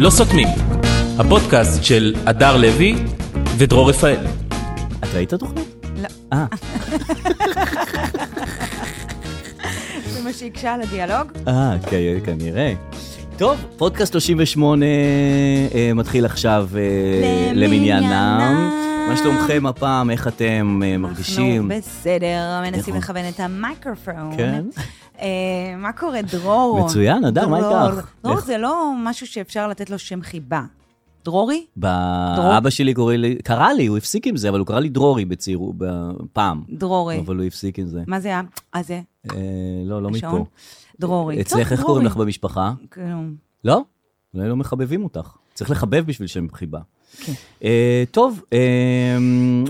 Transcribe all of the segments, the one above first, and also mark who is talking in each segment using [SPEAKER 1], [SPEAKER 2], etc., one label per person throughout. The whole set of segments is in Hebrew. [SPEAKER 1] לא סותמים, הפודקאסט של הדר לוי ודרור רפאל.
[SPEAKER 2] את ראית את התוכנית?
[SPEAKER 3] לא.
[SPEAKER 2] אה,
[SPEAKER 3] זה מה שהקשה על הדיאלוג.
[SPEAKER 2] אה, כ- כנראה. טוב, פודקאסט 38 אה, מתחיל עכשיו אה, למניינם.
[SPEAKER 3] למניינם.
[SPEAKER 2] מה שלומכם הפעם, איך אתם אה, מרגישים?
[SPEAKER 3] אנחנו בסדר, מנסים
[SPEAKER 2] נכון.
[SPEAKER 3] לכוון את המיקרופון.
[SPEAKER 2] כן.
[SPEAKER 3] אה, מה קורה, דרור?
[SPEAKER 2] מצוין, אדר, מה
[SPEAKER 3] דרור.
[SPEAKER 2] איתך?
[SPEAKER 3] דרור
[SPEAKER 2] איך-
[SPEAKER 3] זה לא משהו שאפשר לתת לו שם חיבה. דרורי?
[SPEAKER 2] ב-
[SPEAKER 3] דרור?
[SPEAKER 2] אבא שלי קורא לי, קרא לי, הוא הפסיק עם זה, אבל הוא קרא לי דרורי בצעירו, פעם.
[SPEAKER 3] דרורי.
[SPEAKER 2] אבל הוא הפסיק עם זה.
[SPEAKER 3] מה זה ה... אה, זה?
[SPEAKER 2] אה, לא, לא
[SPEAKER 3] השעון?
[SPEAKER 2] מפה.
[SPEAKER 3] דרורי.
[SPEAKER 2] אצלך,
[SPEAKER 3] טוב,
[SPEAKER 2] איך קוראים לך
[SPEAKER 3] דרורי.
[SPEAKER 2] במשפחה?
[SPEAKER 3] כלום.
[SPEAKER 2] לא? אולי לא מחבבים אותך. צריך לחבב בשביל שם חיבה.
[SPEAKER 3] כן.
[SPEAKER 2] אה, טוב, אה, נ-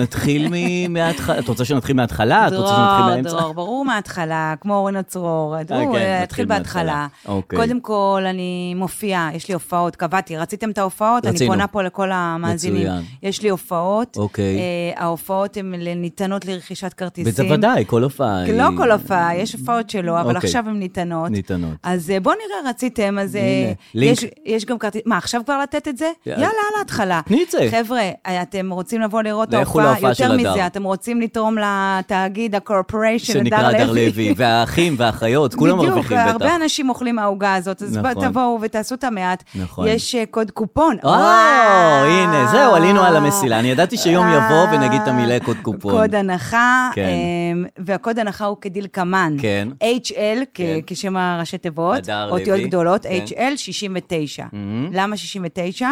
[SPEAKER 2] נתחיל מ- מההתחלה. את רוצה שנתחיל מההתחלה? את רוצה שנתחיל
[SPEAKER 3] דרור,
[SPEAKER 2] מהאמצע?
[SPEAKER 3] דרור, ברור מההתחלה, כמו אורן הצרור, דרור,
[SPEAKER 2] כן,
[SPEAKER 3] נתחיל
[SPEAKER 2] נתחיל
[SPEAKER 3] בהתחלה.
[SPEAKER 2] מההתחלה. אוקיי.
[SPEAKER 3] קודם כל, אני מופיעה, יש לי הופעות, קבעתי, רציתם את ההופעות?
[SPEAKER 2] רצינו.
[SPEAKER 3] אני פונה פה לכל המאזינים.
[SPEAKER 2] מצוין.
[SPEAKER 3] יש לי הופעות,
[SPEAKER 2] אוקיי.
[SPEAKER 3] אה, ההופעות הן ניתנות לרכישת כרטיסים.
[SPEAKER 2] בוודאי, כל אה, הופעה.
[SPEAKER 3] לא
[SPEAKER 2] היא-
[SPEAKER 3] כל הופעה, יש הופעות שלא, אבל
[SPEAKER 2] אוקיי.
[SPEAKER 3] עכשיו הן ניתנות.
[SPEAKER 2] ניתנות.
[SPEAKER 3] אז אה, בואו נראה, רציתם, אז אה,
[SPEAKER 2] הנה, לינק.
[SPEAKER 3] יש, יש גם כרטיס... מה, עכשיו כבר לתת את זה?
[SPEAKER 2] אה,
[SPEAKER 3] יאללה, על ההתחלה.
[SPEAKER 2] תני את זה.
[SPEAKER 3] חבר'ה, אה, אתם רוצים לבוא לראות את
[SPEAKER 2] לכו
[SPEAKER 3] ההופעה?
[SPEAKER 2] להופעה של
[SPEAKER 3] יותר
[SPEAKER 2] הדר.
[SPEAKER 3] מזה, אתם רוצים לתרום לתאגיד, הקורפוריישן,
[SPEAKER 2] שנקרא הדר לוי, והאחים והאחיות, כולם מרוויחים
[SPEAKER 3] בדיוק,
[SPEAKER 2] בטח.
[SPEAKER 3] והרבה אנשים אוכלים מהעוגה הזאת, אז
[SPEAKER 2] נכון.
[SPEAKER 3] בוא- תבואו ותעשו את המעט.
[SPEAKER 2] נכון.
[SPEAKER 3] יש אה, קוד קופון.
[SPEAKER 2] או, הנה, זהו, עלינו על המסילה. אני ידעתי שיום יבוא ונגיד את המילה קוד קופון.
[SPEAKER 3] אה, קוד הנחה,
[SPEAKER 2] כן.
[SPEAKER 3] אמ, והקוד הנחה הוא כדלקמן.
[SPEAKER 2] כן.
[SPEAKER 3] HL, כ-
[SPEAKER 2] כן.
[SPEAKER 3] כשם הראשי תיבות,
[SPEAKER 2] הדר
[SPEAKER 3] אותיות
[SPEAKER 2] לוי.
[SPEAKER 3] גדולות,
[SPEAKER 2] כן. Mm-hmm.
[SPEAKER 3] HL 69. למה 69?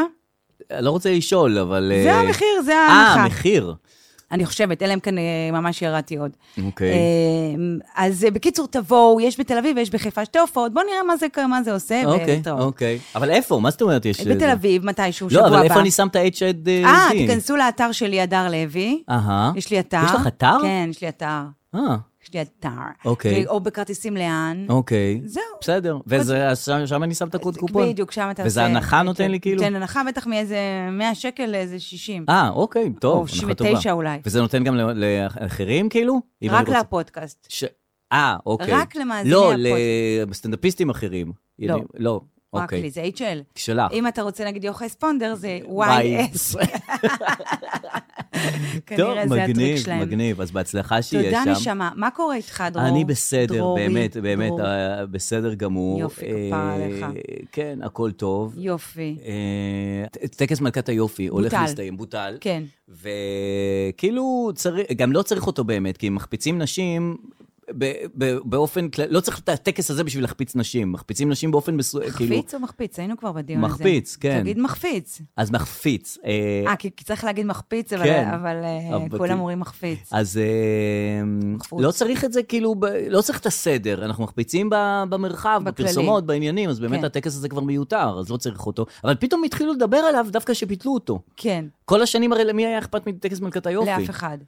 [SPEAKER 2] לא רוצה לשאול, אבל...
[SPEAKER 3] זה
[SPEAKER 2] אה,
[SPEAKER 3] המחיר, זה
[SPEAKER 2] אה,
[SPEAKER 3] ההנחה.
[SPEAKER 2] המחיר.
[SPEAKER 3] אני חושבת, אלא אם כן אה, ממש ירדתי עוד.
[SPEAKER 2] אוקיי.
[SPEAKER 3] אמ, אז אה, בקיצור, תבואו, יש בתל אביב ויש בחיפה שתי הופעות, בואו נראה מה זה- מה זה עושה,
[SPEAKER 2] אוקיי,
[SPEAKER 3] ונתראות.
[SPEAKER 2] אוקיי. אבל איפה? מה זאת אומרת יש...
[SPEAKER 3] אה, בתל אביב, מתישהו, שבוע
[SPEAKER 2] לא,
[SPEAKER 3] הבא.
[SPEAKER 2] אבל איפה אני שם את ה-H עד אה,
[SPEAKER 3] אה,
[SPEAKER 2] Z?
[SPEAKER 3] תיכנסו לאתר שלי, הדר לוי.
[SPEAKER 2] אהה.
[SPEAKER 3] יש לי אתר.
[SPEAKER 2] אה? יש לך אתר?
[SPEAKER 3] כן, יש לי אתר.
[SPEAKER 2] אה,
[SPEAKER 3] יש לי אתר.
[SPEAKER 2] אוקיי.
[SPEAKER 3] או בכרטיסים לאן.
[SPEAKER 2] אוקיי.
[SPEAKER 3] זהו.
[SPEAKER 2] בסדר. וזה- אז שם- שם אני שם את הקוד קופון.
[SPEAKER 3] בדיוק, שם אתה עושה... כן,
[SPEAKER 2] וזה הנחה נותן לי כאילו?
[SPEAKER 3] נותן הנחה בטח מאיזה 100 שקל לאיזה 60.
[SPEAKER 2] אה, אוקיי, טוב,
[SPEAKER 3] או
[SPEAKER 2] הנחה
[SPEAKER 3] 69
[SPEAKER 2] טובה.
[SPEAKER 3] אולי.
[SPEAKER 2] וזה נותן גם ל- לאחרים כאילו? אם אני
[SPEAKER 3] רק
[SPEAKER 2] רוצה-
[SPEAKER 3] לפודקאסט.
[SPEAKER 2] ש- אה, אוקיי.
[SPEAKER 3] רק למאזיני
[SPEAKER 2] לא,
[SPEAKER 3] הפודקאסט.
[SPEAKER 2] לסטנדאפיסטים אחרים.
[SPEAKER 3] לא.
[SPEAKER 2] יודעים- לא,
[SPEAKER 3] רק
[SPEAKER 2] אוקיי.
[SPEAKER 3] לי, זה HL.
[SPEAKER 2] שלך.
[SPEAKER 3] אם אתה רוצה נגיד יוחאי ספונדר, זה YS.
[SPEAKER 2] YS. טוב,
[SPEAKER 3] כנראה זה הטריק
[SPEAKER 2] מגניב,
[SPEAKER 3] שלהם.
[SPEAKER 2] מגניב. אז בהצלחה שיהיה שם.
[SPEAKER 3] תודה, נשמה. מה קורה איתך, דרור?
[SPEAKER 2] אני בסדר,
[SPEAKER 3] דרורי,
[SPEAKER 2] באמת, באמת,
[SPEAKER 3] דרור.
[SPEAKER 2] אה, בסדר גמור.
[SPEAKER 3] יופי, כפרה
[SPEAKER 2] אה,
[SPEAKER 3] עליך.
[SPEAKER 2] כן, הכל טוב.
[SPEAKER 3] יופי.
[SPEAKER 2] אה, ט- טקס מלכת היופי הולך
[SPEAKER 3] בוטל.
[SPEAKER 2] להסתיים, בוטל.
[SPEAKER 3] כן.
[SPEAKER 2] וכאילו, צריך- גם לא צריך אותו באמת, כי מחפיצים נשים... ב- ב- באופן כללי, לא צריך את הטקס הזה בשביל להחפיץ נשים, מחפיצים נשים באופן מסוים, כאילו...
[SPEAKER 3] מחפיץ או מחפיץ? היינו כבר בדיון הזה.
[SPEAKER 2] מחפיץ, כן.
[SPEAKER 3] תגיד מחפיץ.
[SPEAKER 2] אז מחפיץ. אה,
[SPEAKER 3] אה, כי כי צריך להגיד מחפיץ, אבל-
[SPEAKER 2] כן.
[SPEAKER 3] אבל אה,
[SPEAKER 2] אבל
[SPEAKER 3] כולם
[SPEAKER 2] כי-
[SPEAKER 3] אומרים מחפיץ.
[SPEAKER 2] אז אה,
[SPEAKER 3] מחפוץ.
[SPEAKER 2] לא צריך את זה, כאילו, ב- לא צריך את הסדר. אנחנו מחפיצים ב- במרחב,
[SPEAKER 3] בכללי.
[SPEAKER 2] בפרסומות, בעניינים, אז באמת
[SPEAKER 3] כן.
[SPEAKER 2] הטקס הזה כבר מיותר, אז לא צריך אותו. אבל פתאום התחילו לדבר עליו דווקא שביטלו אותו.
[SPEAKER 3] כן,
[SPEAKER 2] כל השנים הרי למי היה אכפת מטקס מלכת היופי?
[SPEAKER 3] לאף אחד.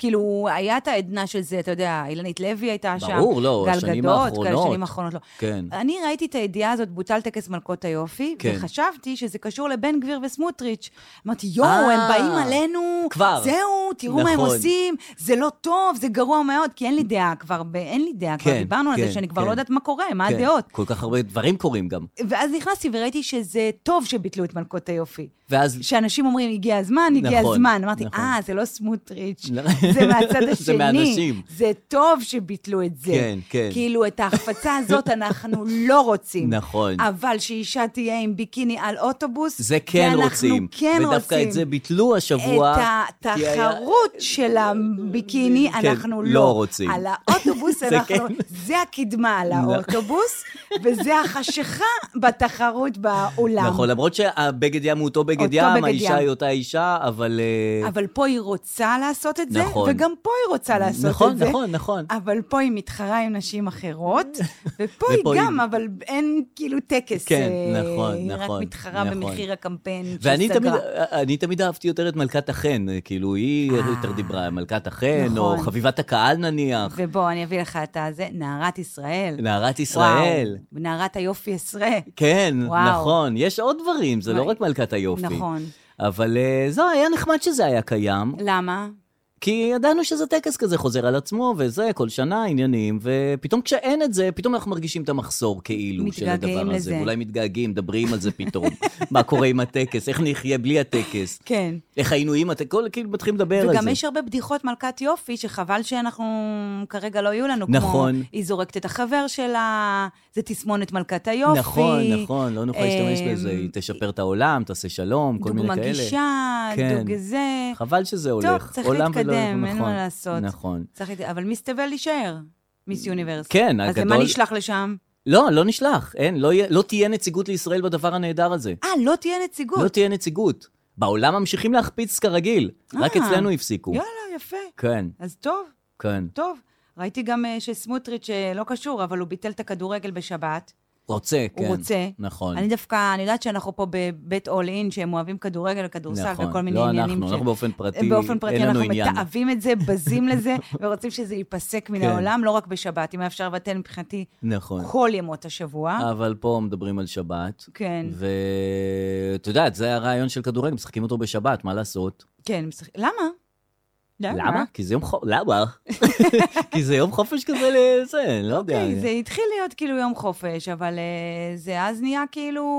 [SPEAKER 3] כאילו, היה את העדנה של זה, אתה יודע, אילנית לוי הייתה שם.
[SPEAKER 2] ברור, לא,
[SPEAKER 3] גל
[SPEAKER 2] השנים
[SPEAKER 3] גדות, כאלה
[SPEAKER 2] האחרונות.
[SPEAKER 3] שנים האחרונות לא.
[SPEAKER 2] כן.
[SPEAKER 3] אני ראיתי את הידיעה הזאת, בוטל טקס מלכות היופי,
[SPEAKER 2] כן.
[SPEAKER 3] וחשבתי שזה קשור לבן גביר וסמוטריץ'. אמרתי, יואו,
[SPEAKER 2] אה,
[SPEAKER 3] הם באים עלינו,
[SPEAKER 2] כבר.
[SPEAKER 3] זהו, תראו מה הם
[SPEAKER 2] נכון.
[SPEAKER 3] עושים, זה לא טוב, זה גרוע מאוד, כי אין לי דעה כבר, ב- אין לי דעה, כבר
[SPEAKER 2] כן,
[SPEAKER 3] דיברנו על
[SPEAKER 2] כן,
[SPEAKER 3] זה שאני כבר
[SPEAKER 2] כן.
[SPEAKER 3] לא יודעת מה קורה, מה
[SPEAKER 2] כן.
[SPEAKER 3] הדעות.
[SPEAKER 2] כל כך הרבה דברים קורים גם.
[SPEAKER 3] ואז נכנסתי וראיתי שזה טוב שביטלו את מלכות היופי.
[SPEAKER 2] ואז...
[SPEAKER 3] שאנשים אומרים, הגיע הזמן, הגיע
[SPEAKER 2] נכון,
[SPEAKER 3] הזמן. אמרתי,
[SPEAKER 2] נכון.
[SPEAKER 3] אה, זה לא סמוטריץ',
[SPEAKER 2] לא.
[SPEAKER 3] זה מהצד
[SPEAKER 2] זה
[SPEAKER 3] השני.
[SPEAKER 2] מהאנשים.
[SPEAKER 3] זה טוב שביטלו את זה.
[SPEAKER 2] כן, כן.
[SPEAKER 3] כאילו, את ההחפצה הזאת אנחנו לא רוצים.
[SPEAKER 2] נכון.
[SPEAKER 3] אבל שאישה תהיה עם ביקיני על אוטובוס,
[SPEAKER 2] זה כן
[SPEAKER 3] ואנחנו
[SPEAKER 2] רוצים.
[SPEAKER 3] כן רוצים.
[SPEAKER 2] ודווקא את זה ביטלו השבוע.
[SPEAKER 3] את
[SPEAKER 2] כי היה-
[SPEAKER 3] התחרות של הביקיני,
[SPEAKER 2] כן,
[SPEAKER 3] אנחנו
[SPEAKER 2] לא
[SPEAKER 3] לא.
[SPEAKER 2] רוצים.
[SPEAKER 3] על האוטובוס
[SPEAKER 2] זה
[SPEAKER 3] אנחנו...
[SPEAKER 2] כן. לא.
[SPEAKER 3] זה הקדמה על האוטובוס, וזה החשיכה בתחרות באולם.
[SPEAKER 2] נכון, למרות שהבגד ים הוא אותו בגד
[SPEAKER 3] אותו
[SPEAKER 2] ים,
[SPEAKER 3] בגד
[SPEAKER 2] האישה
[SPEAKER 3] ים.
[SPEAKER 2] היא אותה אישה, אבל... אה,
[SPEAKER 3] אבל פה היא רוצה לעשות את זה,
[SPEAKER 2] נכון.
[SPEAKER 3] וגם פה היא רוצה לעשות
[SPEAKER 2] נכון,
[SPEAKER 3] את זה.
[SPEAKER 2] נכון, נכון.
[SPEAKER 3] אבל פה היא מתחרה עם נשים אחרות, ופה היא
[SPEAKER 2] ופה
[SPEAKER 3] גם,
[SPEAKER 2] היא-
[SPEAKER 3] אבל אין כאילו טקס.
[SPEAKER 2] כן,
[SPEAKER 3] אה,
[SPEAKER 2] נכון,
[SPEAKER 3] היא
[SPEAKER 2] נכון,
[SPEAKER 3] רק מתחרה
[SPEAKER 2] נכון.
[SPEAKER 3] במחיר הקמפיין שסגרה.
[SPEAKER 2] ואני תמיד, אני תמיד אהבתי יותר את מלכת החן, כאילו היא
[SPEAKER 3] אה.
[SPEAKER 2] יותר דיברה, מלכת החן, או
[SPEAKER 3] נכון.
[SPEAKER 2] חביבת הקהל נניח,
[SPEAKER 3] ובוא, אני אביא לך את הזה, נערת ישראל.
[SPEAKER 2] נערת ישראל.
[SPEAKER 3] וואו, נערת היופי ישראל.
[SPEAKER 2] כן,
[SPEAKER 3] וואו.
[SPEAKER 2] נכון, יש עוד דברים, זה לא
[SPEAKER 3] וואי.
[SPEAKER 2] רק מלכת היופי.
[SPEAKER 3] נכון.
[SPEAKER 2] אבל אה, זו, היה נחמד שזה היה קיים,
[SPEAKER 3] למה?
[SPEAKER 2] כי ידענו שזה טקס כזה חוזר על עצמו, וזה, כל שנה עניינים, ופתאום כשאין את זה, פתאום אנחנו מרגישים את המחסור כאילו של
[SPEAKER 3] מתגעגעים
[SPEAKER 2] הדבר הזה.
[SPEAKER 3] לזה.
[SPEAKER 2] אולי מתגעגעים, מדברים על זה פתאום. מה קורה עם הטקס, איך נחיה בלי הטקס,
[SPEAKER 3] כן.
[SPEAKER 2] איך היינו עם הטקס, כל כאילו מתחילים לדבר על זה.
[SPEAKER 3] וגם יש הרבה בדיחות מלכת יופי, שחבל שאנחנו כרגע לא יהיו לנו. כמו,
[SPEAKER 2] נכון.
[SPEAKER 3] היא זורקת את החבר שלה, זה תסמונת מלכת היופי.
[SPEAKER 2] נכון, נכון, לא נוכל להשתמש
[SPEAKER 3] אמ,
[SPEAKER 2] בזה, היא תשפר את העולם, תעשה שלום, כל מיני
[SPEAKER 3] דוג
[SPEAKER 2] כאלה.
[SPEAKER 3] מגישה,
[SPEAKER 2] כן.
[SPEAKER 3] דוג זה.
[SPEAKER 2] חבל שזה הולך.
[SPEAKER 3] טוב, צריך
[SPEAKER 2] עולם ולא-
[SPEAKER 3] להתקדם, אין
[SPEAKER 2] נכון,
[SPEAKER 3] מה לעשות.
[SPEAKER 2] נכון.
[SPEAKER 3] צריך להת- אבל מיס תבל יישאר, מיס יוניברס.
[SPEAKER 2] כן,
[SPEAKER 3] אז
[SPEAKER 2] הגדול...
[SPEAKER 3] למה נשלח לשם?
[SPEAKER 2] לא, לא נשלח, אין, לא, יהיה- לא תהיה נציגות לישראל בדבר הנהדר הזה.
[SPEAKER 3] אה, לא תהיה נציגות.
[SPEAKER 2] לא תהיה נציגות. בעולם ממשיכים להחפיץ כרגיל, רק
[SPEAKER 3] אה.
[SPEAKER 2] אצלנו הפסיקו.
[SPEAKER 3] יאללה, יפה.
[SPEAKER 2] כן,
[SPEAKER 3] אז טוב,
[SPEAKER 2] כן.
[SPEAKER 3] טוב. ראיתי גם אה, שסמוטריץ', אה, לא קשור, אבל הוא ביטל את הכדורגל בשבת.
[SPEAKER 2] רוצה, כן.
[SPEAKER 3] הוא רוצה.
[SPEAKER 2] נכון.
[SPEAKER 3] אני דווקא, אני יודעת שאנחנו פה בבית אול אין, שהם אוהבים כדורגל וכדורסל
[SPEAKER 2] נכון.
[SPEAKER 3] וכל מיני
[SPEAKER 2] לא
[SPEAKER 3] עניינים.
[SPEAKER 2] אנחנו,
[SPEAKER 3] ש-
[SPEAKER 2] אנחנו באופן פרטי,
[SPEAKER 3] באופן פרטי
[SPEAKER 2] אין לנו
[SPEAKER 3] אנחנו
[SPEAKER 2] עניין.
[SPEAKER 3] מתעבים את זה, בזים לזה, ורוצים שזה ייפסק מן
[SPEAKER 2] כן.
[SPEAKER 3] העולם, לא רק בשבת, אם היה אפשר לבטל מבחינתי
[SPEAKER 2] נכון.
[SPEAKER 3] כל ימות השבוע.
[SPEAKER 2] אבל פה מדברים על שבת.
[SPEAKER 3] כן,
[SPEAKER 2] ואת יודעת, זה הרעיון של כדורגל, משחקים אותו בשבת, מה לעשות?
[SPEAKER 3] כן, משחק- למה?
[SPEAKER 2] למה? כי זה יום חופש, למה? כי זה יום חופש כזה לזה, לא יודע.
[SPEAKER 3] אוקיי, זה התחיל להיות כאילו יום חופש, אבל אה, זה אז נהיה כאילו...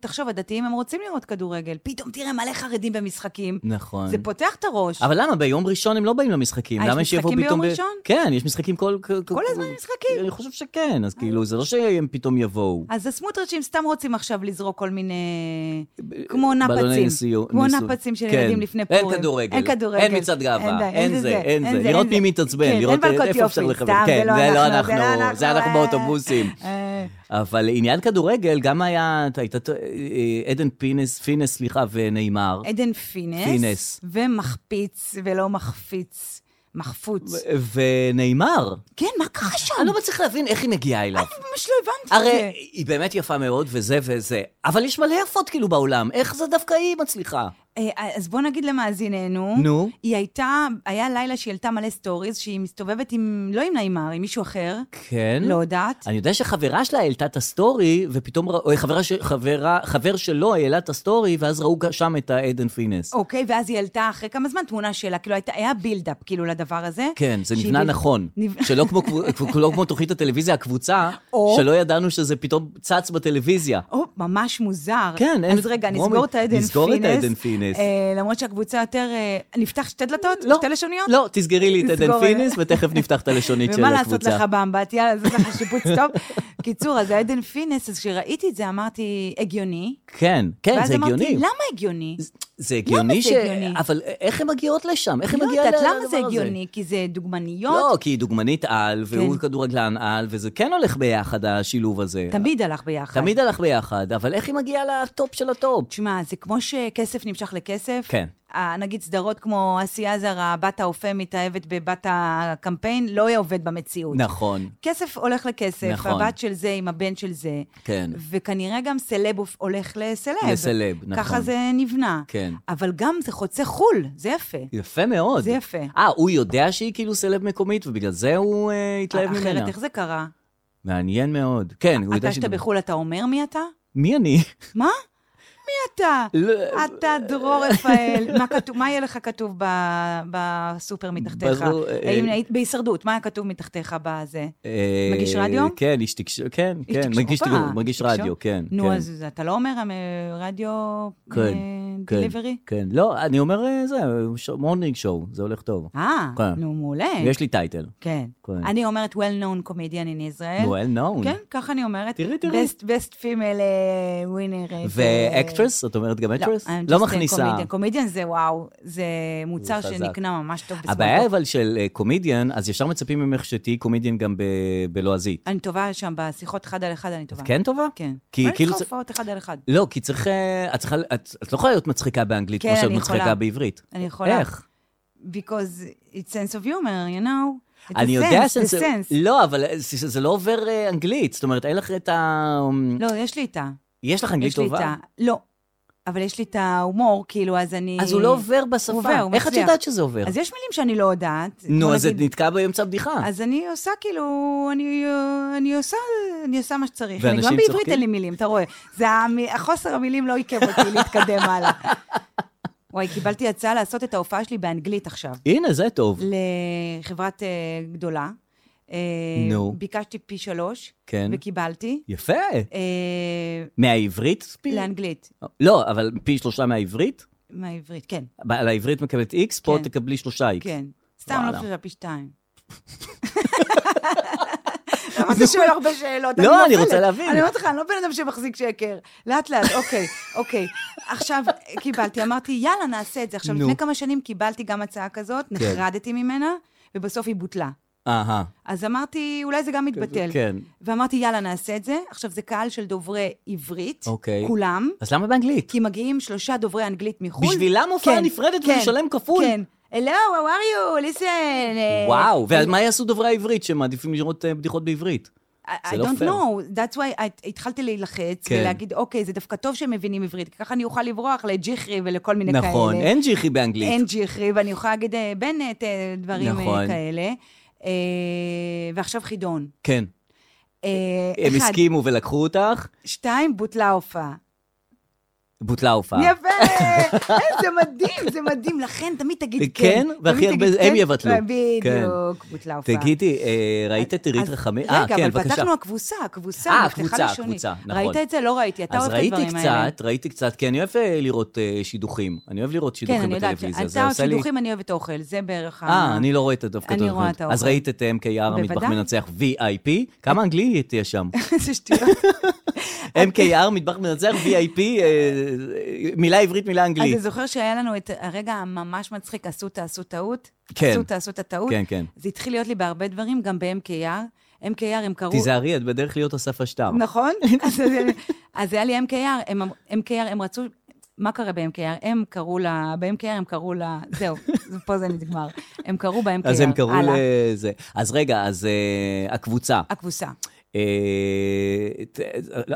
[SPEAKER 3] תחשוב, הדתיים הם רוצים לראות כדורגל, פתאום תראה מלא חרדים במשחקים.
[SPEAKER 2] נכון.
[SPEAKER 3] זה פותח את הראש.
[SPEAKER 2] אבל למה? ביום ראשון הם לא באים למשחקים.
[SPEAKER 3] אה, יש
[SPEAKER 2] למה שיבואו
[SPEAKER 3] משחקים
[SPEAKER 2] פתאום
[SPEAKER 3] ביום ראשון?
[SPEAKER 2] כן, יש משחקים כל...
[SPEAKER 3] כל הזמן משחקים. אה.
[SPEAKER 2] אני חושב שכן, אז כאילו, זה לא שהם פתאום יבואו.
[SPEAKER 3] אז הסמוטריצ'ים סתם רוצים עכשיו לזרוק כל מיני... כמו
[SPEAKER 2] אה, בלוני
[SPEAKER 3] נפצים.
[SPEAKER 2] ניסוי-
[SPEAKER 3] כמו
[SPEAKER 2] ניסוי.
[SPEAKER 3] נפצים של
[SPEAKER 2] כן.
[SPEAKER 3] ילדים לפני פורים.
[SPEAKER 2] אין כדורגל.
[SPEAKER 3] אין כדורגל.
[SPEAKER 2] אין מצעד גאווה.
[SPEAKER 3] די,
[SPEAKER 2] אין זה, אין זה. לראות מי מתעצבן,
[SPEAKER 3] כן,
[SPEAKER 2] לראות אה,
[SPEAKER 3] אין מלכות
[SPEAKER 2] איפה אפשר
[SPEAKER 3] יופי,
[SPEAKER 2] לכוון.
[SPEAKER 3] סתם,
[SPEAKER 2] כן, זה לא אנחנו, זה
[SPEAKER 3] אה,
[SPEAKER 2] אנחנו באוטובוסים.
[SPEAKER 3] אה,
[SPEAKER 2] אבל עניין כדורגל, גם היה... הייתה... ת- אה, עדן פינס, פינס, סליחה, ונאמר.
[SPEAKER 3] עדן פינס.
[SPEAKER 2] פינס.
[SPEAKER 3] ומחפיץ, ולא מחפיץ. מחפוץ.
[SPEAKER 2] ו- ונאמר.
[SPEAKER 3] כן, מה קרה שם?
[SPEAKER 2] אני לא מצליח להבין איך היא מגיעה אליו.
[SPEAKER 3] ממש לא הבנתי את זה.
[SPEAKER 2] הרי היא באמת יפה מאוד, וזה וזה, אבל יש מלא יפות כאילו בעולם, איך זה דווקא היא מצליחה?
[SPEAKER 3] אה, אז בוא נגיד למאזיננו.
[SPEAKER 2] נו.
[SPEAKER 3] היא הייתה, היה לילה שהיא העלתה מלא סטוריז, שהיא מסתובבת עם, לא עם נעימר, עם מישהו אחר.
[SPEAKER 2] כן?
[SPEAKER 3] לא יודעת.
[SPEAKER 2] אני יודע שחברה שלה העלתה את הסטורי, ופתאום, רא- או חברה ש... חברה... חבר שלו העלה את הסטורי, ואז ראו שם את העדן פינס.
[SPEAKER 3] אוקיי, ואז היא העלתה אחרי כמה זמן תמונה שלה, כאילו הייתה, היה בילדאפ כאילו לדבר הזה.
[SPEAKER 2] כן, זה
[SPEAKER 3] שהיא
[SPEAKER 2] נבנה
[SPEAKER 3] ב-
[SPEAKER 2] נכון.
[SPEAKER 3] נב-
[SPEAKER 2] שלא כמו, קבו- לא כמו תוכנית הטלוויזיה, הקבוצה,
[SPEAKER 3] או-
[SPEAKER 2] שלא ידענו שזה פתאום צץ בטלוויזיה.
[SPEAKER 3] או, ממש מוזר.
[SPEAKER 2] כן, אין-
[SPEAKER 3] אז רגע,
[SPEAKER 2] רומי,
[SPEAKER 3] נסגור את העדן פינס.
[SPEAKER 2] נסגור את העדן פינס.
[SPEAKER 3] אה, למרות שהקבוצה יותר... אה, נפתח שתי דלתות? שתי לשוניות?
[SPEAKER 2] לא, תסגרי לי את עדן
[SPEAKER 3] תסגור-
[SPEAKER 2] פינס, ותכף נפתח את הלשונית של
[SPEAKER 3] ומה לעשות
[SPEAKER 2] הקבוצה.
[SPEAKER 3] לך באמבט? יאללה, לעשות לך שיפוץ טוב. קיצור, אז העדן פינס, אז כשראיתי את זה אמרתי, הגיוני.
[SPEAKER 2] כן, כן,
[SPEAKER 3] ואז
[SPEAKER 2] זה
[SPEAKER 3] אמרתי,
[SPEAKER 2] הגיוני.
[SPEAKER 3] למה הגיוני?
[SPEAKER 2] זה הגיוני
[SPEAKER 3] למה זה
[SPEAKER 2] ש...
[SPEAKER 3] הגיוני?
[SPEAKER 2] אבל איך הן מגיעות לשם? איך הן
[SPEAKER 3] לא
[SPEAKER 2] מגיעות
[SPEAKER 3] יודעת,
[SPEAKER 2] לדבר הזה?
[SPEAKER 3] למה זה הגיוני? כי זה דוגמניות?
[SPEAKER 2] לא, כי היא דוגמנית על, והוא
[SPEAKER 3] כן.
[SPEAKER 2] כדורגלן על, וזה כן הולך ביחד, השילוב הזה.
[SPEAKER 3] תמיד הלך ביחד.
[SPEAKER 2] תמיד הלך ביחד, אבל איך היא מגיעה לטופ של הטופ?
[SPEAKER 3] תשמע, זה כמו שכסף נמשך לכסף.
[SPEAKER 2] כן.
[SPEAKER 3] אה, נגיד סדרות כמו אסיה זרה, בת האופה מתאהבת בבת הקמפיין, לא היה עובד במציאות.
[SPEAKER 2] נכון,
[SPEAKER 3] כסף הולך לכסף,
[SPEAKER 2] נכון.
[SPEAKER 3] הבת של זה עם הבן של זה,
[SPEAKER 2] כן.
[SPEAKER 3] וכנראה גם סלב הופ- הולך לסלב.
[SPEAKER 2] לסלב, נכון.
[SPEAKER 3] ככה זה נבנה.
[SPEAKER 2] כן.
[SPEAKER 3] אבל גם זה חוצה חו"ל, זה יפה.
[SPEAKER 2] יפה מאוד.
[SPEAKER 3] זה יפה.
[SPEAKER 2] אה, הוא יודע שהיא כאילו סלב מקומית, ובגלל זה הוא אה, התלהב ממנה.
[SPEAKER 3] אחרת, איך זה קרה?
[SPEAKER 2] מעניין מאוד. כן, הוא
[SPEAKER 3] אתה
[SPEAKER 2] יודע
[SPEAKER 3] שאתה
[SPEAKER 2] שהיא...
[SPEAKER 3] בחו"ל, אתה אומר מי אתה?
[SPEAKER 2] מי אני?
[SPEAKER 3] מה? מי אתה?
[SPEAKER 2] לא-
[SPEAKER 3] אתה דרור רפאל. מה כתוב- מה יהיה לך כתוב ב- בסופר מתחתיך?
[SPEAKER 2] ברור, אה,
[SPEAKER 3] האם היית- בהישרדות, מה היה כתוב מתחתיך בזה?
[SPEAKER 2] אה,
[SPEAKER 3] מגיש רדיו?
[SPEAKER 2] כן, איש תקשור, כן,
[SPEAKER 3] איש
[SPEAKER 2] כן,
[SPEAKER 3] תקשורת?
[SPEAKER 2] מגיש
[SPEAKER 3] אה,
[SPEAKER 2] תגור- מגיש
[SPEAKER 3] תקשורת?
[SPEAKER 2] רדיו, כן.
[SPEAKER 3] נו,
[SPEAKER 2] כן.
[SPEAKER 3] אז אתה לא אומר אה, רדיו
[SPEAKER 2] כן,
[SPEAKER 3] אה,
[SPEAKER 2] כן,
[SPEAKER 3] דליברי?
[SPEAKER 2] כן. לא, אני אומר, אה, זה, מורנינג שואו, זה הולך טוב.
[SPEAKER 3] אה,
[SPEAKER 2] כן.
[SPEAKER 3] נו, מעולה.
[SPEAKER 2] יש לי טייטל.
[SPEAKER 3] כן.
[SPEAKER 2] כן.
[SPEAKER 3] אני אומרת well-known comedian in Israel.
[SPEAKER 2] well known.
[SPEAKER 3] כן, ככה אני אומרת.
[SPEAKER 2] תראי, תראי.
[SPEAKER 3] Best- best female אה, winner. אה,
[SPEAKER 2] ואקטרס? את אומרת גם
[SPEAKER 3] לא,
[SPEAKER 2] אקטרס?
[SPEAKER 3] I'm
[SPEAKER 2] לא
[SPEAKER 3] just a
[SPEAKER 2] מכניסה.
[SPEAKER 3] comedian. comedian זה וואו, זה מוצר
[SPEAKER 2] זה חזק.
[SPEAKER 3] שנקנה ממש טוב בסמארטפון.
[SPEAKER 2] הבעיה אבל של אה, קומדיאן, אז ישר מצפים ממך שתהיי קומדיאן גם ב- בלועזית.
[SPEAKER 3] אני טובה שם בשיחות אחד על אחד, אני טובה.
[SPEAKER 2] את כן טובה?
[SPEAKER 3] כן.
[SPEAKER 2] כי
[SPEAKER 3] אבל
[SPEAKER 2] כאילו
[SPEAKER 3] יש לך
[SPEAKER 2] זה-
[SPEAKER 3] הופעות אחד על אחד.
[SPEAKER 2] לא, כי צריך... אה, את צריכה... את את לא יכולה להיות מצחיקה באנגלית
[SPEAKER 3] כן,
[SPEAKER 2] כמו שאת
[SPEAKER 3] אני יכולה.
[SPEAKER 2] מצחיקה בעברית.
[SPEAKER 3] אני יכולה.
[SPEAKER 2] איך?
[SPEAKER 3] Because it's sense of humor, you know? It's a
[SPEAKER 2] אני יודע
[SPEAKER 3] sense,
[SPEAKER 2] שזה...
[SPEAKER 3] the sense.
[SPEAKER 2] לא, אבל אה, זה זה לא עובר אה, אנגלית. זאת אומרת, אין לך את ה...
[SPEAKER 3] לא, יש לי איתה.
[SPEAKER 2] יש לך אנגלית
[SPEAKER 3] יש לי
[SPEAKER 2] Mm. טובה?
[SPEAKER 3] איתה. לא. אבל יש לי את ההומור, כאילו, אז אני...
[SPEAKER 2] אז הוא לא עובר בשפה.
[SPEAKER 3] הוא עובר, הוא
[SPEAKER 2] איך את
[SPEAKER 3] מצליח.
[SPEAKER 2] יודעת שזה עובר?
[SPEAKER 3] אז יש מילים שאני לא יודעת.
[SPEAKER 2] נו,
[SPEAKER 3] בוא
[SPEAKER 2] אז את
[SPEAKER 3] נגיד-
[SPEAKER 2] נתקעה באמצע הבדיחה.
[SPEAKER 3] אז אני עושה כאילו, אני, אני עושה, אני עושה מה שצריך. אני
[SPEAKER 2] ואנשים
[SPEAKER 3] גם בעברית
[SPEAKER 2] צוחקים?
[SPEAKER 3] אין לי מילים, אתה רואה. זה המ- החוסר המילים לא עיכב אותי להתקדם הלאה. וואי, קיבלתי הצעה לעשות את ההופעה שלי באנגלית עכשיו.
[SPEAKER 2] הנה, זה טוב.
[SPEAKER 3] לחברת אה, גדולה. אה,
[SPEAKER 2] נו.
[SPEAKER 3] ביקשתי פי שלוש,
[SPEAKER 2] כן.
[SPEAKER 3] וקיבלתי.
[SPEAKER 2] יפה.
[SPEAKER 3] אה,
[SPEAKER 2] מהעברית? פי-
[SPEAKER 3] לאנגלית,
[SPEAKER 2] לא, אבל פי שלושה מהעברית?
[SPEAKER 3] מהעברית, כן,
[SPEAKER 2] ב- על העברית מקבלת איקס, פה
[SPEAKER 3] כן.
[SPEAKER 2] תקבלי שלושה איקס.
[SPEAKER 3] כן. סתם
[SPEAKER 2] וואלה.
[SPEAKER 3] לא חושבת פי שתיים. למה אתה שואל הרבה שאלות?
[SPEAKER 2] לא, אני
[SPEAKER 3] נופלת.
[SPEAKER 2] רוצה להבין.
[SPEAKER 3] אני אומרת לך, אני לא בן אדם שמחזיק שקר. לאט לאט, אוקיי, אוקיי. עכשיו קיבלתי, אמרתי, יאללה, נעשה את זה. עכשיו,
[SPEAKER 2] נו. כן.
[SPEAKER 3] לפני כמה שנים קיבלתי גם הצעה כזאת, נחרדתי ממנה, ובסוף היא בוטלה.
[SPEAKER 2] אהה.
[SPEAKER 3] אז אמרתי, אולי זה גם מתבטל.
[SPEAKER 2] כן.
[SPEAKER 3] ואמרתי, יאללה, נעשה את זה. עכשיו, זה קהל של דוברי עברית,
[SPEAKER 2] אוקיי.
[SPEAKER 3] כולם,
[SPEAKER 2] אז למה באנגלית?
[SPEAKER 3] כי מגיעים שלושה דוברי אנגלית מחו"ל.
[SPEAKER 2] בשבילם הופעה נפרדת ולשלם כפול.
[SPEAKER 3] כן. Hello, how are you? listen. אה,
[SPEAKER 2] וואו, ומה יעשו דוברי העברית שמעדיפים לראות אה, בדיחות בעברית?
[SPEAKER 3] I I
[SPEAKER 2] זה לא
[SPEAKER 3] don't
[SPEAKER 2] פייר.
[SPEAKER 3] know, that's why I- התחלתי להילחץ
[SPEAKER 2] כן.
[SPEAKER 3] ולהגיד, אוקיי, זה דווקא טוב שהם מבינים עברית, כי ככה אני אוכל לברוח לג'יחרי ולכל מיני כאלה.
[SPEAKER 2] נכון, אין ג'יחי באנגלית.
[SPEAKER 3] אין ג'יחרי, ואני אוכל להגיד, אה, בנט, אה, דברים אה,
[SPEAKER 2] נכון.
[SPEAKER 3] כאלה. אה, ועכשיו חידון.
[SPEAKER 2] כן.
[SPEAKER 3] אה,
[SPEAKER 2] הם
[SPEAKER 3] אחד,
[SPEAKER 2] הסכימו ולקחו אותך,
[SPEAKER 3] שתיים, בוטלה ההופעה.
[SPEAKER 2] בוטלה ההופעה.
[SPEAKER 3] יפה! אה, זה מדהים, זה מדהים. לכן, תמיד תגיד כן.
[SPEAKER 2] כן, והכי
[SPEAKER 3] תמיד
[SPEAKER 2] הרבה
[SPEAKER 3] תגיד
[SPEAKER 2] הם
[SPEAKER 3] כן,
[SPEAKER 2] יבטלו. כן.
[SPEAKER 3] בדיוק, בוטלה ההופעה.
[SPEAKER 2] תגידי, אה, ראית את עירית
[SPEAKER 3] אז-
[SPEAKER 2] רחמים? אה,
[SPEAKER 3] רגע,
[SPEAKER 2] כן,
[SPEAKER 3] אבל
[SPEAKER 2] בבקשה.
[SPEAKER 3] פתחנו הקבוצה, הקבוצה,
[SPEAKER 2] אה,
[SPEAKER 3] נפתחה
[SPEAKER 2] הקבוצה,
[SPEAKER 3] לשונית.
[SPEAKER 2] הקבוצה, נכון.
[SPEAKER 3] ראית את זה? לא ראיתי, אתה
[SPEAKER 2] אז
[SPEAKER 3] אוהב את
[SPEAKER 2] ראיתי
[SPEAKER 3] הדברים
[SPEAKER 2] קצת,
[SPEAKER 3] האלה.
[SPEAKER 2] ראיתי קצת, כי אני אוהב אה, לראות אה, שידוכים. אני אוהב לראות
[SPEAKER 3] כן,
[SPEAKER 2] שידוכים
[SPEAKER 3] אני יודעת.
[SPEAKER 2] בטלוויזיה, זה
[SPEAKER 3] אתה
[SPEAKER 2] עושה לי...
[SPEAKER 3] שידוכים, אני אוהבת אוכל, זה בערך ה...
[SPEAKER 2] אה, אני לא רואה את הדווקא את
[SPEAKER 3] אני רואה את
[SPEAKER 2] הדברים. אז
[SPEAKER 3] האוכל.
[SPEAKER 2] ראית את MK יער המטבח
[SPEAKER 3] בוודאי.
[SPEAKER 2] מנצח VIP? כמה אנגלית יש שם?
[SPEAKER 3] איזה שטויות.
[SPEAKER 2] MK יער מטבח מנצח VIP, אה, אה, מילה עברית, מילה
[SPEAKER 3] אז
[SPEAKER 2] אנגלית.
[SPEAKER 3] אתה זוכר שהיה לנו את הרגע הממש מצחיק, עשו תעשו טעות?
[SPEAKER 2] כן.
[SPEAKER 3] עשו תעשו את הטעות?
[SPEAKER 2] כן, כן.
[SPEAKER 3] זה התחיל להיות לי בהרבה דברים, גם ב-MKR. MKR הם קראו...
[SPEAKER 2] תיזהרי, את בדרך להיות אסף אשטר.
[SPEAKER 3] נכון? אז- אז היה לי MKR, הם אמ- MKR, הם רצו... מה קרה ב-MKR? הם קראו לה... ב-MKR הם קראו לה... זהו, פה זה נגמר. הם קראו ב-MKR.
[SPEAKER 2] אז הם קראו
[SPEAKER 3] הלאה.
[SPEAKER 2] לזה. אז רגע, אז אה, הקבוצה.
[SPEAKER 3] הכבוסה.
[SPEAKER 2] אה, ת-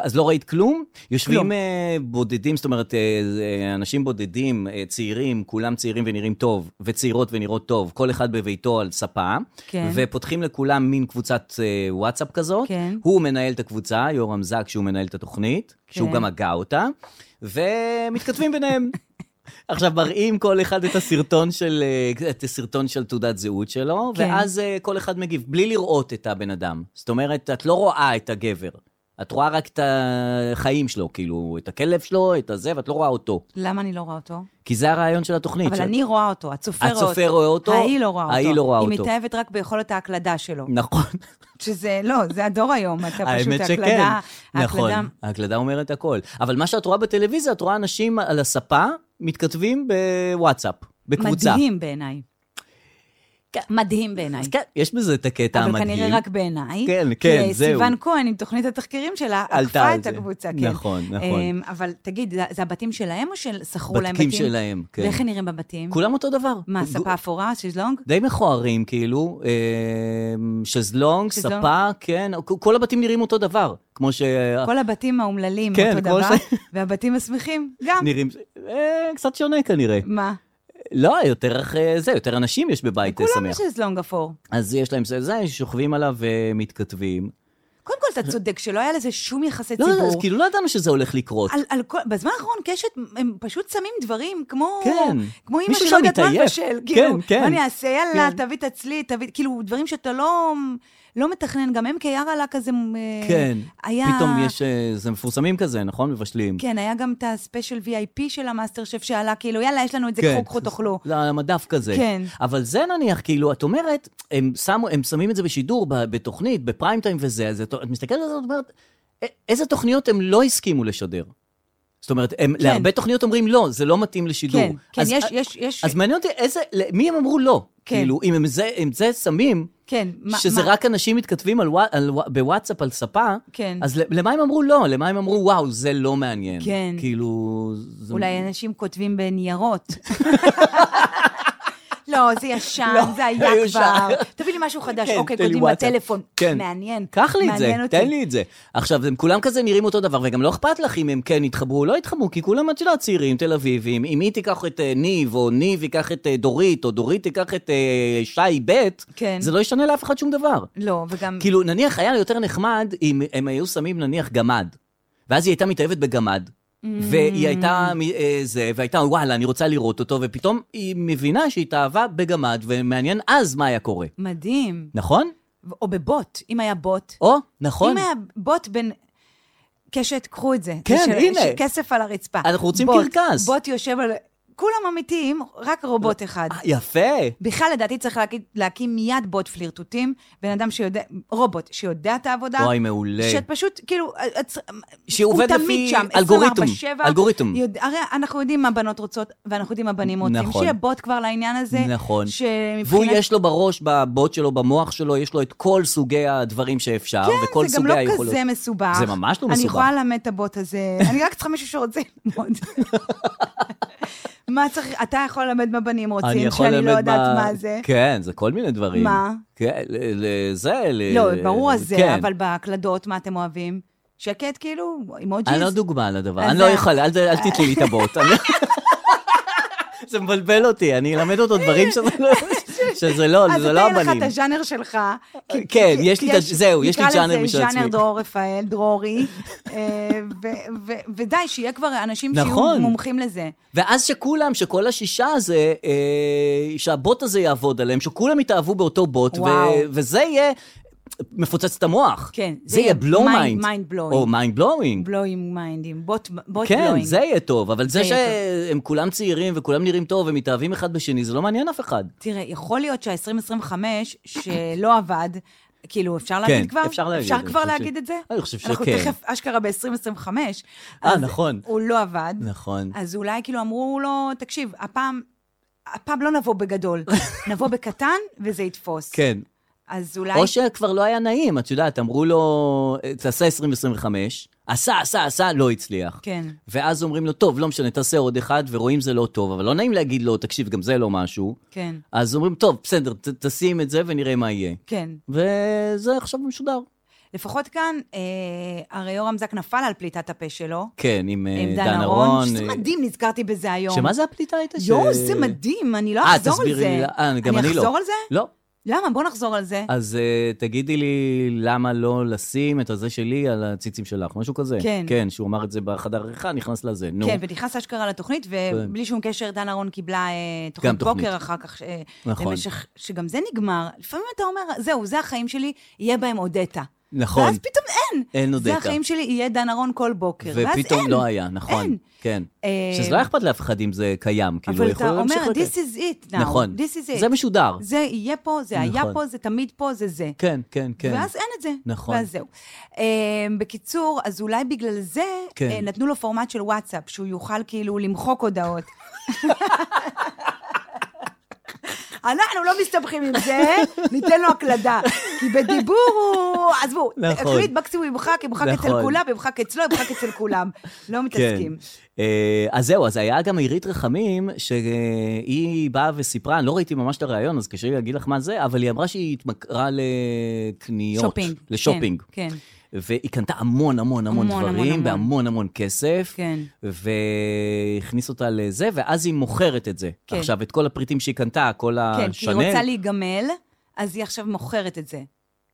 [SPEAKER 2] אז לא ראית כלום? יושבים
[SPEAKER 3] כלום.
[SPEAKER 2] אה, בודדים, זאת אומרת, אה, אה, אנשים בודדים, אה, צעירים, כולם צעירים ונראים טוב, וצעירות ונראות טוב, כל אחד בביתו על ספה,
[SPEAKER 3] כן.
[SPEAKER 2] ופותחים לכולם מין קבוצת אה, וואטסאפ כזאת.
[SPEAKER 3] כן.
[SPEAKER 2] הוא מנהל את הקבוצה, יורם זק, שהוא מנהל את התוכנית,
[SPEAKER 3] כן.
[SPEAKER 2] שהוא גם הגה אותה, ומתכתבים ביניהם. עכשיו מראים כל אחד את הסרטון של, אה, את הסרטון של תעודת זהות שלו,
[SPEAKER 3] כן.
[SPEAKER 2] ואז אה, כל אחד מגיב, בלי לראות את הבן אדם. זאת אומרת, את לא רואה את הגבר. את רואה רק את החיים שלו, כאילו, את הכלב שלו, את הזה, ואת לא רואה אותו.
[SPEAKER 3] למה אני לא רואה אותו?
[SPEAKER 2] כי זה הרעיון של התוכנית.
[SPEAKER 3] אבל
[SPEAKER 2] שאת-
[SPEAKER 3] אני רואה אותו, הצופה רואה אותו.
[SPEAKER 2] הצופה רואה אותו,
[SPEAKER 3] ההיא לא רואה אותו.
[SPEAKER 2] ההיא לא רואה
[SPEAKER 3] היא
[SPEAKER 2] אותו.
[SPEAKER 3] מתאהבת רק ביכולת ההקלדה שלו.
[SPEAKER 2] נכון,
[SPEAKER 3] שזה, לא, זה הדור היום, אתה פשוט
[SPEAKER 2] האמת
[SPEAKER 3] ההקלדה.
[SPEAKER 2] שכן.
[SPEAKER 3] ההקלדה-
[SPEAKER 2] נכון, ההקלדה אומרת הכל. אבל מה שאת רואה בטלוויזיה, את רואה אנשים על הספה מתכתבים בוואטסאפ, בקבוצה.
[SPEAKER 3] מדהים בעיניי. מדהים בעיניי.
[SPEAKER 2] אז כן, יש בזה את הקטע
[SPEAKER 3] אבל
[SPEAKER 2] המדהים.
[SPEAKER 3] כנראה רק בעיניי.
[SPEAKER 2] כן, כן,
[SPEAKER 3] כי
[SPEAKER 2] זהו.
[SPEAKER 3] סיוון כהן עם תוכנית התחקירים שלה,
[SPEAKER 2] עלתה
[SPEAKER 3] עקפה
[SPEAKER 2] על
[SPEAKER 3] את
[SPEAKER 2] זה.
[SPEAKER 3] הקבוצה, כן.
[SPEAKER 2] נכון, נכון.
[SPEAKER 3] אמ, אבל תגיד, זה- זה הבתים שלהם או ששכרו להם בתים?
[SPEAKER 2] בתים שלהם, כן.
[SPEAKER 3] ואיך הם נראים בבתים?
[SPEAKER 2] כולם אותו דבר.
[SPEAKER 3] מה,
[SPEAKER 2] גו-
[SPEAKER 3] ספה אפורה, שיזלונג?
[SPEAKER 2] די מכוערים, כאילו, אמ, שזלונג,
[SPEAKER 3] שזלונג.
[SPEAKER 2] ספה, כן, כ- כל הבתים נראים אותו דבר, כמו שנראים
[SPEAKER 3] כל הבתים האומללים
[SPEAKER 2] כן,
[SPEAKER 3] אותו
[SPEAKER 2] כמו
[SPEAKER 3] דבר,
[SPEAKER 2] ש-
[SPEAKER 3] והבתים השמחים גם.
[SPEAKER 2] אה, קצת שונה כנראה.
[SPEAKER 3] מה?
[SPEAKER 2] לא, יותר אחרי זה, יותר אנשים יש בבית אה,
[SPEAKER 3] כולם
[SPEAKER 2] שמח.
[SPEAKER 3] יש לא שזלונג אפור.
[SPEAKER 2] אז יש להם זה, זה, שוכבים עליו אה, ומתכתבים.
[SPEAKER 3] קודם כל, אתה צודק שלא היה לזה שום יחסי
[SPEAKER 2] לא,
[SPEAKER 3] ציבור.
[SPEAKER 2] אז כאילו לא ידענו שזה הולך לקרות.
[SPEAKER 3] על, על כל, בזמן האחרון קשת, הם פשוט שמים דברים כמו,
[SPEAKER 2] כן.
[SPEAKER 3] כמו אימא
[SPEAKER 2] מישהו
[SPEAKER 3] שלא
[SPEAKER 2] שם
[SPEAKER 3] יודעת מה
[SPEAKER 2] מתעייף.
[SPEAKER 3] לבשל,
[SPEAKER 2] כן,
[SPEAKER 3] כאילו,
[SPEAKER 2] כן.
[SPEAKER 3] מה אני אעשה, יאללה,
[SPEAKER 2] כן.
[SPEAKER 3] תביא תצליט, תביא, כאילו, דברים שאתה לא, לא מתכנן, גם הם כיאר עלה כזה, אה,
[SPEAKER 2] כן.
[SPEAKER 3] היה,
[SPEAKER 2] פתאום יש, אה, זה מפורסמים כזה, נכון? מבשלים.
[SPEAKER 3] כן, היה גם את הספיישל VIP של המאסטר שף שעלה, כאילו, יאללה, יש לנו את זה,
[SPEAKER 2] כן.
[SPEAKER 3] קחו, קחו, תאכלו.
[SPEAKER 2] למדף כזה.
[SPEAKER 3] כן.
[SPEAKER 2] אבל זה נניח, כאילו, את אומרת, הם, שמו, הם שמים את זה בשידור, ב- בתוכנית, בפריים טיים וזה, אז את, את מסתכלת על זה, את אומרת, "א- איזה תוכניות הם לא הסכימו לשדר? זאת אומרת, הם, כן. להרבה תוכניות אומרים לא, זה לא מתאים לשידור.
[SPEAKER 3] כן, כן,
[SPEAKER 2] אז,
[SPEAKER 3] יש, יש, יש,
[SPEAKER 2] אז מעניין אותי איזה, למי הם אמרו לא?
[SPEAKER 3] כן.
[SPEAKER 2] כאילו, אם הם זה, אם זה שמים,
[SPEAKER 3] כן, מה-
[SPEAKER 2] שזה
[SPEAKER 3] מה-
[SPEAKER 2] רק אנשים מתכתבים על, ווא- על, ווא- בוואטסאפ על ספה,
[SPEAKER 3] כן.
[SPEAKER 2] אז ל- למה הם אמרו לא? למה הם אמרו, וואו, זה לא מעניין.
[SPEAKER 3] כן.
[SPEAKER 2] כאילו... זה...
[SPEAKER 3] אולי אנשים כותבים בניירות. לא, זה ישן, זה היה
[SPEAKER 2] הישן.
[SPEAKER 3] כבר. תביא לי משהו חדש.
[SPEAKER 2] כן,
[SPEAKER 3] אוקיי,
[SPEAKER 2] תן לי
[SPEAKER 3] כותבים
[SPEAKER 2] וואטסאפ.
[SPEAKER 3] בטלפון.
[SPEAKER 2] כן.
[SPEAKER 3] מעניין.
[SPEAKER 2] קח לי את זה,
[SPEAKER 3] מעניין אותי.
[SPEAKER 2] תן לי את זה. עכשיו, הם כולם כזה נראים אותו דבר, וגם לא אכפת לך אם הם כן יתחברו או לא יתחברו, כי כולם, את יודעת, צעירים, תל אביבים, אם היא תיקח את אה, ניב, או ניב ייקח את אה, דורית, או דורית תיקח את אה, שי ב',
[SPEAKER 3] כן.
[SPEAKER 2] זה לא ישנה לאף אחד שום דבר.
[SPEAKER 3] לא, וגם...
[SPEAKER 2] כאילו, נניח היה יותר נחמד אם הם היו שמים נניח גמד, ואז היא הייתה מתאהבת בגמד,
[SPEAKER 3] Mm.
[SPEAKER 2] והיא הייתה מ- אה, זה, והייתה, וואלה, אני רוצה לראות אותו, ופתאום היא מבינה שהיא התאהבה בגמד, ומעניין אז מה היה קורה.
[SPEAKER 3] מדהים.
[SPEAKER 2] נכון?
[SPEAKER 3] או בבוט, אם היה בוט.
[SPEAKER 2] או, נכון.
[SPEAKER 3] אם היה בוט בין... קשת, קחו את זה.
[SPEAKER 2] כן,
[SPEAKER 3] זה
[SPEAKER 2] הנה.
[SPEAKER 3] ש- כסף על הרצפה.
[SPEAKER 2] אנחנו רוצים
[SPEAKER 3] בוט,
[SPEAKER 2] קרקס.
[SPEAKER 3] בוט יושב על... כולם אמיתיים, רק רובוט אחד.
[SPEAKER 2] אה, יפה.
[SPEAKER 3] בכלל, לדעתי, צריך להקים, להקים מיד בוט פלירטוטים, בן אדם שיודע, רובוט שיודע את העבודה.
[SPEAKER 2] וואי, מעולה.
[SPEAKER 3] שפשוט, כאילו, את-
[SPEAKER 2] שעובד
[SPEAKER 3] הוא
[SPEAKER 2] לפי
[SPEAKER 3] תמיד שם,
[SPEAKER 2] אלגוריתם,
[SPEAKER 3] 24/7.
[SPEAKER 2] אלגוריתם.
[SPEAKER 3] יודע, הרי אנחנו יודעים מה בנות רוצות, ואנחנו יודעים מה בנים רוצים.
[SPEAKER 2] נכון.
[SPEAKER 3] שיהיה בוט כבר לעניין הזה.
[SPEAKER 2] נכון.
[SPEAKER 3] שמבחינת...
[SPEAKER 2] והוא יש לו בראש, בבוט שלו, במוח שלו, יש לו את כל סוגי הדברים שאפשר, וכל
[SPEAKER 3] זה גם
[SPEAKER 2] סוגי
[SPEAKER 3] לא
[SPEAKER 2] היכולות.
[SPEAKER 3] כזה מסובך.
[SPEAKER 2] זה ממש לא
[SPEAKER 3] אני
[SPEAKER 2] מסובך.
[SPEAKER 3] יכולה ללמד את הבוט הזה, אני רק צריכה מישהו שרוצה ללמוד. מה צריך, אתה יכול ללמד מה בנים
[SPEAKER 2] אני
[SPEAKER 3] רוצים,
[SPEAKER 2] יכול
[SPEAKER 3] שאני לא
[SPEAKER 2] ללמד
[SPEAKER 3] יודעת
[SPEAKER 2] ב-
[SPEAKER 3] מה זה.
[SPEAKER 2] כן, זה כל מיני דברים.
[SPEAKER 3] מה?
[SPEAKER 2] כן, ל- ל- זה, ל-
[SPEAKER 3] לא, ברור
[SPEAKER 2] כן.
[SPEAKER 3] הזה, אבל בהקלדות, מה אתם אוהבים? שקט, כאילו,
[SPEAKER 2] אני לא
[SPEAKER 3] אימוג'יז.
[SPEAKER 2] דוגמה לדבר,
[SPEAKER 3] אז
[SPEAKER 2] אני לא
[SPEAKER 3] זה-
[SPEAKER 2] יכול, אל ת- אל תתני לי את הבוט. אני- זה מבלבל אותי, אני אלמד אותו דברים שזה לא- שזה לא,
[SPEAKER 3] אז
[SPEAKER 2] זה
[SPEAKER 3] אתה
[SPEAKER 2] לא
[SPEAKER 3] אין אה, לך
[SPEAKER 2] הבנים.
[SPEAKER 3] את הז'אנר שלך. כי-
[SPEAKER 2] כן,
[SPEAKER 3] כי-
[SPEAKER 2] יש לי את הז'- זהו, יש לי ז'אנר משל
[SPEAKER 3] נקרא לזה
[SPEAKER 2] עצמי.
[SPEAKER 3] ז'אנר דרור רפאל, דרורי, אה, ו- ו- ודי, שיהיה כבר אנשים שיהיו
[SPEAKER 2] נכון.
[SPEAKER 3] מומחים לזה.
[SPEAKER 2] ואז שכולם, שכל השישה הזה, אה, שהבוט הזה יעבוד עליהם, שכולם יתאהבו באותו בוט, ו-
[SPEAKER 3] וואו.
[SPEAKER 2] וזה יהיה מפוצץ את המוח.
[SPEAKER 3] כן, זה
[SPEAKER 2] זה יהיה
[SPEAKER 3] יהיה
[SPEAKER 2] בלואו מיינד.
[SPEAKER 3] mind- mind blowing.
[SPEAKER 2] או מיינד בלואוינג.
[SPEAKER 3] בלואינג מיינדים, בוט בלואינג.
[SPEAKER 2] כן, זה יהיה טוב, אבל זה
[SPEAKER 3] זה יהיה
[SPEAKER 2] שהם כולם צעירים וכולם נראים טוב ומתאהבים אחד בשני, זה לא מעניין אף אחד.
[SPEAKER 3] תראה, יכול להיות שה-2025, שלא עבד, כאילו, אפשר להגיד
[SPEAKER 2] כן,
[SPEAKER 3] כבר?
[SPEAKER 2] אפשר להגיד,
[SPEAKER 3] אפשר
[SPEAKER 2] אני
[SPEAKER 3] כבר
[SPEAKER 2] חושב ש-
[SPEAKER 3] להגיד את זה?
[SPEAKER 2] אני חושב
[SPEAKER 3] אנחנו
[SPEAKER 2] שכן.
[SPEAKER 3] תכף אשכרה ב-2025.
[SPEAKER 2] אה, נכון.
[SPEAKER 3] הוא לא עבד.
[SPEAKER 2] נכון.
[SPEAKER 3] אז אולי כאילו אמרו לו, תקשיב, הפעם... הפעם לא נבוא בגדול, נבוא בקטן וזה יתפוס.
[SPEAKER 2] כן.
[SPEAKER 3] אז אולי...
[SPEAKER 2] או שכבר לא היה נעים, את יודעת, אמרו לו, תעשה 2025, עשה, עשה, עשה, לא הצליח.
[SPEAKER 3] כן.
[SPEAKER 2] ואז אומרים לו, טוב, לא משנה, תעשה עוד אחד, ורואים זה לא טוב, אבל לא נעים להגיד לו, תקשיב, גם זה לא משהו.
[SPEAKER 3] כן,
[SPEAKER 2] אז אומרים, טוב, בסדר, ת, תשים את זה ונראה מה יהיה.
[SPEAKER 3] כן.
[SPEAKER 2] וזה עכשיו משודר.
[SPEAKER 3] לפחות כאן, אה, הרי יורם זק נפל על פליטת הפה שלו,
[SPEAKER 2] כן, עם, אה,
[SPEAKER 3] עם דן אהרון. שזה
[SPEAKER 2] אה,
[SPEAKER 3] מדהים, נזכרתי בזה היום.
[SPEAKER 2] שמה זה הפליטה הייתה? ש-
[SPEAKER 3] יואו, זה מדהים, אני לא
[SPEAKER 2] אה,
[SPEAKER 3] אחזור על
[SPEAKER 2] תסבירי לי,
[SPEAKER 3] זה.
[SPEAKER 2] אה, גם אני לא.
[SPEAKER 3] אני אחזור על זה?
[SPEAKER 2] לא.
[SPEAKER 3] למה? בוא נחזור על זה.
[SPEAKER 2] אז uh, תגידי לי למה לא לשים את הזה שלי על הציצים שלך, משהו כזה.
[SPEAKER 3] כן.
[SPEAKER 2] כן, שהוא אמר את זה בחדר עריכה, נכנס לזה, נו. כן.
[SPEAKER 3] כן, ונכנס אשכרה לתוכנית, ובלי שום קשר, דן אהרון קיבלה אה,
[SPEAKER 2] גם
[SPEAKER 3] תוכנית
[SPEAKER 2] תוכנית.
[SPEAKER 3] בוקר אחר כך, אה,
[SPEAKER 2] נכון.
[SPEAKER 3] למשך, שגם זה נגמר. לפעמים אתה אומר, זהו, זה החיים שלי, יהיה בהם אודטה.
[SPEAKER 2] נכון.
[SPEAKER 3] ואז פתאום אין.
[SPEAKER 2] אין עוד
[SPEAKER 3] זה
[SPEAKER 2] דקה.
[SPEAKER 3] החיים שלי, יהיה דן אהרון כל בוקר. ואז
[SPEAKER 2] ופתאום
[SPEAKER 3] אין.
[SPEAKER 2] לא היה, נכון.
[SPEAKER 3] אין.
[SPEAKER 2] כן.
[SPEAKER 3] אה,
[SPEAKER 2] שזה לא אכפת לאף אחד אם זה קיים, כאילו,
[SPEAKER 3] אבל
[SPEAKER 2] יכול
[SPEAKER 3] אתה אומר,
[SPEAKER 2] להמשיך
[SPEAKER 3] this
[SPEAKER 2] לקיים.
[SPEAKER 3] is it now.
[SPEAKER 2] נכון.
[SPEAKER 3] This is it.
[SPEAKER 2] זה משודר.
[SPEAKER 3] זה יהיה פה, זה היה
[SPEAKER 2] נכון.
[SPEAKER 3] פה, זה תמיד פה, זה זה.
[SPEAKER 2] כן, כן, כן.
[SPEAKER 3] ואז אין את זה.
[SPEAKER 2] נכון.
[SPEAKER 3] ואז זהו. אה, בקיצור, אז אולי בגלל זה
[SPEAKER 2] כן.
[SPEAKER 3] אה, נתנו לו פורמט של וואטסאפ, שהוא יוכל כאילו למחוק הודעות. אנחנו לא מסתבכים עם זה, ניתן לו הקלדה. כי בדיבור הוא... עזבו,
[SPEAKER 2] נכון.
[SPEAKER 3] הקליט מקסימום ימחק, ימחק
[SPEAKER 2] נכון. כן.
[SPEAKER 3] אצל כולם, ימחק אצלו, ימחק אצל כולם. לא מתעסקים.
[SPEAKER 2] אה, אז זהו, אז היה גם עירית רחמים, שהיא באה וסיפרה, אני לא ראיתי ממש את הריאיון, אז קשה לי להגיד לך מה זה, אבל היא אמרה שהיא התמכרה לקניות.
[SPEAKER 3] שופינג.
[SPEAKER 2] לשופינג.
[SPEAKER 3] כן, כן.
[SPEAKER 2] והיא קנתה המון המון המון
[SPEAKER 3] המון, המון,
[SPEAKER 2] דברים,
[SPEAKER 3] המון.
[SPEAKER 2] בהמון המון כסף,
[SPEAKER 3] כן.
[SPEAKER 2] והכניס אותה לזה, ואז היא מוכרת את זה.
[SPEAKER 3] כן.
[SPEAKER 2] עכשיו, את כל הפריטים שהיא קנתה, כל השנל.
[SPEAKER 3] כן, כי היא רוצה להיגמל, אז היא עכשיו מוכרת את זה.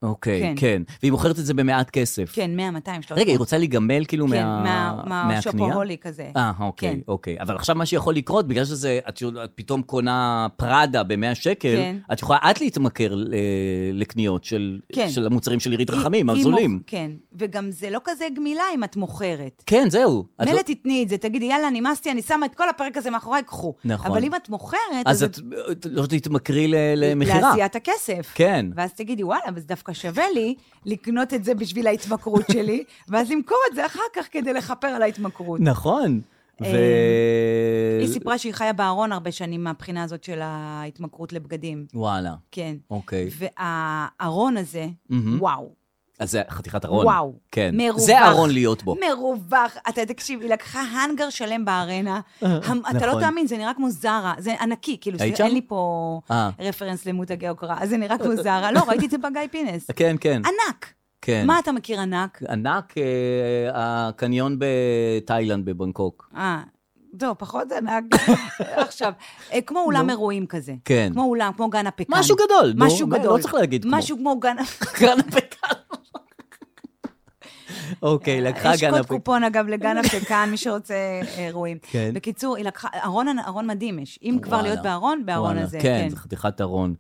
[SPEAKER 2] אוקיי, כן.
[SPEAKER 3] כן.
[SPEAKER 2] והיא מוכרת את זה במעט כסף.
[SPEAKER 3] כן, 100, 200, 300.
[SPEAKER 2] רגע, היא רוצה להיגמל כאילו
[SPEAKER 3] כן,
[SPEAKER 2] מה...
[SPEAKER 3] מה-
[SPEAKER 2] מהקנייה?
[SPEAKER 3] מהשופוהולי כזה.
[SPEAKER 2] אה, אוקיי,
[SPEAKER 3] כן.
[SPEAKER 2] אוקיי. אבל עכשיו מה שיכול לקרות, בגלל שזה, את, שו- את פתאום קונה פראדה ב-100 שקל,
[SPEAKER 3] כן.
[SPEAKER 2] את יכולה את להתמכר אה, לקניות של,
[SPEAKER 3] כן.
[SPEAKER 2] של המוצרים של עירית רחמים,
[SPEAKER 3] היא- היא
[SPEAKER 2] הזולים.
[SPEAKER 3] מוכ- כן, וגם זה לא כזה גמילה אם את מוכרת.
[SPEAKER 2] כן, זהו. את לא-
[SPEAKER 3] מילא תתני את זה, תגידי, יאללה, נמאסתי, אני שמה את כל הפרק הזה מאחוריי, קחו.
[SPEAKER 2] נכון.
[SPEAKER 3] אבל אם את מוכרת,
[SPEAKER 2] אז את את לא תתמכרי ל- למכירה.
[SPEAKER 3] לעשיית הכסף.
[SPEAKER 2] כן.
[SPEAKER 3] ואז תגידי, וואלה, אבל זה דווקא שווה לי לקנות את זה בשביל ההתמכרות שלי, ואז למכור את זה אחר כך כדי לכפר על ההתמכרות.
[SPEAKER 2] נכון. ו...
[SPEAKER 3] אה, היא סיפרה שהיא חיה בארון הרבה שנים מהבחינה הזאת של ההתמכרות לבגדים.
[SPEAKER 2] וואלה,
[SPEAKER 3] כן.
[SPEAKER 2] אוקיי.
[SPEAKER 3] והארון הזה, וואו,
[SPEAKER 2] אז זה חתיכת ארון.
[SPEAKER 3] וואו.
[SPEAKER 2] כן.
[SPEAKER 3] מרווח.
[SPEAKER 2] זה ארון להיות בו.
[SPEAKER 3] מרווח. אתה תקשיב, היא לקחה האנגר שלם בארנה. המ- אתה
[SPEAKER 2] נכון.
[SPEAKER 3] לא תאמין, זה נראה כמו זרה. זה ענקי, כאילו,
[SPEAKER 2] היית
[SPEAKER 3] זה-
[SPEAKER 2] שם?
[SPEAKER 3] אין לי פה
[SPEAKER 2] אה.
[SPEAKER 3] רפרנס למותגי הוקרה. אז זה נראה כמו זרה. לא, ראיתי את זה בגיא פינס.
[SPEAKER 2] כן, כן.
[SPEAKER 3] ענק.
[SPEAKER 2] כן.
[SPEAKER 3] מה אתה מכיר ענק?
[SPEAKER 2] ענק אה, הקניון בתאילנד, בבנקוק.
[SPEAKER 3] אה, לא, פחות ענק. עכשיו, אה, כמו אולם אירועים כזה.
[SPEAKER 2] כן.
[SPEAKER 3] כמו אולם, כמו גן הפקן.
[SPEAKER 2] משהו גדול, נו,
[SPEAKER 3] משהו
[SPEAKER 2] מה-
[SPEAKER 3] גדול.
[SPEAKER 2] לא צריך להגיד כמו.
[SPEAKER 3] משהו כמו גן...
[SPEAKER 2] קרן הפקן. אוקיי, לקחה
[SPEAKER 3] אה, יש
[SPEAKER 2] גן
[SPEAKER 3] קוד
[SPEAKER 2] אפק.
[SPEAKER 3] קופון, אגב, לגן אפקן, מי שרוצה אה, אירועים.
[SPEAKER 2] כן.
[SPEAKER 3] בקיצור, היא לקחה, ארון, ארון מדהים יש. אם כבר
[SPEAKER 2] וואלה.
[SPEAKER 3] להיות בארון, בארון
[SPEAKER 2] וואלה,
[SPEAKER 3] הזה,
[SPEAKER 2] כן,
[SPEAKER 3] כן.
[SPEAKER 2] זה חתיכת ארון.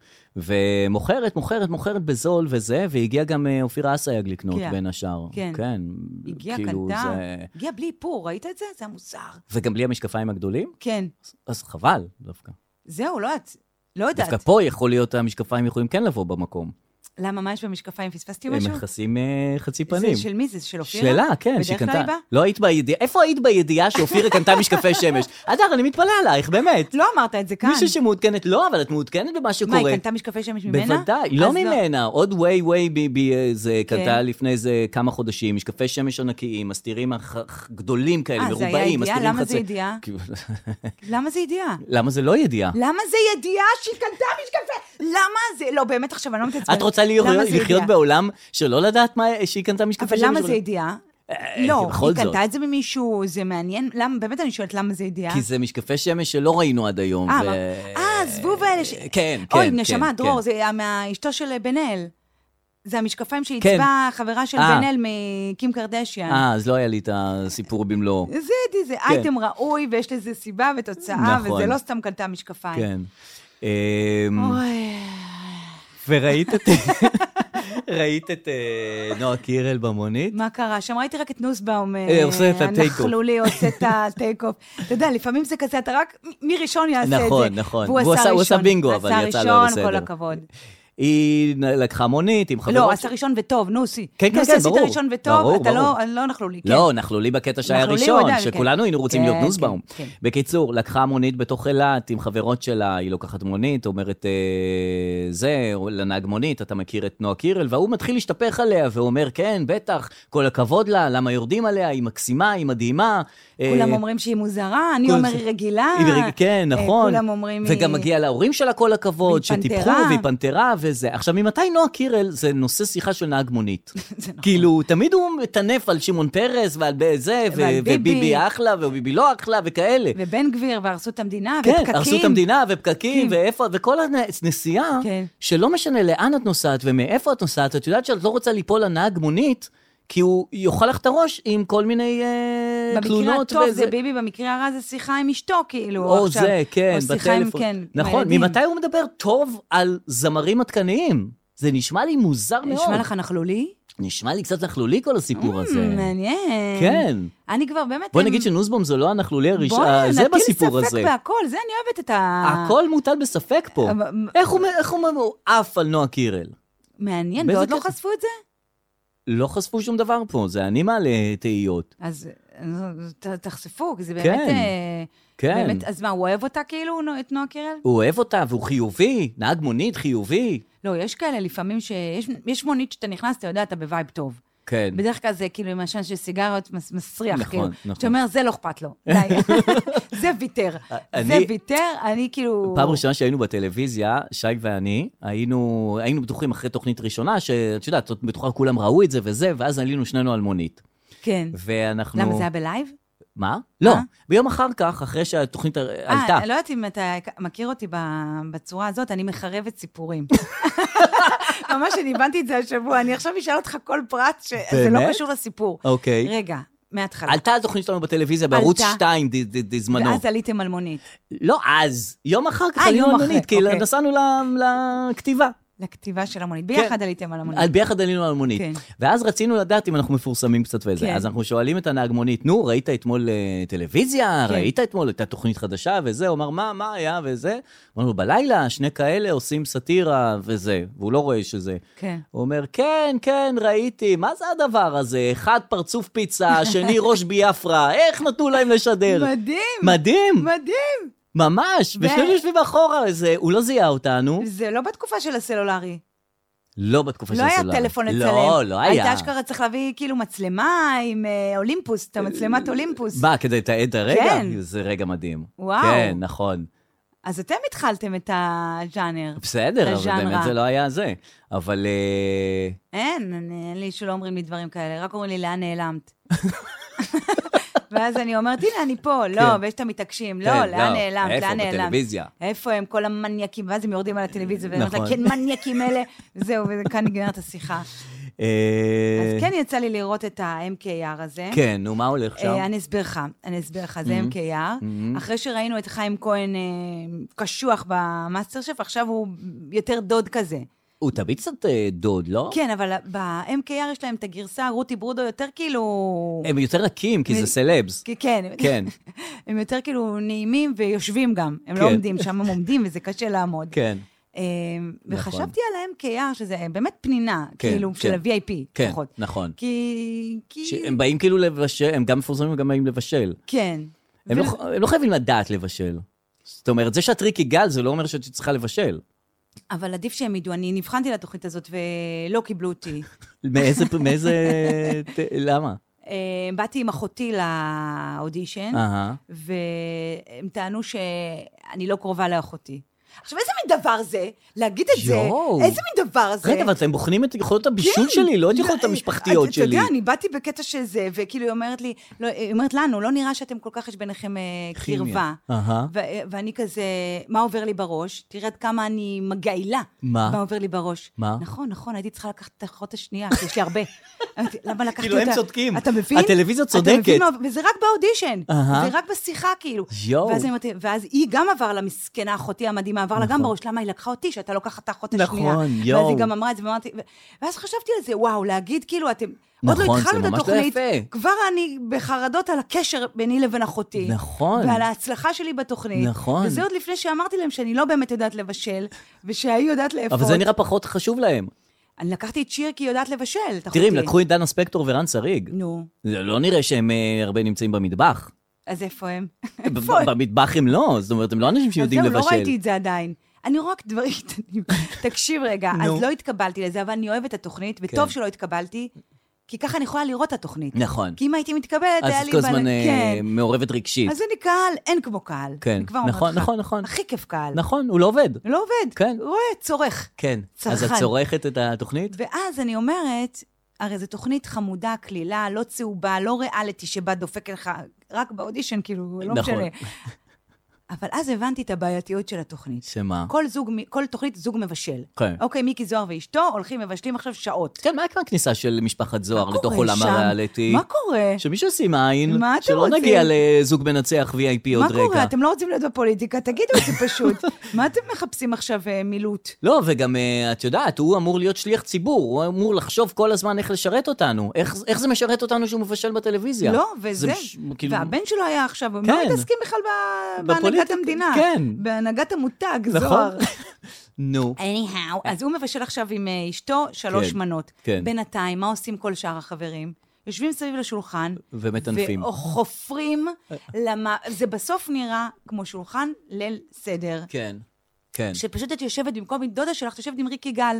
[SPEAKER 2] ומוכרת, מוכרת, מוכרת בזול וזה, והגיע גם אה, אופירה אסייג לקנות,
[SPEAKER 3] כן.
[SPEAKER 2] בין השאר.
[SPEAKER 3] כן.
[SPEAKER 2] כן.
[SPEAKER 3] הגיעה
[SPEAKER 2] כאילו,
[SPEAKER 3] קנתה,
[SPEAKER 2] זה-
[SPEAKER 3] הגיעה בלי איפור, ראית את זה? זה היה מוזר.
[SPEAKER 2] וגם בלי המשקפיים הגדולים?
[SPEAKER 3] כן.
[SPEAKER 2] אז חבל, דווקא.
[SPEAKER 3] זהו, לא יודעת. לא
[SPEAKER 2] דווקא
[SPEAKER 3] יודעת.
[SPEAKER 2] פה יכול להיות, המשקפיים יכולים כן לבוא במקום.
[SPEAKER 3] למה, מה יש במשקפיים? פספסתי
[SPEAKER 2] הם
[SPEAKER 3] משהו?
[SPEAKER 2] מכסים אה, חצי פנים.
[SPEAKER 3] זה של מי? זה של אופירה?
[SPEAKER 2] שאלה, כן, שהיא
[SPEAKER 3] בדרך
[SPEAKER 2] קנתה.
[SPEAKER 3] כלל היא באה?
[SPEAKER 2] לא היית בידיעה, איפה היית בידיעה שאופירה קנתה משקפי שמש? אדר, אני מתפלא עלייך, באמת.
[SPEAKER 3] לא אמרת את זה כאן.
[SPEAKER 2] מישהו שמעודכנת, לא, אבל את מעודכנת במה שקורה.
[SPEAKER 3] מה, היא קנתה משקפי שמש ממנה?
[SPEAKER 2] בוודאי,
[SPEAKER 3] אז
[SPEAKER 2] לא ממנה, עוד ווי ווי ביבי אה, זה
[SPEAKER 3] כן.
[SPEAKER 2] קנתה לפני איזה כמה חודשים, משקפי שמש ענקיים, מסתירים הח- הח- גדולים כאלה,
[SPEAKER 3] אה, זה היה
[SPEAKER 2] מרובעים,
[SPEAKER 3] ידיעה?
[SPEAKER 2] מסתירים
[SPEAKER 3] למה זה
[SPEAKER 2] חצי-
[SPEAKER 3] ידיעה?
[SPEAKER 2] כאילו,
[SPEAKER 3] למה זה ידיעה?
[SPEAKER 2] למה זה לא ידיעה?
[SPEAKER 3] למה זה ידיעה שהיא קנתה משקפי? למה זה? לא, באמת עכשיו, אני לא מתעצבנת.
[SPEAKER 2] את רוצה להיות-
[SPEAKER 3] למה זה
[SPEAKER 2] לחיות
[SPEAKER 3] ידיעה?
[SPEAKER 2] בעולם שלא לדעת מה- שהיא קנתה משקפי
[SPEAKER 3] אבל
[SPEAKER 2] שמש?
[SPEAKER 3] למה זה ידיעה?
[SPEAKER 2] אה,
[SPEAKER 3] לא,
[SPEAKER 2] בכל
[SPEAKER 3] היא
[SPEAKER 2] זאת.
[SPEAKER 3] קנתה את זה ממישהו, זה מעניין. למה, באמת אני שואלת למה זה ידיעה.
[SPEAKER 2] כי זה משקפי שמש שלא ראינו עד היום.
[SPEAKER 3] אה,
[SPEAKER 2] ו-
[SPEAKER 3] מה- אה, הזבוב האלה ש...
[SPEAKER 2] כן, כן, כן.
[SPEAKER 3] אוי, נשמה, דרור,
[SPEAKER 2] כן.
[SPEAKER 3] זה היה מהאשתו של בן אל. זה המשקפיים שעיצבה
[SPEAKER 2] כן.
[SPEAKER 3] חברה של
[SPEAKER 2] אה.
[SPEAKER 3] בן אל מקים קרדשיאן.
[SPEAKER 2] אה, אז לא היה לי את הסיפור במלואו.
[SPEAKER 3] זה, זה אייטם ראוי, ויש לזה סיבה ותוצאה,
[SPEAKER 2] נכון.
[SPEAKER 3] וזה לא סתם קנתה משקפיים.
[SPEAKER 2] כן. אמ,
[SPEAKER 3] אוי,
[SPEAKER 2] וראית את... ראית את אה, נועה קירל במונית?
[SPEAKER 3] מה קרה? שם ראיתי רק את נוסבאום. אה,
[SPEAKER 2] אה, עושה את הטייק-אוף.
[SPEAKER 3] הנכלולי עושה את הטייק אוף. אתה יודע, לפעמים זה כזה, אתה רק, מ- מי ראשון יעשה את זה.
[SPEAKER 2] נכון, נכון.
[SPEAKER 3] והוא
[SPEAKER 2] והוא
[SPEAKER 3] עשה
[SPEAKER 2] עשה-
[SPEAKER 3] ראשון.
[SPEAKER 2] הוא עשה בינגו, אבל
[SPEAKER 3] עשה
[SPEAKER 2] יצא לא
[SPEAKER 3] ראשון, כל
[SPEAKER 2] בסדר.
[SPEAKER 3] הכבוד.
[SPEAKER 2] היא נ- לקחה מונית עם חברות.
[SPEAKER 3] לא, עשה ראשון וטוב, נוסי.
[SPEAKER 2] כן, כן,
[SPEAKER 3] נוסי
[SPEAKER 2] כן,
[SPEAKER 3] עשית
[SPEAKER 2] ברור.
[SPEAKER 3] ראשון וטוב,
[SPEAKER 2] ברור,
[SPEAKER 3] אתה
[SPEAKER 2] ברור.
[SPEAKER 3] לא- לא נכלולי. כן.
[SPEAKER 2] לא, נכלולי בקטע שהיה
[SPEAKER 3] נכלולי הוא
[SPEAKER 2] ראשון,
[SPEAKER 3] עדיין, כן.
[SPEAKER 2] שכולנו היינו רוצים להיות
[SPEAKER 3] כן,
[SPEAKER 2] נוסבאום.
[SPEAKER 3] כן, כן.
[SPEAKER 2] בקיצור, לקחה מונית בתוך אילת עם חברות שלה, היא לוקחת מונית, אומרת, אה, זה, או לנהג מונית, אתה מכיר את נועה קירל, וההוא מתחיל להשתפך עליה, ואומר, כן, בטח, כל הכבוד לה, למה יורדים עליה, היא מקסימה, היא מדהימה. אה,
[SPEAKER 3] כן. כולם אומרים שהיא מוזרה, אני
[SPEAKER 2] כל
[SPEAKER 3] אומר
[SPEAKER 2] זה-
[SPEAKER 3] היא רגילה.
[SPEAKER 2] היא ברג- כן,
[SPEAKER 3] אה,
[SPEAKER 2] נכון.
[SPEAKER 3] כולם אומרים
[SPEAKER 2] וגם
[SPEAKER 3] היא-
[SPEAKER 2] מגיע להורים שלה כל הכבוד,
[SPEAKER 3] והיא
[SPEAKER 2] שטיפחו,
[SPEAKER 3] פנתרה.
[SPEAKER 2] והיא פנתרה וזה. עכשיו, ממתי נועה קירל זה נושא שיחה של נהג מונית?
[SPEAKER 3] זה נכון.
[SPEAKER 2] כאילו, תמיד הוא מטנף על שמעון פרס ועל ב- זה, ו-
[SPEAKER 3] ועל ביבי.
[SPEAKER 2] וביבי אחלה, וביבי לא אחלה, וכאלה.
[SPEAKER 3] ובן גביר, והרסו את המדינה,
[SPEAKER 2] כן,
[SPEAKER 3] ופקקים.
[SPEAKER 2] הרסו את המדינה, ופקקים,
[SPEAKER 3] פקקים.
[SPEAKER 2] ואיפה, וכל הנסיעה,
[SPEAKER 3] כן.
[SPEAKER 2] שלא משנה לאן את נוסעת ומאיפה את נוסעת, את יודעת שאת לא רוצה ליפול לנהג מונית, כי הוא יאכל לך את הראש עם כל מיני אה,
[SPEAKER 3] במקרה
[SPEAKER 2] תלונות.
[SPEAKER 3] הטוב
[SPEAKER 2] וזה.
[SPEAKER 3] זה ביבי, במקרה הרע זה שיחה עם אשתו, כאילו,
[SPEAKER 2] או
[SPEAKER 3] עכשיו.
[SPEAKER 2] זה, כן,
[SPEAKER 3] או שיחה עם,
[SPEAKER 2] בטלפון.
[SPEAKER 3] כן, עם
[SPEAKER 2] נכון,
[SPEAKER 3] הילדים.
[SPEAKER 2] ממתי הוא מדבר טוב על זמרים עדכניים? זה נשמע לי מוזר מאוד.
[SPEAKER 3] נשמע לך לא נכלולי?
[SPEAKER 2] נשמע לי קצת נכלולי כל הסיפור הזה.
[SPEAKER 3] Hmm, מעניין.
[SPEAKER 2] כן.
[SPEAKER 3] אני כבר באמת...
[SPEAKER 2] בואי
[SPEAKER 3] הם-
[SPEAKER 2] נגיד שנוסבום זה לא הנכלולי הראשון,
[SPEAKER 3] בוא'נה,
[SPEAKER 2] זה בסיפור
[SPEAKER 3] כן. נטיל
[SPEAKER 2] הזה.
[SPEAKER 3] ספק בהכל, זה אני אוהבת את ה... אה,
[SPEAKER 2] הכל מוטל בספק פה.
[SPEAKER 3] אבל-
[SPEAKER 2] איך הוא מ- איך הוא מ- הוא עף על נועה קירל?
[SPEAKER 3] מעניין,
[SPEAKER 2] באיזה
[SPEAKER 3] ועוד לא
[SPEAKER 2] קטע?
[SPEAKER 3] חשפו את זה?
[SPEAKER 2] לא חשפו שום דבר פה, זה אני מעלה תהיות.
[SPEAKER 3] אז אז ת- תחשפו, כי זה באמת...
[SPEAKER 2] כן,
[SPEAKER 3] אה,
[SPEAKER 2] כן.
[SPEAKER 3] באמת, אז מה, הוא אוהב אותה כאילו, נו- את נועה קירל?
[SPEAKER 2] הוא אוהב אותה והוא חיובי, נהג מונית חיובי.
[SPEAKER 3] לא, יש כאלה לפעמים ש... יש- יש מונית שאתה נכנס, אתה יודע, אתה בווייב טוב.
[SPEAKER 2] כן.
[SPEAKER 3] בדרך כלל זה כאילו עם עשן של סיגריות מס- מסריח,
[SPEAKER 2] נכון,
[SPEAKER 3] כאילו.
[SPEAKER 2] נכון.
[SPEAKER 3] שאתה אומר, זה לא אכפת לו, די. זה ויתר. זה
[SPEAKER 2] אה, אני-
[SPEAKER 3] ויתר, אני כאילו...
[SPEAKER 2] פעם ראשונה שהיינו בטלוויזיה, שי ואני, היינו, היינו בטוחים אחרי תוכנית ראשונה, שאת יודעת, את בטוחה כולם ראו את זה וזה, ואז עלינו שנינו על מונית.
[SPEAKER 3] כן.
[SPEAKER 2] ואנחנו...
[SPEAKER 3] למה, זה היה בלייב?
[SPEAKER 2] מה? לא.
[SPEAKER 3] אה?
[SPEAKER 2] ביום אחר כך, אחרי שהתוכנית הר- עלתה.
[SPEAKER 3] אה, לא יודעת אם אתה מכיר אותי ב- בצורה הזאת, אני מחרבת סיפורים. ממש, אני הבנתי את זה השבוע, אני עכשיו אשאל אותך כל פרט, שזה לא
[SPEAKER 2] באמת?
[SPEAKER 3] קשור לסיפור.
[SPEAKER 2] אוקיי.
[SPEAKER 3] רגע, מההתחלה.
[SPEAKER 2] עלתה התוכנית שלנו בטלוויזיה בערוץ
[SPEAKER 3] עלתה.
[SPEAKER 2] 2 ד- ד- ד- זמנו.
[SPEAKER 3] ואז עליתם על מונית.
[SPEAKER 2] לא אז, יום אחר כך
[SPEAKER 3] אה,
[SPEAKER 2] עלינו
[SPEAKER 3] יום
[SPEAKER 2] על מונית,
[SPEAKER 3] אחרי,
[SPEAKER 2] כי
[SPEAKER 3] אוקיי.
[SPEAKER 2] נסענו ל- לכתיבה.
[SPEAKER 3] לכתיבה של המונית. ביחד עליתם על
[SPEAKER 2] כן. על-
[SPEAKER 3] המונית.
[SPEAKER 2] ביחד עלינו על מונית.
[SPEAKER 3] כן.
[SPEAKER 2] ואז רצינו לדעת אם אנחנו מפורסמים קצת
[SPEAKER 3] כן.
[SPEAKER 2] וזה. אז אנחנו שואלים את הנהג מונית, נו, ראית אתמול אה, טלוויזיה?
[SPEAKER 3] כן.
[SPEAKER 2] ראית אתמול את התוכנית חדשה וזה? הוא אמר, מה, מה היה וזה? אמרנו, בלילה שני כאלה עושים סאטירה וזה, והוא לא רואה שזה.
[SPEAKER 3] כן.
[SPEAKER 2] הוא אומר, כן, כן, ראיתי, מה זה הדבר הזה? אחד פרצוף פיצה, השני ראש ביafra, איך נתנו להם לשדר?
[SPEAKER 3] מדהים!
[SPEAKER 2] מדהים,
[SPEAKER 3] מדהים!
[SPEAKER 2] ממש,
[SPEAKER 3] ו-
[SPEAKER 2] ושנינו יושבים מאחורה, זה- הוא לא זיהה אותנו,
[SPEAKER 3] זה לא בתקופה של הסלולרי.
[SPEAKER 2] לא בתקופה של
[SPEAKER 3] לא היה
[SPEAKER 2] הסלולר.
[SPEAKER 3] טלפון לצלם.
[SPEAKER 2] לא, לא היה.
[SPEAKER 3] הייתה אשכרה צריך להביא כאילו מצלמה עם אה, אולימפוס, את המצלמת אולימפוס.
[SPEAKER 2] מה, כדי לתעד את הרגע?
[SPEAKER 3] כן.
[SPEAKER 2] זה רגע מדהים.
[SPEAKER 3] וואו.
[SPEAKER 2] כן, נכון.
[SPEAKER 3] אז אתם התחלתם את הז'אנר.
[SPEAKER 2] בסדר, אבל
[SPEAKER 3] הז'אנרה.
[SPEAKER 2] באמת זה לא היה זה. אבל... אה,
[SPEAKER 3] אין, אני- אין לי שלא אומרים לי דברים כאלה, רק אומרים לי, לאן נעלמת? ואז אני אומרת, הנה, אני פה, לא, ויש את המתעקשים, לא,
[SPEAKER 2] כן,
[SPEAKER 3] לאן נעלמת,
[SPEAKER 2] איפה?
[SPEAKER 3] לאן נעלמת?
[SPEAKER 2] בטלוויזיה.
[SPEAKER 3] איפה הם, כל המניאקים, ואז הם יורדים על הטלוויזיה ואומרים לה,
[SPEAKER 2] נכון.
[SPEAKER 3] כן, מניאקים אלה, זהו, וכאן נגמרת השיחה. אז כן יצא לי לראות את ה-MKR הזה.
[SPEAKER 2] אה, כן, נו, מה הולך שם?
[SPEAKER 3] אה, אני אסביר לך, אני אסביר לך, זה
[SPEAKER 2] Mhm.
[SPEAKER 3] MKR.
[SPEAKER 2] Mhm.
[SPEAKER 3] אחרי שראינו את חיים כהן אה, קשוח במאסטר שף, עכשיו הוא יותר דוד כזה.
[SPEAKER 2] הוא תמיד קצת אה, דוד, לא?
[SPEAKER 3] כן, אבל ב-MKR יש להם את הגרסה, רותי ברודו יותר כאילו...
[SPEAKER 2] הם יותר רכים, כי
[SPEAKER 3] מ-
[SPEAKER 2] זה סלבס.
[SPEAKER 3] כי- כן,
[SPEAKER 2] כן,
[SPEAKER 3] הם יותר כאילו נעימים ויושבים גם. הם
[SPEAKER 2] כן.
[SPEAKER 3] לא עומדים, שם הם עומדים וזה קשה לעמוד.
[SPEAKER 2] כן. נכון.
[SPEAKER 3] אה, וחשבתי על ה-MKR, שזה באמת פנינה,
[SPEAKER 2] כן,
[SPEAKER 3] כאילו, של
[SPEAKER 2] כן.
[SPEAKER 3] ה-VIP,
[SPEAKER 2] כן,
[SPEAKER 3] לפחות.
[SPEAKER 2] נכון.
[SPEAKER 3] כי... כי-
[SPEAKER 2] שהם באים כאילו לבשל, הם גם מפורסמים וגם באים לבשל.
[SPEAKER 3] כן.
[SPEAKER 2] הם לא
[SPEAKER 3] ו-
[SPEAKER 2] ח- הם לא חייבים לדעת לבשל. זאת אומרת, זה שאת ריקי גל, זה לא אומר שאת צריכה לבשל.
[SPEAKER 3] אבל עדיף שהם ידעו. אני נבחנתי לתוכנית הזאת ולא קיבלו אותי.
[SPEAKER 2] מאיזה, מאיזה, ת- למה?
[SPEAKER 3] אה, באתי עם אחותי לאודישן,
[SPEAKER 2] אהה.
[SPEAKER 3] והם טענו שאני לא קרובה לאחותי. עכשיו, איזה מין דבר זה? להגיד את זה?
[SPEAKER 2] יואו.
[SPEAKER 3] איזה מין דבר זה?
[SPEAKER 2] רגע, אבל אתם בוחנים את יכולות הבישול שלי, לא את יכולות
[SPEAKER 3] לא,
[SPEAKER 2] המשפחתיות
[SPEAKER 3] אתה-
[SPEAKER 2] שלי.
[SPEAKER 3] אתה יודע, אני באתי בקטע של זה, וכאילו היא אומרת לי, לא, היא אומרת לנו, לא נראה שאתם כל כך יש ביניכם אה,
[SPEAKER 2] כימיה.
[SPEAKER 3] קרבה.
[SPEAKER 2] אהה.
[SPEAKER 3] ו- אה, ואני כזה, מה עובר לי בראש? תראה עד כמה אני מגעילה.
[SPEAKER 2] מה?
[SPEAKER 3] מה עובר לי בראש.
[SPEAKER 2] מה?
[SPEAKER 3] נכון, נכון, הייתי צריכה לקחת את האחות השנייה, כי יש לי הרבה. אמרתי, למה לקחתי אותה?
[SPEAKER 2] כאילו, הם צודקים.
[SPEAKER 3] אתה מבין?
[SPEAKER 2] הטלוויזיה
[SPEAKER 3] אתה
[SPEAKER 2] צודקת.
[SPEAKER 3] מבין מה- וזה רק באודישן.
[SPEAKER 2] אהה.
[SPEAKER 3] זה רק בשיחה, כאילו.
[SPEAKER 2] יואו.
[SPEAKER 3] ואז אני אמרתי- ואז היא גם עבר לה, מסכנה אחותי המדהימה, עבר לה גם בראש, למה היא לקחה אותי, שאתה לוקחת את האחות השנייה.
[SPEAKER 2] נכון,
[SPEAKER 3] ואז
[SPEAKER 2] יואו.
[SPEAKER 3] היא גם אמרה את זה, ואמרתי... ו- ואז חשבתי על זה, וואו, להגיד, כאילו, אתם... עוד לא
[SPEAKER 2] נכון, זה
[SPEAKER 3] התחלנו את
[SPEAKER 2] ממש לא
[SPEAKER 3] התוכנית,
[SPEAKER 2] יפה.
[SPEAKER 3] כבר אני בחרדות על הקשר ביני לבין אחותי.
[SPEAKER 2] נכון.
[SPEAKER 3] ועל ההצלחה שלי בתוכנית.
[SPEAKER 2] נכון.
[SPEAKER 3] וזה עוד לפני שאמרתי להם שאני לא באמת יודעת לבשל, ושהיא יודעת לאפות.
[SPEAKER 2] אבל זה נראה פחות חשוב להם.
[SPEAKER 3] אני לקחתי את שיר כי היא יודעת לבשל, את אחותי.
[SPEAKER 2] תראי, הם לקחו את דנה ספקטור ורן שריג.
[SPEAKER 3] נו,
[SPEAKER 2] זה לא נראה שהם אה, הרבה נמצאים במטבח.
[SPEAKER 3] אז איפה הם?
[SPEAKER 2] ב-
[SPEAKER 3] איפה הם?
[SPEAKER 2] במטבח הם לא, זאת אומרת, הם לא אנשים
[SPEAKER 3] אז
[SPEAKER 2] שיודעים
[SPEAKER 3] זהו,
[SPEAKER 2] לבשל.
[SPEAKER 3] לא ראיתי את זה עדיין. אני רואה רק דברים קטנים. תקשיב רגע,
[SPEAKER 2] נו.
[SPEAKER 3] אז לא התקבלתי לזה, אבל אני אוהבת את התוכנית,
[SPEAKER 2] כן.
[SPEAKER 3] וטוב שלא התקבלתי, כי ככה אני יכולה לראות את התוכנית.
[SPEAKER 2] נכון.
[SPEAKER 3] כי אם הייתי מתקבלת,
[SPEAKER 2] אז
[SPEAKER 3] היה
[SPEAKER 2] את
[SPEAKER 3] לי...
[SPEAKER 2] כל
[SPEAKER 3] בלאגן.
[SPEAKER 2] הזמן אה,
[SPEAKER 3] כן.
[SPEAKER 2] מעורבת רגשית.
[SPEAKER 3] אז אני קהל, אין כמו קהל.
[SPEAKER 2] כן,
[SPEAKER 3] אני כבר אומרת
[SPEAKER 2] נכון,
[SPEAKER 3] לך.
[SPEAKER 2] נכון, נכון.
[SPEAKER 3] הכי כיף קהל.
[SPEAKER 2] נכון, הוא לא עובד.
[SPEAKER 3] לא עובד.
[SPEAKER 2] כן.
[SPEAKER 3] הוא רואה, צורך.
[SPEAKER 2] כן. אז את
[SPEAKER 3] צרכן.
[SPEAKER 2] צורכת את התוכנית?
[SPEAKER 3] ואז אני אומרת, הרי זו תוכנית חמודה, קלילה, לא צהובה, לא ריאליטי שבה דופק לך, רק באודישן, כאילו, לא
[SPEAKER 2] נכון.
[SPEAKER 3] משנה. אבל אז הבנתי את הבעייתיות של התוכנית.
[SPEAKER 2] שמה?
[SPEAKER 3] כל, זוג, מ- כל תוכנית זוג מבשל.
[SPEAKER 2] כן.
[SPEAKER 3] אוקיי, מיקי זוהר ואשתו הולכים מבשלים עכשיו שעות.
[SPEAKER 2] כן, מה כבר הכניסה של משפחת זוהר
[SPEAKER 3] מה
[SPEAKER 2] לתוך
[SPEAKER 3] קורה
[SPEAKER 2] עולם
[SPEAKER 3] שם?
[SPEAKER 2] הריאליטי?
[SPEAKER 3] מה קורה?
[SPEAKER 2] שמישהו ישים עין,
[SPEAKER 3] מה אתם
[SPEAKER 2] שלא
[SPEAKER 3] רוצים?
[SPEAKER 2] נגיע לזוג מנצח VIP
[SPEAKER 3] מה
[SPEAKER 2] עוד
[SPEAKER 3] קורה?
[SPEAKER 2] רגע.
[SPEAKER 3] אתם לא רוצים להיות בפוליטיקה? תגידו את זה פשוט. מה אתם מחפשים עכשיו אה, מילוט?
[SPEAKER 2] לא, וגם, אה, את יודעת, הוא אמור להיות שליח ציבור, הוא אמור לחשוב כל הזמן איך לשרת אותנו. איך, איך זה משרת אותנו שהוא מבשל בטלוויזיה?
[SPEAKER 3] לא, וזה,
[SPEAKER 2] זה מש- כאילו-
[SPEAKER 3] והבן שלו היה עכשיו, הם
[SPEAKER 2] כן.
[SPEAKER 3] לא מתעסקים בכלל ב- בהנהגת
[SPEAKER 2] בפוליטיקה,
[SPEAKER 3] המדינה.
[SPEAKER 2] כן.
[SPEAKER 3] בהנהגת המותג,
[SPEAKER 2] נכון.
[SPEAKER 3] זוהר.
[SPEAKER 2] נו,
[SPEAKER 3] anyhow, אז הוא מבשל עכשיו עם אה, אשתו שלוש
[SPEAKER 2] כן,
[SPEAKER 3] מנות.
[SPEAKER 2] כן.
[SPEAKER 3] בינתיים, מה עושים כל שאר החברים? יושבים סביב לשולחן.
[SPEAKER 2] ומטנפים.
[SPEAKER 3] וחופרים למה... זה בסוף נראה כמו שולחן ליל סדר.
[SPEAKER 2] כן, כן.
[SPEAKER 3] שפשוט את יושבת במקום עם דודה שלך, את יושבת עם ריקי גל.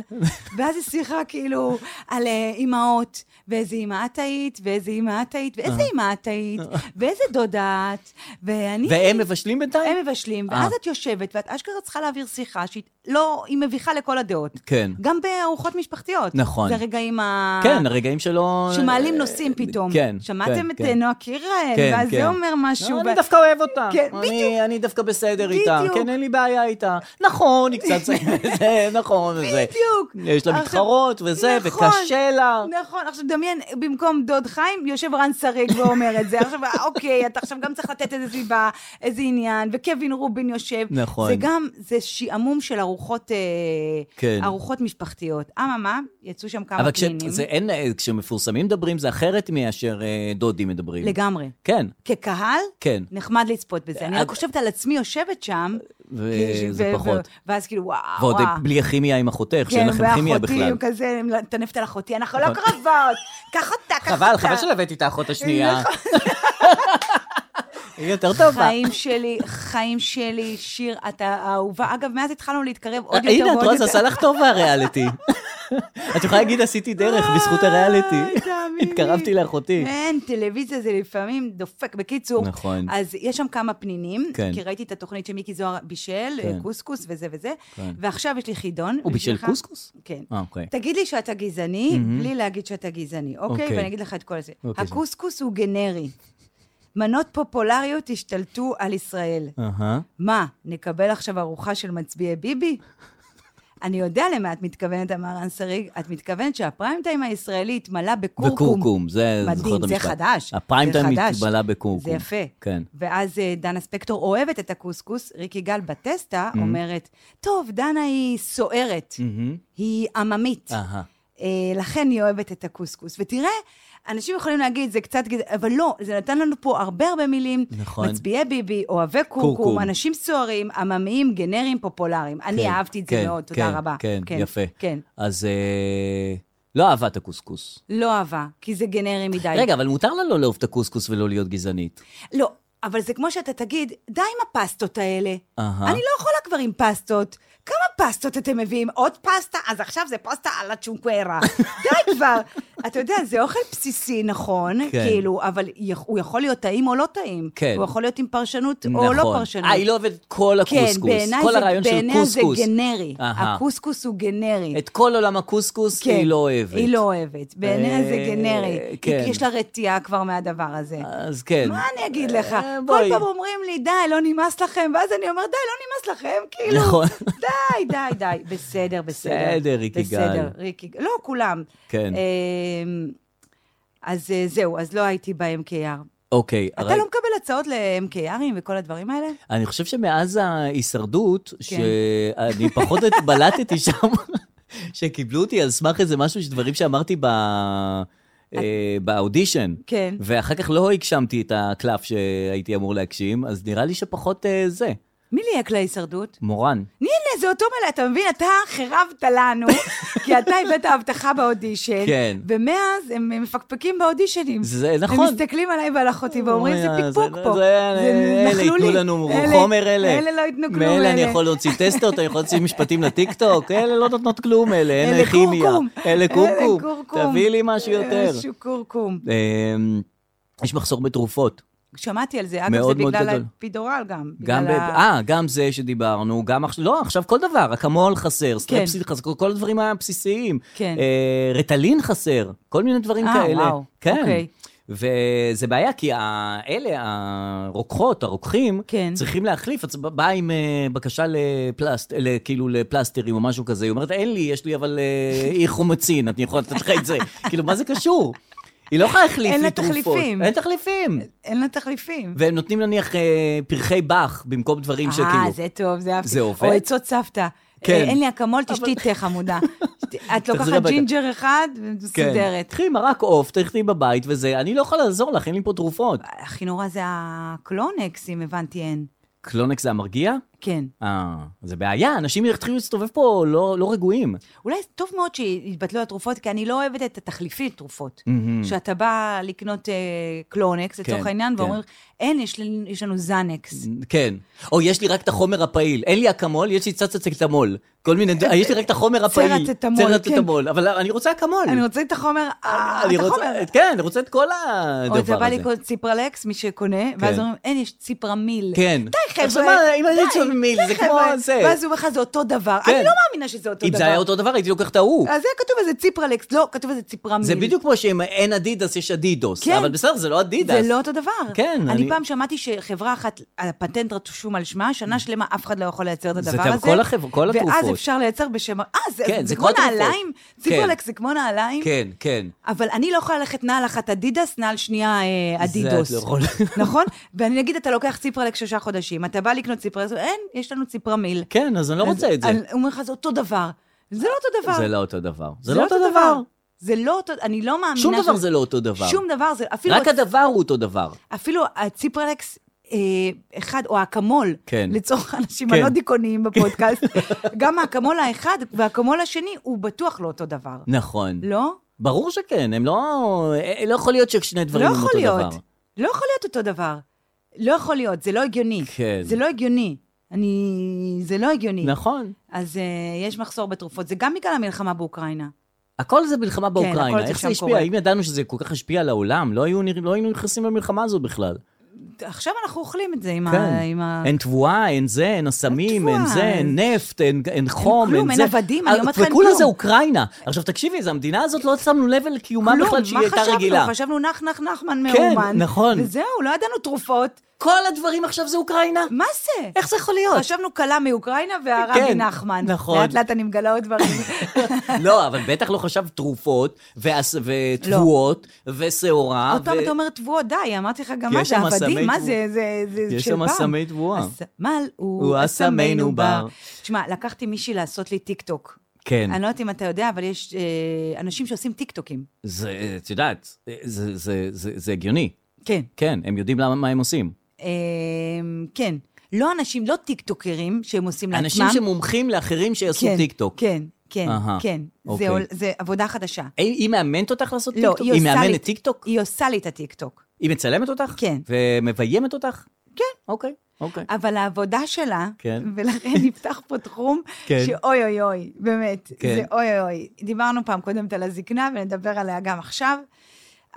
[SPEAKER 3] ואז היא שיחה כאילו על אה, אימהות, ואיזה אימא את היית, ואיזה אימא את היית, ואיזה
[SPEAKER 2] אה.
[SPEAKER 3] אימא את היית, ואיזה דודה את, ואני...
[SPEAKER 2] והם מבשלים בינתיים?
[SPEAKER 3] הם מבשלים,
[SPEAKER 2] אה.
[SPEAKER 3] ואז את יושבת, ואת אשכרה צריכה להעביר שיחה שהיא לא, היא מביכה לכל הדעות.
[SPEAKER 2] כן.
[SPEAKER 3] גם בארוחות משפחתיות.
[SPEAKER 2] נכון.
[SPEAKER 3] זה הרגעים ה...
[SPEAKER 2] כן, הרגעים שלא...
[SPEAKER 3] שמעלים
[SPEAKER 2] אה,
[SPEAKER 3] נושאים פתאום.
[SPEAKER 2] כן,
[SPEAKER 3] שמעתם
[SPEAKER 2] כן,
[SPEAKER 3] את
[SPEAKER 2] כן.
[SPEAKER 3] אה, נועה קירל?
[SPEAKER 2] כן,
[SPEAKER 3] ואז
[SPEAKER 2] כן.
[SPEAKER 3] זה אומר משהו.
[SPEAKER 2] לא,
[SPEAKER 3] ו-
[SPEAKER 2] אני דווקא אוהב אותה.
[SPEAKER 3] כן,
[SPEAKER 2] אני-
[SPEAKER 3] בדיוק.
[SPEAKER 2] אני דווקא בסדר איתה.
[SPEAKER 3] בדיוק.
[SPEAKER 2] כן, אין לי בעיה איתה. נכון, היא קצת... זה, נכון, וזה. יש
[SPEAKER 3] בדיוק.
[SPEAKER 2] לה
[SPEAKER 3] עכשיו-
[SPEAKER 2] מתחרות וזה,
[SPEAKER 3] נכון,
[SPEAKER 2] וקשה לה.
[SPEAKER 3] נכון, עכשיו דמיין, במקום דוד חיים, יושב רן שריג ואומר את זה. עכשיו, אוקיי, אתה עכשיו גם צריך לתת איזה סיבה, איזה עניין, וקווין רובין יושב.
[SPEAKER 2] נכון.
[SPEAKER 3] זה גם, זה שעמום של ארוחות, אה,
[SPEAKER 2] כן.
[SPEAKER 3] ארוחות משפחתיות. אממה, יצאו שם כמה
[SPEAKER 2] אבל כש-
[SPEAKER 3] פינים.
[SPEAKER 2] זה אין- אה, כשמפורסמים מדברים זה אחרת מאשר אה, דודים מדברים.
[SPEAKER 3] לגמרי.
[SPEAKER 2] כן,
[SPEAKER 3] כקהל,
[SPEAKER 2] כן.
[SPEAKER 3] נחמד לצפות בזה. אני
[SPEAKER 2] אה,
[SPEAKER 3] רק חושבת על עצמי יושבת שם. כאילו,
[SPEAKER 2] וזה
[SPEAKER 3] ו-
[SPEAKER 2] פחות.
[SPEAKER 3] ו- ואז כאילו, וואו,
[SPEAKER 2] ועוד אה,
[SPEAKER 3] וואו. כן,
[SPEAKER 2] בלי הכימיה עם אחותך, שאין לכם כימיה
[SPEAKER 3] ואחותי,
[SPEAKER 2] בכלל. נכון.
[SPEAKER 3] הוא כזה, מטנפת על אחותי, אנחנו לא קרבות, קח אותה, קח אותה.
[SPEAKER 2] חבל, חבל שלא הבאתי את האחות השנייה.
[SPEAKER 3] נכון.
[SPEAKER 2] היא יותר טובה.
[SPEAKER 3] חיים שלי, חיים שלי, שיר, אתה האהובה. אגב, מאז התחלנו להתקרב עוד יותר
[SPEAKER 2] אה, הנה, את
[SPEAKER 3] ועוד
[SPEAKER 2] רואה, זה
[SPEAKER 3] יותר.
[SPEAKER 2] עשה לך טוב הריאליטי. את יכולה להגיד, עשיתי דרך בזכות הריאליטי.
[SPEAKER 3] אה, תאמין לי.
[SPEAKER 2] התקרבתי לאחותי.
[SPEAKER 3] אין, טלוויזיה זה לפעמים דופק. בקיצור,
[SPEAKER 2] נכון.
[SPEAKER 3] אז יש שם כמה פנינים,
[SPEAKER 2] כן.
[SPEAKER 3] כי ראיתי את התוכנית שמיקי זוהר בישל,
[SPEAKER 2] כן.
[SPEAKER 3] קוסקוס וזה וזה,
[SPEAKER 2] כן.
[SPEAKER 3] ועכשיו יש לי חידון.
[SPEAKER 2] הוא בישל
[SPEAKER 3] בשבילך.
[SPEAKER 2] קוסקוס?
[SPEAKER 3] כן.
[SPEAKER 2] אה, אוקיי.
[SPEAKER 3] תגיד לי שאתה גזעני, בלי להגיד שאתה גזעני, אוקיי?
[SPEAKER 2] אוקיי.
[SPEAKER 3] ואני אגיד לך את כל זה.
[SPEAKER 2] אוקיי, זה-
[SPEAKER 3] הקוסקוס הוא גנרי. מנות פופולריות
[SPEAKER 2] אה,
[SPEAKER 3] השתלטו על ישראל.
[SPEAKER 2] אהה.
[SPEAKER 3] מה, נקבל עכשיו ארוחה של מצביעי ביבי? אני יודע למה את מתכוונת, אמר אנסריג, את מתכוונת שהפריים טיים הישראלי התמלא בקורקום.
[SPEAKER 2] בקורקום, זה, זוכר
[SPEAKER 3] מדהים,
[SPEAKER 2] את
[SPEAKER 3] זה
[SPEAKER 2] המשפט.
[SPEAKER 3] חדש.
[SPEAKER 2] הפריים
[SPEAKER 3] זה
[SPEAKER 2] טיים
[SPEAKER 3] חדש.
[SPEAKER 2] התבלה בקורקום.
[SPEAKER 3] זה יפה.
[SPEAKER 2] כן.
[SPEAKER 3] ואז אה, דנה ספקטור אוהבת את הקוסקוס, ריקי גל בטסטה
[SPEAKER 2] Mm-hmm.
[SPEAKER 3] אומרת, טוב, דנה היא סוערת, היא עממית,
[SPEAKER 2] אהה.
[SPEAKER 3] אה, לכן היא אוהבת את הקוסקוס. ותראה, אנשים יכולים להגיד, זה קצת... גד-", אבל לא, זה נתן לנו פה הרבה הרבה מילים.
[SPEAKER 2] נכון.
[SPEAKER 3] מצביעי ביבי, אוהבי
[SPEAKER 2] קורקום.
[SPEAKER 3] קורקום, אנשים סוערים, עממיים, גנריים, פופולריים. אני אהבתי את זה
[SPEAKER 2] כן,
[SPEAKER 3] מאוד, תודה
[SPEAKER 2] כן,
[SPEAKER 3] רבה.
[SPEAKER 2] כן, יפה.
[SPEAKER 3] כן.
[SPEAKER 2] אז אה, לא אהבה את הקוסקוס.
[SPEAKER 3] לא אהבה, כי זה גנרי מדי.
[SPEAKER 2] רגע, אבל מותר לה לא לאהוב את הקוסקוס ולא להיות גזענית.
[SPEAKER 3] לא, אבל זה כמו שאתה תגיד, די עם הפסטות האלה.
[SPEAKER 2] אהה.
[SPEAKER 3] אני לא יכולה כבר עם פסטות. כמה פסטות אתם מביאים? עוד פסטה? אז עכשיו זה פסטה על הצ'ונקוורה. די כבר. אתה יודע, זה אוכל בסיסי, נכון?
[SPEAKER 2] כן.
[SPEAKER 3] כאילו, אבל יכ- הוא יכול להיות טעים או לא טעים.
[SPEAKER 2] כן.
[SPEAKER 3] הוא יכול להיות עם פרשנות או
[SPEAKER 2] נכון.
[SPEAKER 3] לא פרשנות.
[SPEAKER 2] אה, היא לא אוהבת את כל
[SPEAKER 3] כן,
[SPEAKER 2] הקוסקוס.
[SPEAKER 3] בעיניי
[SPEAKER 2] כל
[SPEAKER 3] זה-
[SPEAKER 2] הרעיון של
[SPEAKER 3] בעיניה זה
[SPEAKER 2] קוסקוס.
[SPEAKER 3] גנרי.
[SPEAKER 2] אהה.
[SPEAKER 3] הקוסקוס הוא גנרי.
[SPEAKER 2] את כל עולם הקוסקוס
[SPEAKER 3] כן,
[SPEAKER 2] היא לא אוהבת.
[SPEAKER 3] היא לא אוהבת. בעיניה זה
[SPEAKER 2] אה,
[SPEAKER 3] גנרי. היא-
[SPEAKER 2] כן.
[SPEAKER 3] יש לה רתיעה כבר מהדבר הזה.
[SPEAKER 2] אז כן.
[SPEAKER 3] מה אני אגיד לך?
[SPEAKER 2] אה,
[SPEAKER 3] כל
[SPEAKER 2] בואי.
[SPEAKER 3] פעם אומרים לי, די, לא נמאס לכם, ואז אני אומרת, די, לא נמאס לכם, כאילו.
[SPEAKER 2] נכון.
[SPEAKER 3] די, די, די. בסדר, בסדר.
[SPEAKER 2] בסדר, ריקי גל.
[SPEAKER 3] בסדר, ריקי גל. לא, כולם.
[SPEAKER 2] כן.
[SPEAKER 3] אמ, אז אה, זהו, אז לא הייתי ב-MKR.
[SPEAKER 2] אוקיי.
[SPEAKER 3] אתה
[SPEAKER 2] הרי-
[SPEAKER 3] לא מקבל הצעות ל-MKRים וכל הדברים האלה?
[SPEAKER 2] אני חושב שמאז ההישרדות,
[SPEAKER 3] כן.
[SPEAKER 2] שאני פחות התבלטתי שם, שקיבלו אותי על סמך איזה משהו, דברים שאמרתי ב... אה, באודישן,
[SPEAKER 3] כן.
[SPEAKER 2] ואחר כך לא הגשמתי את הקלף שהייתי אמור להגשים, אז נראה לי שפחות אה, זה,
[SPEAKER 3] מי ליהק להישרדות?
[SPEAKER 2] מורן.
[SPEAKER 3] הנה, זה אותו מלא, אתה מבין? אתה חירבת לנו, כי אתה הבאת הבטחה באודישן.
[SPEAKER 2] כן.
[SPEAKER 3] ומאז הם מפקפקים באודישנים.
[SPEAKER 2] זה נכון.
[SPEAKER 3] הם מסתכלים עליי ועל אחותי ואומרים, זה
[SPEAKER 2] אה,
[SPEAKER 3] פיקפוק
[SPEAKER 2] זה-
[SPEAKER 3] פה.
[SPEAKER 2] זה- אלה
[SPEAKER 3] נכלולי.
[SPEAKER 2] ייתנו לנו
[SPEAKER 3] אלה-
[SPEAKER 2] חומר, אלה.
[SPEAKER 3] אלה לא ייתנו כלום,
[SPEAKER 2] מאלה אני
[SPEAKER 3] אלה.
[SPEAKER 2] יכול להוציא טסטות, אני יכול להוציא משפטים לטיקטוק, אלה לא נותנות כלום, אלה אין
[SPEAKER 3] אלה
[SPEAKER 2] כימיה.
[SPEAKER 3] קורקום.
[SPEAKER 2] אלה
[SPEAKER 3] אלה
[SPEAKER 2] קורקום.
[SPEAKER 3] קורקום. אה,
[SPEAKER 2] תביא לי משהו יותר.
[SPEAKER 3] משהו קורקום.
[SPEAKER 2] אמ, יש מחסור בתרופות.
[SPEAKER 3] שמעתי על זה, אגב, זה
[SPEAKER 2] מאוד מאוד
[SPEAKER 3] בגלל
[SPEAKER 2] גדול.
[SPEAKER 3] הפידורל גם.
[SPEAKER 2] גם, ב...
[SPEAKER 3] בגלל ה-
[SPEAKER 2] אה, גם זה שדיברנו, גם עכשיו, לא, עכשיו כל דבר, אקמול חסר, סטרפסיל חסר, כל- כל הדברים הבסיסיים.
[SPEAKER 3] כן.
[SPEAKER 2] אה, רטלין חסר, כל מיני דברים
[SPEAKER 3] אה,
[SPEAKER 2] כאלה.
[SPEAKER 3] וואו,
[SPEAKER 2] כן.
[SPEAKER 3] אוקיי.
[SPEAKER 2] וזה בעיה, כי ה- אלה, הרוקחות, הרוקחים,
[SPEAKER 3] כן.
[SPEAKER 2] צריכים להחליף. אז באה עם אה, בקשה לפלסט, ל- כאילו לפלסטרים או משהו כזה, היא אומרת, אין לי, יש לי אבל אה, אי חומצין, אני יכולה לתת לך את זה. כאילו, מה זה קשור? היא לא יכולה להחליף
[SPEAKER 3] אין
[SPEAKER 2] לי
[SPEAKER 3] לה
[SPEAKER 2] תרופות.
[SPEAKER 3] תחליפים.
[SPEAKER 2] אין תחליפים.
[SPEAKER 3] אין לה תחליפים.
[SPEAKER 2] והם נותנים נניח אה, פרחי באך במקום דברים
[SPEAKER 3] אה,
[SPEAKER 2] שכאילו...
[SPEAKER 3] זה טוב, זה אהבתי.
[SPEAKER 2] זה עובד?
[SPEAKER 3] או עצות סבתא.
[SPEAKER 2] כן.
[SPEAKER 3] אה, אין לי אקמול, תשתי תה חמודה. את
[SPEAKER 2] תחזרי
[SPEAKER 3] לוקחת
[SPEAKER 2] הביתה.
[SPEAKER 3] ג'ינג'ר אחד
[SPEAKER 2] כן.
[SPEAKER 3] ומסודרת.
[SPEAKER 2] קחי מרק עוף, תלכי בבית וזה, אני לא יכול לעזור לך, אין לי פה תרופות.
[SPEAKER 3] הכי נורא זה הקלונקס, אם הבנתי, אין.
[SPEAKER 2] קלונקס זה המרגיע?
[SPEAKER 3] כן.
[SPEAKER 2] אה, זה בעיה, אנשים יתחילו להסתובב פה לא, לא רגועים.
[SPEAKER 3] אולי זה טוב מאוד שהתבטלו התרופות, כי אני לא אוהבת את התחליפי תרופות. שאתה בא לקנות אה, קלונקס, לצורך
[SPEAKER 2] כן,
[SPEAKER 3] העניין,
[SPEAKER 2] כן.
[SPEAKER 3] ואומרים, אין, יש לנו- יש לנו זנקס.
[SPEAKER 2] כן. או יש לי רק את החומר הפעיל, אין לי אקמול, יש לי צצצטמול. כל מיני, ד- יש לי רק את החומר הפעיל.
[SPEAKER 3] צרצטמול, כן.
[SPEAKER 2] צרצטמול, אבל אני רוצה אקמול.
[SPEAKER 3] אני רוצה את החומר, אה,
[SPEAKER 2] אני
[SPEAKER 3] את
[SPEAKER 2] רוצה-
[SPEAKER 3] החומר.
[SPEAKER 2] כן, אני רוצה את כל הדבר
[SPEAKER 3] או
[SPEAKER 2] הזה.
[SPEAKER 3] אתה בא לקנות ציפרלקס, מי שקונה, ואז אומרים, אין, יש ציפרמיל.
[SPEAKER 2] כן.
[SPEAKER 3] די, חבר'ה.
[SPEAKER 2] עכשיו, מה, אם אני
[SPEAKER 3] די,
[SPEAKER 2] רוצה מיל, זה
[SPEAKER 3] די,
[SPEAKER 2] כמו
[SPEAKER 3] חבר'ה.
[SPEAKER 2] זה.
[SPEAKER 3] ואז הוא אומר לך, זה אותו דבר.
[SPEAKER 2] כן.
[SPEAKER 3] אני לא מאמינה שזה אותו
[SPEAKER 2] אם
[SPEAKER 3] דבר.
[SPEAKER 2] זה
[SPEAKER 3] אה,
[SPEAKER 2] היה אותו דבר, הייתי לוקח את ההוא.
[SPEAKER 3] אז זה היה כתוב איזה ציפרלקס, לא, כתוב איזה ציפרמיל.
[SPEAKER 2] זה בדיוק כמו שאם אין אדידס, יש אדידוס.
[SPEAKER 3] כן.
[SPEAKER 2] אבל בסדר, זה לא אדידס.
[SPEAKER 3] זה לא אותו דבר.
[SPEAKER 2] כן,
[SPEAKER 3] אני...
[SPEAKER 2] אני-
[SPEAKER 3] אני פעם שמעתי שחברה אחת, הפטנט רשום על שמה, שנה שלמה אף אחד לא יכול לייצר את
[SPEAKER 2] זה
[SPEAKER 3] הדבר
[SPEAKER 2] גם
[SPEAKER 3] הזה.
[SPEAKER 2] כל החבר- כל
[SPEAKER 3] ואז
[SPEAKER 2] התרופות.
[SPEAKER 3] אפשר לייצר בשם... אה, זה,
[SPEAKER 2] כן,
[SPEAKER 3] זה,
[SPEAKER 2] זה
[SPEAKER 3] כמו
[SPEAKER 2] כל התרופות.
[SPEAKER 3] נעליים? ציפרלקס זה כמו נעליים?
[SPEAKER 2] כן, כן.
[SPEAKER 3] אבל אני לא יכולה ללכת נעל אחת אדידס, נעל שנייה אה,
[SPEAKER 2] זה את
[SPEAKER 3] אדידוס.
[SPEAKER 2] לא יכולה.
[SPEAKER 3] נכון? ואני נגיד, אתה לוקח ציפרלקס שלושה חודשים, אתה בא לקנות ציפרלקס, אין, יש לנו ציפרמיל.
[SPEAKER 2] כן, אז אני לא רוצה את זה.
[SPEAKER 3] אז- הוא אומר לך, זה אותו דבר. זה לא אותו דבר.
[SPEAKER 2] זה לא אותו דבר. זה לא אותו דבר.
[SPEAKER 3] זה לא אותו, אני לא מאמינה
[SPEAKER 2] שום דבר
[SPEAKER 3] ש-
[SPEAKER 2] זה לא אותו דבר.
[SPEAKER 3] שום דבר זה, אפילו
[SPEAKER 2] רק הדבר הוא אותו דבר.
[SPEAKER 3] אפילו הציפרלקס אה, אחד, או האקמול,
[SPEAKER 2] כן.
[SPEAKER 3] לצורך האנשים
[SPEAKER 2] כן.
[SPEAKER 3] הלא דיכאוניים בפודקאסט, גם האקמול האחד והאקמול השני הוא בטוח לא אותו דבר.
[SPEAKER 2] נכון.
[SPEAKER 3] לא?
[SPEAKER 2] ברור שכן, הם לא... אה, לא יכול להיות ששני
[SPEAKER 3] לא
[SPEAKER 2] דברים הם
[SPEAKER 3] יכול
[SPEAKER 2] אותו דבר.
[SPEAKER 3] להיות. לא יכול להיות אותו דבר. לא יכול להיות, זה לא הגיוני.
[SPEAKER 2] כן.
[SPEAKER 3] זה לא הגיוני. אני... זה לא הגיוני.
[SPEAKER 2] נכון.
[SPEAKER 3] אז אה, יש מחסור בתרופות. זה גם בגלל המלחמה באוקראינה.
[SPEAKER 2] כן, הכל זה מלחמה
[SPEAKER 3] הכל
[SPEAKER 2] באוקראינה,
[SPEAKER 3] זה
[SPEAKER 2] איך זה
[SPEAKER 3] שם
[SPEAKER 2] השפיע?
[SPEAKER 3] קורה.
[SPEAKER 2] אם ידענו שזה כל כך השפיע על העולם, לא היו נרא- לא היינו נכנסים למלחמה הזו בכלל.
[SPEAKER 3] עכשיו אנחנו אוכלים את זה עם
[SPEAKER 2] כן.
[SPEAKER 3] ה... אה, עם ה...
[SPEAKER 2] אין תבואה, אין זה, אין אסמים,
[SPEAKER 3] תבואה,
[SPEAKER 2] אין זה, אין
[SPEAKER 3] אין-
[SPEAKER 2] נפט, אין אין חום,
[SPEAKER 3] כלום,
[SPEAKER 2] אין
[SPEAKER 3] אין
[SPEAKER 2] זה.
[SPEAKER 3] עבדים, אני אומרת לך, אין
[SPEAKER 2] וכולה
[SPEAKER 3] כלום.
[SPEAKER 2] זה אוקראינה. עכשיו תקשיבי, זה המדינה הזאת, לא שמנו לב על קיומה
[SPEAKER 3] כלום, לא
[SPEAKER 2] בכלל שהיא הייתה
[SPEAKER 3] מה
[SPEAKER 2] רגילה.
[SPEAKER 3] חשבנו? חשבנו נח נח נחמן
[SPEAKER 2] כן,
[SPEAKER 3] מאומן.
[SPEAKER 2] נכון.
[SPEAKER 3] וזהו, לא ידענו תרופות.
[SPEAKER 2] כל הדברים עכשיו זה אוקראינה?
[SPEAKER 3] מה זה?
[SPEAKER 2] איך זה יכול להיות?
[SPEAKER 3] חשבנו כלה מאוקראינה והרבי
[SPEAKER 2] כן,
[SPEAKER 3] נחמן.
[SPEAKER 2] נכון.
[SPEAKER 3] לאט לאט אני מגלה עוד דברים.
[SPEAKER 2] לא, אבל בטח לא חשב תרופות, ואס- ותבואות, ושעורה.
[SPEAKER 3] עוד פעם
[SPEAKER 2] ו-
[SPEAKER 3] לא. אתה אומר תבואה, די, אמרתי לך גם
[SPEAKER 2] כי
[SPEAKER 3] מה
[SPEAKER 2] יש
[SPEAKER 3] זה,
[SPEAKER 2] שם
[SPEAKER 3] עבדים,
[SPEAKER 2] אסמי
[SPEAKER 3] מה
[SPEAKER 2] תבואה.
[SPEAKER 3] זה, זה, זה של פעם.
[SPEAKER 2] יש שם אסמי תבואה.
[SPEAKER 3] הסמל
[SPEAKER 2] הוא
[SPEAKER 3] הוא
[SPEAKER 2] אסמנו
[SPEAKER 3] אסמנו בר.
[SPEAKER 2] בר.
[SPEAKER 3] תשמע, לקחתי מישהי לעשות לי טיק טוק.
[SPEAKER 2] כן.
[SPEAKER 3] אני לא יודעת אם אתה יודע, אבל יש אה, אנשים שעושים טיק טוקים.
[SPEAKER 2] זה, את יודעת, זה- זה- זה זה הגיוני.
[SPEAKER 3] כן.
[SPEAKER 2] כן, הם יודעים למה, מה הם עושים.
[SPEAKER 3] אה, כן. לא אנשים, לא טיק טוקרים שהם עושים לעצמם.
[SPEAKER 2] אנשים שמומחים לאחרים שיעשו
[SPEAKER 3] כן,
[SPEAKER 2] טיקטוק.
[SPEAKER 3] כן, כן,
[SPEAKER 2] אהה,
[SPEAKER 3] כן. זה
[SPEAKER 2] אוקיי.
[SPEAKER 3] עול- זה עבודה חדשה.
[SPEAKER 2] היא- אה, היא מאמנת אותך לעשות
[SPEAKER 3] לא,
[SPEAKER 2] טיקטוק?
[SPEAKER 3] היא עושה לי...
[SPEAKER 2] מאמנת טיקטוק?
[SPEAKER 3] היא עושה לי את הטיקטוק.
[SPEAKER 2] היא מצלמת אותך?
[SPEAKER 3] כן.
[SPEAKER 2] ומביימת אותך?
[SPEAKER 3] כן.
[SPEAKER 2] אוקיי, אוקיי.
[SPEAKER 3] אבל העבודה שלה,
[SPEAKER 2] כן.
[SPEAKER 3] ולכן נפתח פה תחום,
[SPEAKER 2] כן.
[SPEAKER 3] שאוי אוי אוי, באמת,
[SPEAKER 2] כן.
[SPEAKER 3] זה אוי אוי אוי. דיברנו פעם קודמת על הזקנה, ונדבר עליה גם עכשיו.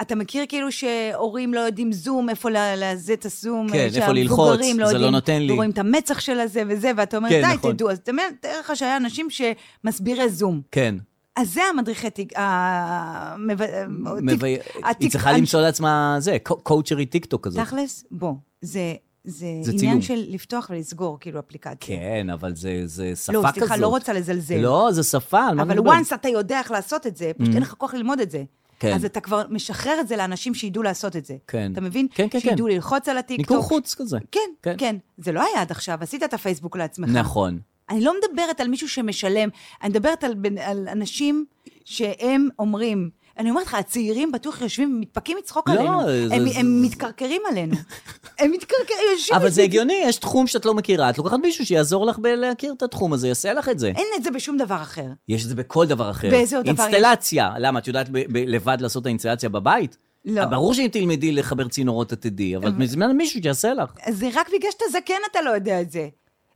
[SPEAKER 3] אתה מכיר כאילו שהורים לא יודעים זום, איפה ל- לזה את הזום,
[SPEAKER 2] כן, איפה ללחוץ,
[SPEAKER 3] שהמבוגרים
[SPEAKER 2] זה לא
[SPEAKER 3] יודעים,
[SPEAKER 2] נותן לי.
[SPEAKER 3] ורואים את המצח של הזה וזה, ואתה אומר,
[SPEAKER 2] כן,
[SPEAKER 3] די,
[SPEAKER 2] נכון.
[SPEAKER 3] תדעו. אז אתה אומר, תאר לך שהיה אנשים שמסבירי זום.
[SPEAKER 2] כן.
[SPEAKER 3] אז זה המדריכי טיק... ה- מב- אה,
[SPEAKER 2] מביא- היא
[SPEAKER 3] הטיק-
[SPEAKER 2] צריכה
[SPEAKER 3] אנש-
[SPEAKER 2] למצוא לעצמה, זה, קו- קואוצ'רית טיקטוק כזאת.
[SPEAKER 3] תכלס, בוא, זה, זה,
[SPEAKER 2] זה צילום.
[SPEAKER 3] עניין של לפתוח ולסגור, כאילו, אפליקציה.
[SPEAKER 2] כן, אבל זה זה שפה
[SPEAKER 3] לא,
[SPEAKER 2] כזאת.
[SPEAKER 3] סליחה, לא רוצה לזלזל.
[SPEAKER 2] לא, זה שפה, על מה
[SPEAKER 3] אבל
[SPEAKER 2] את מדברת?
[SPEAKER 3] once אתה יודע איך לעשות את זה, פשוט אין לך כוח ללמוד את זה.
[SPEAKER 2] כן.
[SPEAKER 3] אז אתה כבר משחרר את זה לאנשים שידעו לעשות את זה.
[SPEAKER 2] כן.
[SPEAKER 3] אתה מבין?
[SPEAKER 2] כן, כן,
[SPEAKER 3] שידעו
[SPEAKER 2] כן.
[SPEAKER 3] ללחוץ על הטיקטוק.
[SPEAKER 2] מיקור חוץ כזה.
[SPEAKER 3] כן, כן. זה לא היה עד עכשיו, עשית את הפייסבוק לעצמך.
[SPEAKER 2] נכון.
[SPEAKER 3] אני לא מדברת על מישהו שמשלם, אני מדברת על, בן- על אנשים שהם אומרים, אני אומרת לך, הצעירים בטוח יושבים ומתפקים מצחוק
[SPEAKER 2] לא,
[SPEAKER 3] עלינו.
[SPEAKER 2] זה-
[SPEAKER 3] הם,
[SPEAKER 2] זה-
[SPEAKER 3] הם מתקרקרים עלינו. הם מתקרקרים, יושבים...
[SPEAKER 2] אבל זה הגיוני, יש תחום שאת לא מכירה, את לוקחת מישהו שיעזור לך בלהכיר את התחום הזה, יעשה לך את זה.
[SPEAKER 3] אין את זה בשום דבר אחר.
[SPEAKER 2] יש את זה בכל דבר אחר.
[SPEAKER 3] אה, באיזה עוד דבר יש?
[SPEAKER 2] אינסטלציה. למה, את יודעת ב- ב- לבד לעשות את האינסטלציה בבית?
[SPEAKER 3] לא.
[SPEAKER 2] ברור שאם תלמדי לחבר צינורות את תדעי, אבל את מזמינה מישהו שיעשה לך.
[SPEAKER 3] אז זה רק בגלל שאתה זקן אתה לא יודע את זה.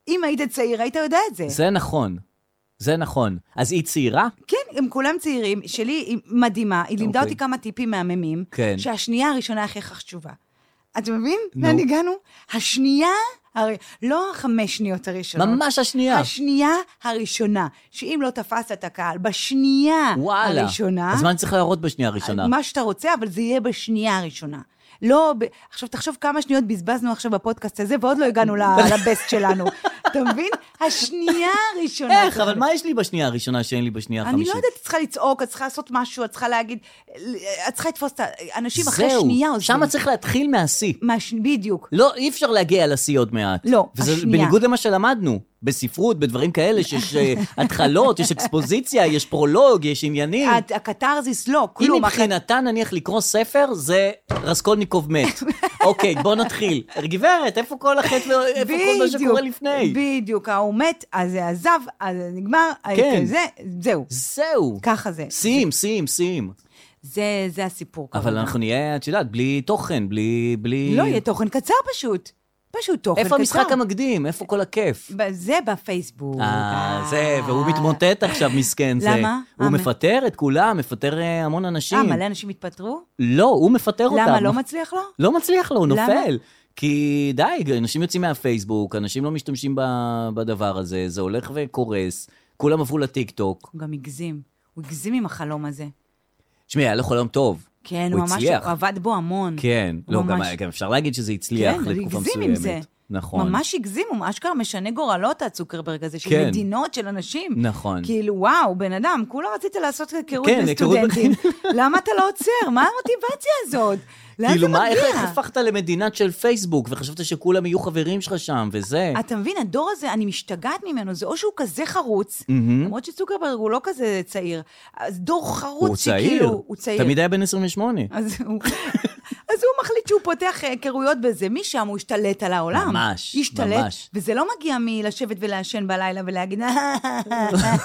[SPEAKER 3] אם היית צעיר, היית יודע את זה.
[SPEAKER 2] זה נכון. זה נכון. אז היא צעירה?
[SPEAKER 3] כן, הם כולם צעירים. שלי היא מדהימה, היא לימדה
[SPEAKER 2] אוקיי.
[SPEAKER 3] אותי כמה טיפים מהממים,
[SPEAKER 2] כן.
[SPEAKER 3] שהשנייה הראשונה הכי חשובה. אתה מבין?
[SPEAKER 2] נו.
[SPEAKER 3] לאן הגענו? השנייה, הר- לא החמש שניות הראשונות.
[SPEAKER 2] ממש לא. השנייה.
[SPEAKER 3] השנייה הראשונה, שאם לא תפסת את הקהל, בשנייה
[SPEAKER 2] וואלה.
[SPEAKER 3] הראשונה,
[SPEAKER 2] אז מה אני צריך להראות בשנייה הראשונה?
[SPEAKER 3] מה שאתה רוצה, אבל זה יהיה בשנייה הראשונה. לא, ב... עכשיו תחשוב כמה שניות בזבזנו עכשיו בפודקאסט הזה, ועוד לא הגענו ל... לבסט שלנו. אתה מבין? השנייה הראשונה.
[SPEAKER 2] איך? אבל מה יש לי בשנייה הראשונה שאין לי בשנייה
[SPEAKER 3] אני
[SPEAKER 2] החמישית?
[SPEAKER 3] לא יודעת, את צריכה לצעוק, את צריכה לעשות משהו, את צריכה להגיד, את צריכה לתפוס את ה... אנשים אחרי
[SPEAKER 2] זהו,
[SPEAKER 3] שנייה עוזבים.
[SPEAKER 2] שמה צריך להתחיל מהשיא.
[SPEAKER 3] מהש... בדיוק.
[SPEAKER 2] לא, אי אפשר להגיע לשיא עוד מעט.
[SPEAKER 3] לא,
[SPEAKER 2] וזה
[SPEAKER 3] השנייה.
[SPEAKER 2] בניגוד למה שלמדנו, בספרות, בדברים כאלה, שיש אה, התחלות, יש אקספוזיציה, יש פרולוג, יש עניינים.
[SPEAKER 3] את- הקתרזיס לא,
[SPEAKER 2] אם
[SPEAKER 3] כלום.
[SPEAKER 2] מבחינתה, נניח, לקרוא ספר, זה רסקולניקוב מת. אוקיי, בוא נתחיל. גברת, איפה כל החטא, איפה כל מה שקורה לפני?
[SPEAKER 3] בדיוק, ההוא מת, אז זה עזב, אז זה נגמר, אז
[SPEAKER 2] כן.
[SPEAKER 3] זה, זהו,
[SPEAKER 2] זהו.
[SPEAKER 3] ככה זה.
[SPEAKER 2] שיאים, שיאים, שיאים.
[SPEAKER 3] זה, זה הסיפור כרגע.
[SPEAKER 2] אבל אנחנו נהיה, את יודעת, בלי תוכן, בלי... בלי...
[SPEAKER 3] לא, יהיה תוכן קצר פשוט. פשוט תוכן קצר.
[SPEAKER 2] איפה המשחק המקדים? איפה כל הכיף?
[SPEAKER 3] ב- זה בפייסבוק.
[SPEAKER 2] אה, זה, והוא מתמוטט עכשיו, מסכן זה.
[SPEAKER 3] למה?
[SPEAKER 2] הוא
[SPEAKER 3] אה, מ-
[SPEAKER 2] מפטר את כולם, מפטר אה, המון אנשים.
[SPEAKER 3] אה, מלא אנשים התפטרו?
[SPEAKER 2] לא, הוא מפטר אותם.
[SPEAKER 3] למה, לא מצליח לו?
[SPEAKER 2] לא מצליח לו, הוא
[SPEAKER 3] למה?
[SPEAKER 2] נופל. כי די, אנשים יוצאים מהפייסבוק, אנשים לא משתמשים ב- בדבר הזה, זה הולך וקורס, כולם עברו לטיקטוק.
[SPEAKER 3] הוא גם הגזים. הוא הגזים עם החלום הזה.
[SPEAKER 2] תשמעי, היה לו חלום טוב.
[SPEAKER 3] כן,
[SPEAKER 2] הוא
[SPEAKER 3] הוא, ממש,
[SPEAKER 2] הצליח.
[SPEAKER 3] הוא עבד בו המון.
[SPEAKER 2] כן,
[SPEAKER 3] הוא
[SPEAKER 2] לא, גם,
[SPEAKER 3] ממש-
[SPEAKER 2] גם אפשר להגיד שזה הצליח
[SPEAKER 3] כן, הוא
[SPEAKER 2] לתקופה מסוימת.
[SPEAKER 3] הגזים עם זה.
[SPEAKER 2] נכון.
[SPEAKER 3] ממש הגזים, הוא אשכרה משנה גורלות, הצוקרברג הזה, של
[SPEAKER 2] כן.
[SPEAKER 3] מדינות, של אנשים.
[SPEAKER 2] נכון.
[SPEAKER 3] כאילו, וואו, בן אדם, כולה רצית לעשות היכרות
[SPEAKER 2] כן, היכרות
[SPEAKER 3] לסטודנטים. למה אתה לא עוצר? מה המוטיבציה הזאת? לאן
[SPEAKER 2] כאילו,
[SPEAKER 3] זה
[SPEAKER 2] מה, איך,
[SPEAKER 3] מגיע?
[SPEAKER 2] איך הפכת למדינת של פייסבוק, וחשבת שכולם יהיו חברים שלך שם, וזה?
[SPEAKER 3] אתה מבין, הדור הזה, אני משתגעת ממנו, זה או שהוא כזה חרוץ,
[SPEAKER 2] מהמם.
[SPEAKER 3] למרות שצוקרברג הוא לא כזה צעיר, אז דור חרוץ
[SPEAKER 2] הוא
[SPEAKER 3] שכאילו,
[SPEAKER 2] צעיר.
[SPEAKER 3] כאילו, הוא צעיר.
[SPEAKER 2] תמיד היה בן 28.
[SPEAKER 3] אז הוא... אז הוא מחליט שהוא פותח היכרויות בזה, משם הוא השתלט על העולם.
[SPEAKER 2] ממש,
[SPEAKER 3] השתלט,
[SPEAKER 2] ממש.
[SPEAKER 3] וזה לא מגיע מלשבת ולעשן בלילה ולהגיד, "אה, אה, אה, אה."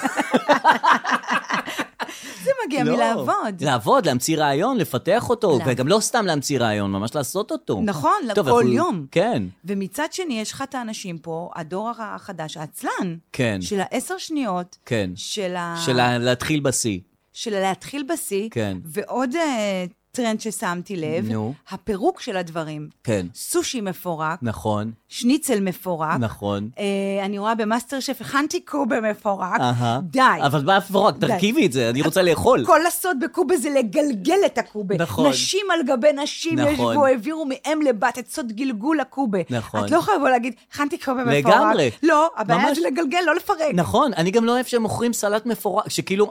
[SPEAKER 3] זה מגיע
[SPEAKER 2] לא.
[SPEAKER 3] מלעבוד.
[SPEAKER 2] לעבוד, להמציא רעיון, לפתח אותו,
[SPEAKER 3] לא.
[SPEAKER 2] וגם לא סתם להמציא רעיון, ממש לעשות אותו.
[SPEAKER 3] נכון,
[SPEAKER 2] טוב,
[SPEAKER 3] כל
[SPEAKER 2] אנחנו-
[SPEAKER 3] יום.
[SPEAKER 2] כן,
[SPEAKER 3] ומצד שני, יש לך את האנשים פה, הדור החדש, העצלן,
[SPEAKER 2] כן,
[SPEAKER 3] של העשר שניות,
[SPEAKER 2] כן.
[SPEAKER 3] של ה...
[SPEAKER 2] של ה- להתחיל בשיא.
[SPEAKER 3] של להתחיל בשיא,
[SPEAKER 2] כן.
[SPEAKER 3] ועוד אה, טרנד ששמתי לב,
[SPEAKER 2] נו.
[SPEAKER 3] הפירוק של הדברים.
[SPEAKER 2] כן.
[SPEAKER 3] סושי מפורק,
[SPEAKER 2] נכון,
[SPEAKER 3] שניצל מפורק.
[SPEAKER 2] נכון.
[SPEAKER 3] אה, אני רואה במאסטר שף, הכנתי קובה מפורק.
[SPEAKER 2] אהה.
[SPEAKER 3] די.
[SPEAKER 2] אבל מה הפורק? תרכיבי את זה, אני רוצה לאכול.
[SPEAKER 3] כל הסוד בקובה זה לגלגל את הקובה.
[SPEAKER 2] נכון.
[SPEAKER 3] נשים על גבי נשים
[SPEAKER 2] נכון.
[SPEAKER 3] ישבו, העבירו מאם לבת את סוד גלגול הקובה.
[SPEAKER 2] נכון.
[SPEAKER 3] את לא יכולה לבוא להגיד, הכנתי קובה מפורק.
[SPEAKER 2] לגמרי.
[SPEAKER 3] לא, הבעיה
[SPEAKER 2] ממש.
[SPEAKER 3] זה לגלגל, לא לפרק.
[SPEAKER 2] נכון, אני גם לא אוהב שהם מוכרים סלט מפורק, שכאילו,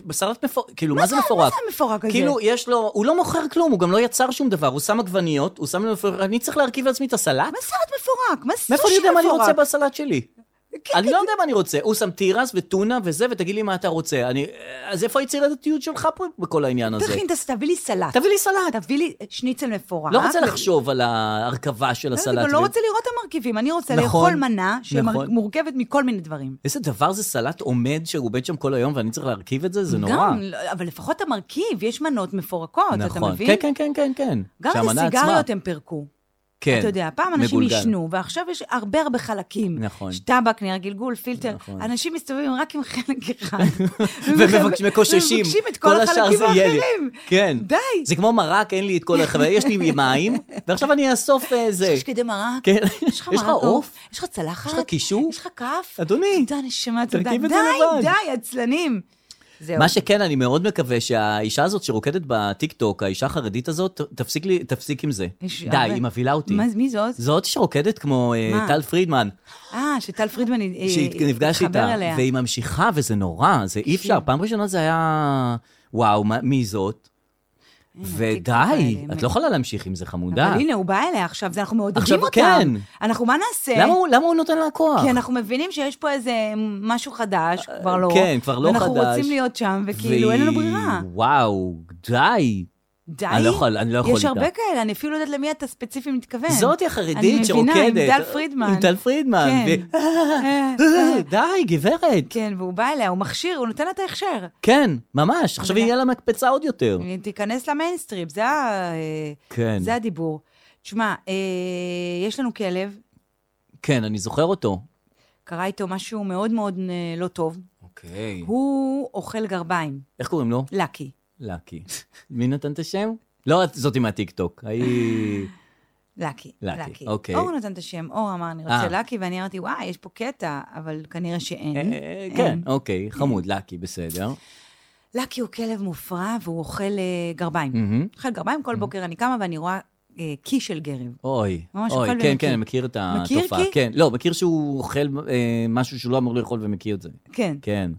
[SPEAKER 2] שבסלט מפורק, כאילו, מה זה
[SPEAKER 3] זה- מה
[SPEAKER 2] מפורק?
[SPEAKER 3] זה המפורק הזה?
[SPEAKER 2] כאילו, יש לו, הוא לא מוכר כלום, הוא גם לא יצר שום דבר, הוא שם עגבניות, הוא שם, מפורק, אני צריך להרכיב לעצמי את הסלט?
[SPEAKER 3] מה סרט מפורק? מה סושי מפורק?
[SPEAKER 2] מאיפה אני יודע מה אני רוצה בסלט שלי?
[SPEAKER 3] כן,
[SPEAKER 2] אני לא יודע מה אני רוצה. הוא שם תירס וטונה וזה, ותגיד לי מה אתה רוצה. אני, אז איפה היצירתיות שלך פה בכל העניין הזה?
[SPEAKER 3] תכין, תס- תביא לי סלט.
[SPEAKER 2] תביא לי סלט.
[SPEAKER 3] תביא לי שניצל מפורק.
[SPEAKER 2] לא רוצה לחשוב על ההרכבה של
[SPEAKER 3] אני
[SPEAKER 2] הסלט.
[SPEAKER 3] גם לא
[SPEAKER 2] ו-
[SPEAKER 3] רוצה לראות את המרכיבים, אני רוצה
[SPEAKER 2] נכון,
[SPEAKER 3] לאכול מנה
[SPEAKER 2] נכון.
[SPEAKER 3] שמורכבת מכל מיני דברים.
[SPEAKER 2] איזה דבר זה סלט עומד שעובד שם כל היום ואני צריך להרכיב את זה? זה נורא.
[SPEAKER 3] גם, לא- אבל לפחות המרכיב, יש מנות מפורקות, אתה
[SPEAKER 2] נכון.
[SPEAKER 3] מבין?
[SPEAKER 2] כן, כן, כן, כן, כן.
[SPEAKER 3] גם את
[SPEAKER 2] שהמנה עצמה-
[SPEAKER 3] הסיגריות הם פירקו.
[SPEAKER 2] כן.
[SPEAKER 3] אתה יודע, פעם אנשים
[SPEAKER 2] מגולגל.
[SPEAKER 3] עישנו, ועכשיו יש הרבה הרבה חלקים.
[SPEAKER 2] נכון.
[SPEAKER 3] טבק, נייר גלגול, פילטר.
[SPEAKER 2] נכון.
[SPEAKER 3] אנשים מסתובבים רק עם חלק אחד.
[SPEAKER 2] ומבקשים, מקוששים.
[SPEAKER 3] ומבקשים את כל
[SPEAKER 2] השאר
[SPEAKER 3] החלקים
[SPEAKER 2] זה יהיה לי.
[SPEAKER 3] האחרים.
[SPEAKER 2] כן.
[SPEAKER 3] די.
[SPEAKER 2] זה כמו מרק, אין לי את כל החבר. יש לי מים, ועכשיו אני אאסוף אה, זה.
[SPEAKER 3] יש כדי מרק?
[SPEAKER 2] כן.
[SPEAKER 3] יש לך
[SPEAKER 2] יש לך
[SPEAKER 3] מרק
[SPEAKER 2] עוף?
[SPEAKER 3] עוף? יש לך צלחת?
[SPEAKER 2] יש לך קישור?
[SPEAKER 3] יש לך כף?
[SPEAKER 2] אדוני.
[SPEAKER 3] תודה, נשמה, תודה.
[SPEAKER 2] תרכיב את זה לבד.
[SPEAKER 3] די, די, עצלנים. זהו.
[SPEAKER 2] מה שכן, אני מאוד מקווה שהאישה הזאת שרוקדת בטיקטוק, האישה החרדית הזאת, ת- תפסיק, לי, תפסיק עם זה.
[SPEAKER 3] יש
[SPEAKER 2] די,
[SPEAKER 3] הרבה-
[SPEAKER 2] היא מבהילה אותי.
[SPEAKER 3] מה- מי זאת?
[SPEAKER 2] זאת שרוקדת כמו אה,
[SPEAKER 3] מה?
[SPEAKER 2] טל פרידמן,
[SPEAKER 3] אה, שטל פרידמן אה,
[SPEAKER 2] שנפגש איתה,
[SPEAKER 3] אליה.
[SPEAKER 2] והיא ממשיכה, וזה נורא, זה אי אפשר. פעם ראשונה זה היה, וואו, מה- מי זאת?
[SPEAKER 3] הטיקטוק
[SPEAKER 2] ודי,
[SPEAKER 3] האלה,
[SPEAKER 2] את לא יכולה להמשיך עם זה, חמודה.
[SPEAKER 3] אבל הנה, הוא בא אליה עכשיו, זה- אנחנו
[SPEAKER 2] עכשיו,
[SPEAKER 3] מעודדים אותם.
[SPEAKER 2] כן.
[SPEAKER 3] אנחנו, מה נעשה?
[SPEAKER 2] למה הוא- למה הוא נותן לה כוח?
[SPEAKER 3] כי אנחנו מבינים שיש פה איזה משהו חדש, כבר לא.
[SPEAKER 2] כן, כבר לא
[SPEAKER 3] ואנחנו
[SPEAKER 2] חדש.
[SPEAKER 3] רוצים להיות שם, וכאילו, אין לנו
[SPEAKER 2] והיא-
[SPEAKER 3] ברירה.
[SPEAKER 2] וואו, די.
[SPEAKER 3] די.
[SPEAKER 2] אני לא יכול- אני לא יכול
[SPEAKER 3] יש
[SPEAKER 2] איתה.
[SPEAKER 3] הרבה כאלה, אני אפילו לא יודעת למי אתה ספציפי מתכוון.
[SPEAKER 2] זאתי החרדית שרוקדת.
[SPEAKER 3] אני מבינה, עם טל פרידמן.
[SPEAKER 2] עם טל פרידמן.
[SPEAKER 3] כן.
[SPEAKER 2] ו-
[SPEAKER 3] אה,
[SPEAKER 2] אה, די, גברת.
[SPEAKER 3] כן, והוא בא אליה, הוא מכשיר, הוא נותן לה את ההכשר.
[SPEAKER 2] כן, ממש. עכשיו יהיה לה מקפצה עוד יותר.
[SPEAKER 3] היא תיכנס למיינסטרים, זה, ה- אה,
[SPEAKER 2] כן.
[SPEAKER 3] זה הדיבור. תשמע, אה, יש לנו כלב,
[SPEAKER 2] כן, אני זוכר אותו.
[SPEAKER 3] קרה איתו משהו מאוד מאוד אה, לא טוב.
[SPEAKER 2] אוקיי.
[SPEAKER 3] הוא אוכל גרביים,
[SPEAKER 2] איך קוראים לו?
[SPEAKER 3] לקי.
[SPEAKER 2] לקי. מי נתן את השם? לא, את- זאתי מהטיקטוק. ההיא...
[SPEAKER 3] לקי,
[SPEAKER 2] לקי,
[SPEAKER 3] לקי.
[SPEAKER 2] אוקיי.
[SPEAKER 3] אור נתן את השם, אור אמר, אני רוצה
[SPEAKER 2] אה.
[SPEAKER 3] לקי, ואני אמרתי, וואי, יש פה קטע, אבל כנראה שאין.
[SPEAKER 2] אה, כן,
[SPEAKER 3] אין.
[SPEAKER 2] אוקיי, חמוד, לקי, בסדר.
[SPEAKER 3] לקי הוא כלב מופרע, והוא אוכל אה, גרביים.
[SPEAKER 2] מהמם.
[SPEAKER 3] אוכל גרביים, כל בוקר אני קמה ואני רואה אה, קי של גרב.
[SPEAKER 2] אוי,
[SPEAKER 3] ממש
[SPEAKER 2] אוי,
[SPEAKER 3] אוכל
[SPEAKER 2] כן,
[SPEAKER 3] ונקי.
[SPEAKER 2] כן, אני מכיר את
[SPEAKER 3] מכיר
[SPEAKER 2] התופעה.
[SPEAKER 3] כי?
[SPEAKER 2] כן, לא, מכיר שהוא אוכל אה, משהו שהוא לא אמור לאכול ומכיר את זה.
[SPEAKER 3] כן,
[SPEAKER 2] כן,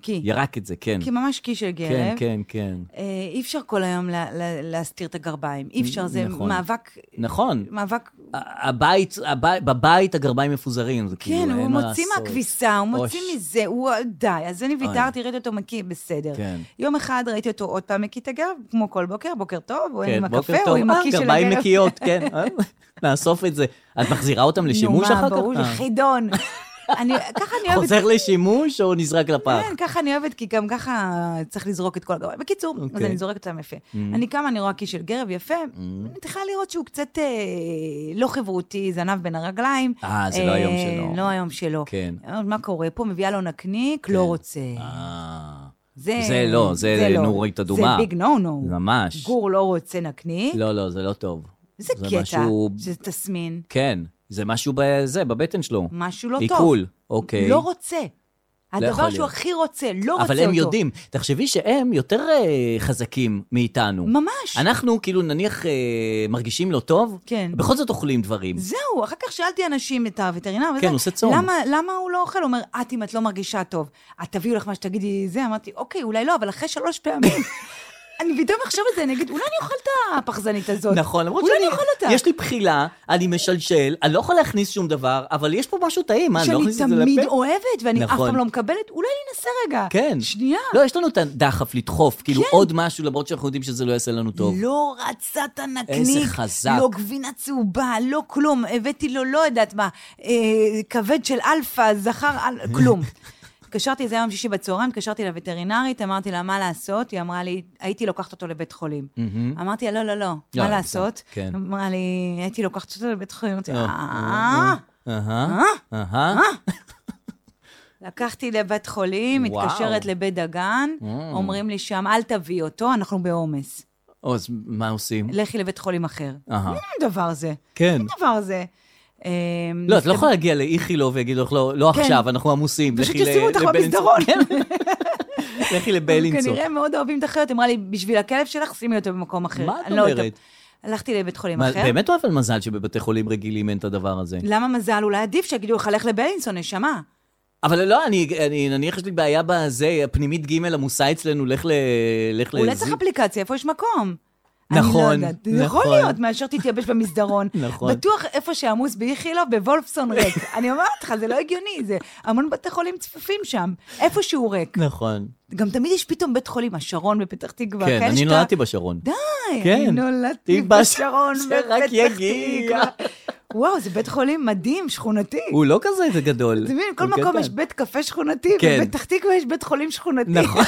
[SPEAKER 3] קי.
[SPEAKER 2] ירק את זה, כן.
[SPEAKER 3] כי ממש קי של גרב.
[SPEAKER 2] כן, כן, כן.
[SPEAKER 3] אה, אי אפשר כל היום לה, לה, להסתיר את הגרביים. אי אפשר, זה
[SPEAKER 2] נכון.
[SPEAKER 3] מאבק...
[SPEAKER 2] נכון.
[SPEAKER 3] מאבק...
[SPEAKER 2] ה- הבית, הבי- בבית הגרביים מפוזרים, זה כאילו,
[SPEAKER 3] כן, הוא
[SPEAKER 2] אין מה
[SPEAKER 3] מוציא
[SPEAKER 2] לעשות.
[SPEAKER 3] מהכביסה, הוא מוציא
[SPEAKER 2] אוש.
[SPEAKER 3] מזה, הוא... די, אז אני ויתרתי, ראיתי אותו מקיא, בסדר.
[SPEAKER 2] כן.
[SPEAKER 3] יום אחד ראיתי אותו עוד פעם מקיא את הגרב, כמו כל בוקר, בוקר טוב, הוא
[SPEAKER 2] כן,
[SPEAKER 3] עם
[SPEAKER 2] בוקר
[SPEAKER 3] הקפה, הוא
[SPEAKER 2] טוב.
[SPEAKER 3] עם
[SPEAKER 2] אה,
[SPEAKER 3] הקיא של
[SPEAKER 2] גרביים
[SPEAKER 3] הגרב.
[SPEAKER 2] נקיות, כן. אה, נאסוף את זה. את מחזירה אותם לשימוש אחר כך?
[SPEAKER 3] נו, מה, ברור,
[SPEAKER 2] אה.
[SPEAKER 3] לי חידון. אני, ככה אני אוהבת...
[SPEAKER 2] חוזר לשימוש או נזרק לפח?
[SPEAKER 3] אה, כן, ככה אני אוהבת, כי גם ככה צריך לזרוק את כל הגרביים. בקיצור, okay. אז
[SPEAKER 2] אוקיי. Mm.
[SPEAKER 3] אני זורקת אותם יפה. אני קמה, אני רואה כיס של גרב יפה, אני צריכה לראות שהוא קצת אה, לא חברותי, זנב בין הרגליים.
[SPEAKER 2] אה, זה לא היום שלו.
[SPEAKER 3] לא היום שלו.
[SPEAKER 2] כן.
[SPEAKER 3] אני אומרת, מה קורה פה? מביאה לו נקניק, לא רוצה.
[SPEAKER 2] אה, זה לא, זה נורית אדומה.
[SPEAKER 3] זה ביג נו נו.
[SPEAKER 2] ממש.
[SPEAKER 3] גור לא רוצה נקניק.
[SPEAKER 2] לא, לא, זה לא טוב.
[SPEAKER 3] זה
[SPEAKER 2] זה
[SPEAKER 3] קטע,
[SPEAKER 2] משהו-
[SPEAKER 3] זה תסמין,
[SPEAKER 2] כן, זה משהו בזה, בבטן שלו.
[SPEAKER 3] משהו לא טוב.
[SPEAKER 2] עיכול, אוקיי.
[SPEAKER 3] לא רוצה.
[SPEAKER 2] יכול
[SPEAKER 3] הדבר שהוא
[SPEAKER 2] להיות.
[SPEAKER 3] הכי רוצה, לא רוצה אותו.
[SPEAKER 2] אבל הם יודעים. תחשבי שהם יותר אה, חזקים מאיתנו.
[SPEAKER 3] ממש.
[SPEAKER 2] אנחנו כאילו נניח אה, מרגישים לא טוב,
[SPEAKER 3] כן.
[SPEAKER 2] בכל זאת אוכלים דברים.
[SPEAKER 3] זהו, אחר כך שאלתי אנשים את הווטרינר, וזה,
[SPEAKER 2] כן, הוא עושה צום.
[SPEAKER 3] למה, למה הוא לא אוכל? הוא אומר, את, אם את לא מרגישה טוב, את תביאו לך מה שתגידי זה. אמרתי, אוקיי, אולי לא, אבל אחרי שלוש פעמים. אני פתאום אחשוב על זה, אני אגיד, אולי אני אוכל את הפחזנית הזאת.
[SPEAKER 2] נכון, למרות
[SPEAKER 3] אולי
[SPEAKER 2] שאני...
[SPEAKER 3] אני אוכל אותה.
[SPEAKER 2] יש לי בחילה, אני משלשל, אני לא יכול להכניס שום דבר, אבל יש פה משהו טעים, מה, אני לא
[SPEAKER 3] שאני
[SPEAKER 2] אכניס את זה לפה?
[SPEAKER 3] תמיד אוהבת, ואני אף
[SPEAKER 2] נכון.
[SPEAKER 3] פעם לא מקבלת, אולי אני אנסה רגע.
[SPEAKER 2] כן.
[SPEAKER 3] שנייה. כן.
[SPEAKER 2] לא, יש לנו את הדחף לדחוף, כאילו עוד משהו, למרות שאנחנו יודעים שזה לא יעשה לנו טוב.
[SPEAKER 3] לא רצה את הנקניק.
[SPEAKER 2] איזה חזק.
[SPEAKER 3] לא גבינה צהובה, לא כלום. הבאתי לו, לא יודעת מה, אה, כבד של אלפא, זכר, אל... כלום. התקשרתי, זה היה יום שישי בצהריים, התקשרתי לווטרינרית, אמרתי לה, מה לעשות? היא אמרה לי, הייתי לוקחת אותו לבית חולים. אמרתי לה, לא, לא, לא,
[SPEAKER 2] לא,
[SPEAKER 3] מה לעשות?
[SPEAKER 2] בסדר, כן.
[SPEAKER 3] אמרה לי, הייתי לוקחת אותו לבית חולים. אמרתי,
[SPEAKER 2] אה,
[SPEAKER 3] אה...
[SPEAKER 2] אהה, אהה.
[SPEAKER 3] לקחתי לבית חולים,
[SPEAKER 2] וואו. Mm.
[SPEAKER 3] מתקשרת לבית דגן, אומרים לי שם, אל תביא אותו, אנחנו בעומס.
[SPEAKER 2] או, אז מה עושים?
[SPEAKER 3] לכי לבית חולים אחר.
[SPEAKER 2] אהה.
[SPEAKER 3] אין דבר זה.
[SPEAKER 2] כן.
[SPEAKER 3] אין דבר זה. אה,
[SPEAKER 2] לא, את לא יכולה להגיע לאיכילוב ויגידו לך, לא, לא
[SPEAKER 3] כן.
[SPEAKER 2] עכשיו, אנחנו עמוסים.
[SPEAKER 3] פשוט
[SPEAKER 2] לכי ל-
[SPEAKER 3] ישימו אותך
[SPEAKER 2] לבלינסון."
[SPEAKER 3] במסדרון.
[SPEAKER 2] כן. לכי
[SPEAKER 3] הם
[SPEAKER 2] לבלינסון.
[SPEAKER 3] כנראה מאוד אוהבים את החיות. אמרה לי, בשביל הכלב שלך, שימי אותו במקום אחר.
[SPEAKER 2] מה את
[SPEAKER 3] אני לא יודעת.
[SPEAKER 2] אומרת?
[SPEAKER 3] הלכתי לבית חולים
[SPEAKER 2] מה,
[SPEAKER 3] אחר.
[SPEAKER 2] באמת אוהב על מזל שבבתי חולים רגילים אין את הדבר הזה.
[SPEAKER 3] למה מזל? אולי עדיף שיגידו לך, לך לבלינסון, נשמה.
[SPEAKER 2] אבל לא, אני, אני נניח יש לי בעיה בזה, הפנימית ג' עמוסה אצלנו, לך ל... לך
[SPEAKER 3] אולי
[SPEAKER 2] לזי-
[SPEAKER 3] צריך אפליקציה, איפה יש מקום?
[SPEAKER 2] נכון,
[SPEAKER 3] אני לא יודעת. זה יכול
[SPEAKER 2] נכון.
[SPEAKER 3] להיות, מאשר תתייבש במסדרון.
[SPEAKER 2] נכון.
[SPEAKER 3] בטוח איפה שעמוס באיכילוב, בוולפסון ריק. אני אומרת לך, זה לא הגיוני, זה המון בתי חולים צפופים שם. איפה שהוא ריק.
[SPEAKER 2] נכון.
[SPEAKER 3] גם תמיד יש פתאום בית חולים, השרון בפתח תקווה.
[SPEAKER 2] כן,
[SPEAKER 3] כאלה
[SPEAKER 2] אני
[SPEAKER 3] שאתה-
[SPEAKER 2] נולדתי בשרון.
[SPEAKER 3] די, אני
[SPEAKER 2] כן.
[SPEAKER 3] נולדתי
[SPEAKER 2] אם בש-
[SPEAKER 3] בשרון
[SPEAKER 2] שרק
[SPEAKER 3] בפתח
[SPEAKER 2] יגיע.
[SPEAKER 3] תקווה. וואו, זה בית חולים מדהים, שכונתי.
[SPEAKER 2] הוא לא כזה גדול.
[SPEAKER 3] אתה מבין, כל
[SPEAKER 2] הוא
[SPEAKER 3] מקום
[SPEAKER 2] קטן.
[SPEAKER 3] יש בית קפה שכונתי,
[SPEAKER 2] כן.
[SPEAKER 3] ובפתח תקווה יש בית חולים שכונתי.
[SPEAKER 2] נכון.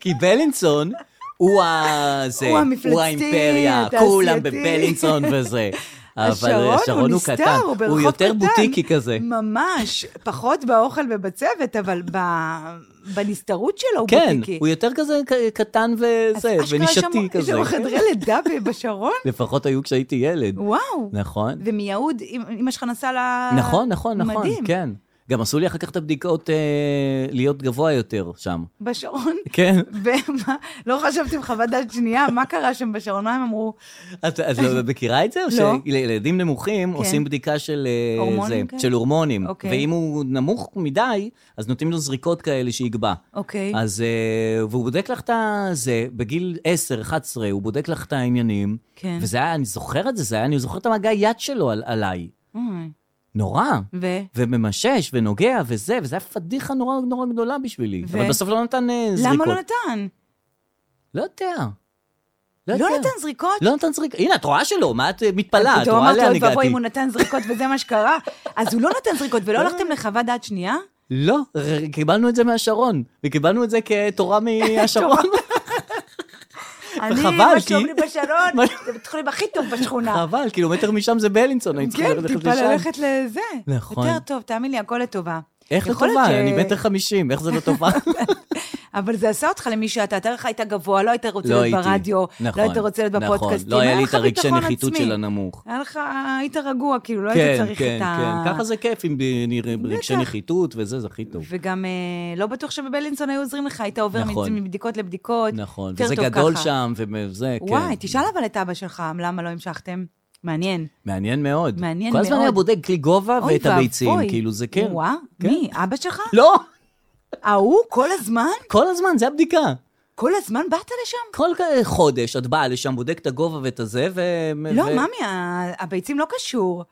[SPEAKER 2] כי בלינסון הוא ה... זה,
[SPEAKER 3] הוא המפלצתי,
[SPEAKER 2] הוא האימפריה,
[SPEAKER 3] התעשייתי.
[SPEAKER 2] כולם בבלינסון וזה. אבל השרון הוא
[SPEAKER 3] נסתר,
[SPEAKER 2] קטן,
[SPEAKER 3] הוא ברחוב
[SPEAKER 2] הוא יותר
[SPEAKER 3] קטן.
[SPEAKER 2] בוטיקי כזה.
[SPEAKER 3] ממש, פחות באוכל ובצוות, אבל ב... בנסתרות שלו הוא
[SPEAKER 2] כן,
[SPEAKER 3] בוטיקי.
[SPEAKER 2] הוא יותר כזה ק- קטן וזה,
[SPEAKER 3] אז אשכרה
[SPEAKER 2] ונישתי
[SPEAKER 3] יש
[SPEAKER 2] כזה.
[SPEAKER 3] שם חדרי לידה בשרון?
[SPEAKER 2] לפחות היו כשהייתי ילד.
[SPEAKER 3] וואו.
[SPEAKER 2] נכון.
[SPEAKER 3] ומיהוד, אמא שלך נסעה ל...
[SPEAKER 2] נכון, נכון, נכון,
[SPEAKER 3] מדהים.
[SPEAKER 2] כן. גם עשו לי אחר כך את הבדיקות אה, להיות גבוה יותר שם.
[SPEAKER 3] בשרון.
[SPEAKER 2] כן.
[SPEAKER 3] ומה, לא חשבתם חוות דעת שנייה, מה קרה שם בשרון? מה הם אמרו?
[SPEAKER 2] את, את לא מכירה את זה? או
[SPEAKER 3] לא.
[SPEAKER 2] שלילדים נמוכים
[SPEAKER 3] כן.
[SPEAKER 2] עושים בדיקה של אה,
[SPEAKER 3] הורמונים
[SPEAKER 2] זה,
[SPEAKER 3] כאלה?
[SPEAKER 2] של הורמונים.
[SPEAKER 3] אוקיי.
[SPEAKER 2] ואם הוא נמוך מדי, אז נותנים לו זריקות כאלה שיגבע.
[SPEAKER 3] אוקיי.
[SPEAKER 2] אז, אה, והוא בודק לך את זה, בגיל 10-11, הוא בודק לך את העניינים.
[SPEAKER 3] כן.
[SPEAKER 2] וזה היה, אני זוכר את זה, זה היה, אני זוכר את המגע יד שלו על, עליי.
[SPEAKER 3] אוי,
[SPEAKER 2] נורא.
[SPEAKER 3] ו?
[SPEAKER 2] וממשש, ונוגע, וזה, וזה היה פדיחה נורא נורא גדולה בשבילי.
[SPEAKER 3] ו-
[SPEAKER 2] אבל בסוף לא נתן אה, זריקות.
[SPEAKER 3] למה לא נתן?
[SPEAKER 2] לא יודע.
[SPEAKER 3] לא
[SPEAKER 2] יודע.
[SPEAKER 3] נתן זריקות?
[SPEAKER 2] לא נתן זריקות. הנה, את רואה שלא, מה את אה, מתפלאה? את
[SPEAKER 3] פתאום
[SPEAKER 2] רואה
[SPEAKER 3] אמרת,
[SPEAKER 2] לאן
[SPEAKER 3] אוי ואבוי,
[SPEAKER 2] הגעתי.
[SPEAKER 3] אם הוא נתן זריקות וזה מה שקרה, אז הוא לא נתן זריקות,
[SPEAKER 2] אה.
[SPEAKER 3] ולא הלכתם לחוות דעת שנייה?
[SPEAKER 2] לא, ר- קיבלנו את זה מהשרון, וקיבלנו את זה כתורה מהשרון.
[SPEAKER 3] אני,
[SPEAKER 2] וחבל,
[SPEAKER 3] מה
[SPEAKER 2] כי-
[SPEAKER 3] שאומרים
[SPEAKER 2] מה-
[SPEAKER 3] בשרון, זה בית חולים הכי טוב בשכונה.
[SPEAKER 2] חבל, קילומטר משם זה בלינסון, הייתי צריכה
[SPEAKER 3] כן,
[SPEAKER 2] ללכת
[SPEAKER 3] טיפה
[SPEAKER 2] לשם.
[SPEAKER 3] ללכת לזה.
[SPEAKER 2] נכון.
[SPEAKER 3] יותר טוב, תאמין לי, הכל לטובה.
[SPEAKER 2] איך
[SPEAKER 3] יכול
[SPEAKER 2] לטובה?
[SPEAKER 3] להיות
[SPEAKER 2] אני
[SPEAKER 3] ש-
[SPEAKER 2] מטר חמישים, איך זה לא טובה?
[SPEAKER 3] אבל זה עשה אותך למי שאתה, אתה לך היית גבוה, לא היית רוצה
[SPEAKER 2] לא
[SPEAKER 3] להיות
[SPEAKER 2] הייתי.
[SPEAKER 3] ברדיו,
[SPEAKER 2] נכון,
[SPEAKER 3] לא היית רוצה להיות
[SPEAKER 2] נכון,
[SPEAKER 3] בפודקאסטים,
[SPEAKER 2] לא היה לי
[SPEAKER 3] לך
[SPEAKER 2] את הרגשי
[SPEAKER 3] ביטחון
[SPEAKER 2] נחיתות
[SPEAKER 3] עצמי.
[SPEAKER 2] של הנמוך.
[SPEAKER 3] היה לך, היית רגוע, כאילו, לא היית
[SPEAKER 2] כן,
[SPEAKER 3] צריך
[SPEAKER 2] כן,
[SPEAKER 3] את ה...
[SPEAKER 2] כן. ככה זה כיף עם ב- נראה- רגשי נחיתות וזה, זה הכי טוב.
[SPEAKER 3] וגם אה, לא בטוח שבבלינסון היו עוזרים לך, היית עובר
[SPEAKER 2] נכון.
[SPEAKER 3] מצ- מבדיקות לבדיקות.
[SPEAKER 2] נכון,
[SPEAKER 3] יותר
[SPEAKER 2] וזה
[SPEAKER 3] טוב
[SPEAKER 2] גדול
[SPEAKER 3] ככה.
[SPEAKER 2] שם, וזה, כן.
[SPEAKER 3] וואי, תשאל אבל את אבא שלך, למה לא המשכתם? מעניין.
[SPEAKER 2] מעניין מאוד.
[SPEAKER 3] מעניין
[SPEAKER 2] כל הזמן היה
[SPEAKER 3] מאוד.
[SPEAKER 2] בודק לי גובה
[SPEAKER 3] אוי
[SPEAKER 2] ואת הביצים,
[SPEAKER 3] ואבוי.
[SPEAKER 2] כאילו זה כן.
[SPEAKER 3] וואה,
[SPEAKER 2] כן.
[SPEAKER 3] מי? אבא שלך?
[SPEAKER 2] לא,
[SPEAKER 3] ההוא? כל הזמן?
[SPEAKER 2] כל הזמן, זה הבדיקה.
[SPEAKER 3] כל הזמן באת לשם?
[SPEAKER 2] כל כ- חודש את באה לשם, בודקת את הגובה ואת הזה, ו...
[SPEAKER 3] לא,
[SPEAKER 2] כן, ו-
[SPEAKER 3] ממי, ה- הביצים לא קשור.
[SPEAKER 2] מה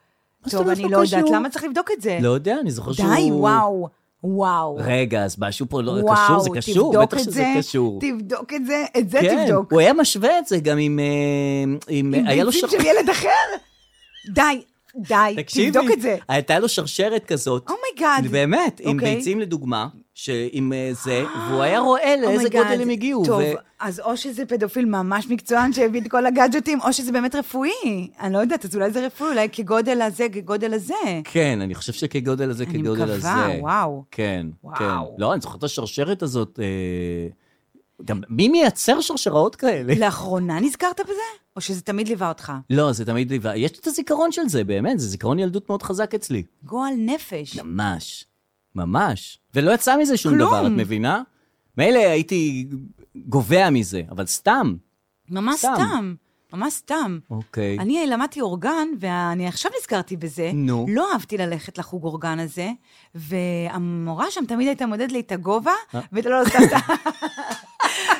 [SPEAKER 2] זאת
[SPEAKER 3] טוב,
[SPEAKER 2] אומרת
[SPEAKER 3] אני
[SPEAKER 2] לא
[SPEAKER 3] לא יודעת,
[SPEAKER 2] קשור?
[SPEAKER 3] למה צריך לבדוק את זה?
[SPEAKER 2] לא יודע, אני זוכר שהוא...
[SPEAKER 3] די, וואו, וואו.
[SPEAKER 2] רגע, אז משהו פה לא קשור,
[SPEAKER 3] וואו,
[SPEAKER 2] זה קשור,
[SPEAKER 3] תבדוק
[SPEAKER 2] בטח
[SPEAKER 3] את
[SPEAKER 2] שזה
[SPEAKER 3] זה,
[SPEAKER 2] קשור.
[SPEAKER 3] תבדוק את זה, את זה
[SPEAKER 2] כן,
[SPEAKER 3] תבדוק.
[SPEAKER 2] הוא היה משווה את זה גם עם... אה, עם
[SPEAKER 3] עם
[SPEAKER 2] היה לו
[SPEAKER 3] ביצים
[SPEAKER 2] שרשרת-
[SPEAKER 3] של ילד אחר? די, די,
[SPEAKER 2] תקשיבי,
[SPEAKER 3] תבדוק את זה. Oh
[SPEAKER 2] הייתה לו שרשרת כזאת.
[SPEAKER 3] אומייגאד.
[SPEAKER 2] באמת, עם
[SPEAKER 3] אוקיי.
[SPEAKER 2] ביצים לדוגמה, עם אה, זה, והוא היה רואה לאיזה
[SPEAKER 3] אומייגאד.
[SPEAKER 2] גודל הם הגיעו.
[SPEAKER 3] Oh טוב,
[SPEAKER 2] ו-
[SPEAKER 3] אז או שזה פדופיל ממש מקצוען שהביא את כל הגאדג'טים, או שזה באמת רפואי. אני לא יודעת, אז אולי זה רפואי, אולי כגודל הזה, כגודל הזה.
[SPEAKER 2] כן, אני חושב שכגודל הזה,
[SPEAKER 3] אני
[SPEAKER 2] כגודל הזה.
[SPEAKER 3] מקווה, וואו.
[SPEAKER 2] כן,
[SPEAKER 3] וואו.
[SPEAKER 2] כן. לא, אני זוכר את השרשרת הזאת. אה, גם מי מייצר שרשראות כאלה?
[SPEAKER 3] לא. לאחרונה נזכרת בזה? או שזה תמיד ליווה אותך?
[SPEAKER 2] לא, זה תמיד ליווה. יש לי את הזיכרון של זה, באמת, זה זיכרון ילדות מאוד חזק אצלי.
[SPEAKER 3] גועל נפש.
[SPEAKER 2] לא, ממש, ממש. ולא יצא מזה שום
[SPEAKER 3] כלום.
[SPEAKER 2] דבר, את מבינה? מילא הייתי גובע מזה, אבל סתם.
[SPEAKER 3] ממש
[SPEAKER 2] סתם.
[SPEAKER 3] סתם. ממש סתם.
[SPEAKER 2] אוקיי.
[SPEAKER 3] אני למדתי אורגן, ואני עכשיו נזכרתי בזה.
[SPEAKER 2] נו.
[SPEAKER 3] לא אהבתי ללכת לחוג אורגן הזה, והמורה שם תמיד הייתה מודדת לי את הגובה,
[SPEAKER 2] אה.
[SPEAKER 3] ולא, לא, סתם, סתם.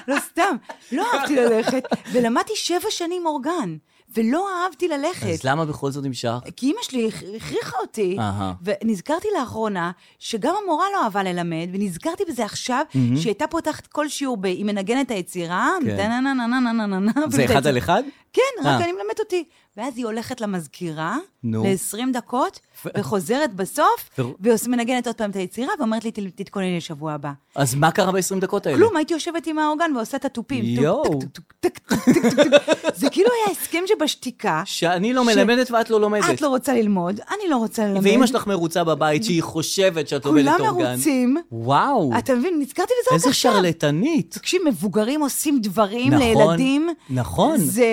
[SPEAKER 3] לא, סתם. לא אהבתי ללכת, ולמדתי שבע שנים אורגן, ולא אהבתי ללכת.
[SPEAKER 2] אז למה בכל זאת נמשך?
[SPEAKER 3] כי אימא שלי הכ- הכריחה אותי,
[SPEAKER 2] אהה.
[SPEAKER 3] ונזכרתי לאחרונה שגם המורה לא אהבה ללמד, ונזכרתי בזה עכשיו, שהיא הייתה פותחת כל שיעור, ב- היא מנגנת את היצירה,
[SPEAKER 2] כן.
[SPEAKER 3] טה-נה-נה-נה-נה-נה-נה-נה,
[SPEAKER 2] זה אחד
[SPEAKER 3] וזה-
[SPEAKER 2] על אחד?
[SPEAKER 3] כן, רק
[SPEAKER 2] אה.
[SPEAKER 3] אני מלמדת אותי. ואז היא הולכת למזכירה,
[SPEAKER 2] נו.
[SPEAKER 3] ל-20 דקות, וחוזרת בסוף,
[SPEAKER 2] ו-
[SPEAKER 3] ומנגנת עוד פעם את היצירה, ואומרת לי, "ת- תתכונני לשבוע הבא.
[SPEAKER 2] אז מה קרה ב-20 דקות האלה?
[SPEAKER 3] כלום, הייתי יושבת עם האורגן ועושה את התופים. טוק,
[SPEAKER 2] יואו.
[SPEAKER 3] טק, טק, טק, טק, טק, טק, טק. זה כאילו היה הסכם שבשתיקה.
[SPEAKER 2] שאני לא
[SPEAKER 3] ש-
[SPEAKER 2] מלמדת ואת לא לומדת.
[SPEAKER 3] את לא רוצה ללמוד, אני לא רוצה ללמד.
[SPEAKER 2] ואימא שלך מרוצה בבית שהיא חושבת שאת לומדת
[SPEAKER 3] כולם
[SPEAKER 2] אורגן.
[SPEAKER 3] מרוצים.
[SPEAKER 2] וואו,
[SPEAKER 3] אתה מבין? נזכרתי בזה רק עכשיו.
[SPEAKER 2] איזה שרלטנית.
[SPEAKER 3] תקשיב, מבוגרים עושים דברים
[SPEAKER 2] נכון,
[SPEAKER 3] לילדים.
[SPEAKER 2] נכון.
[SPEAKER 3] זה...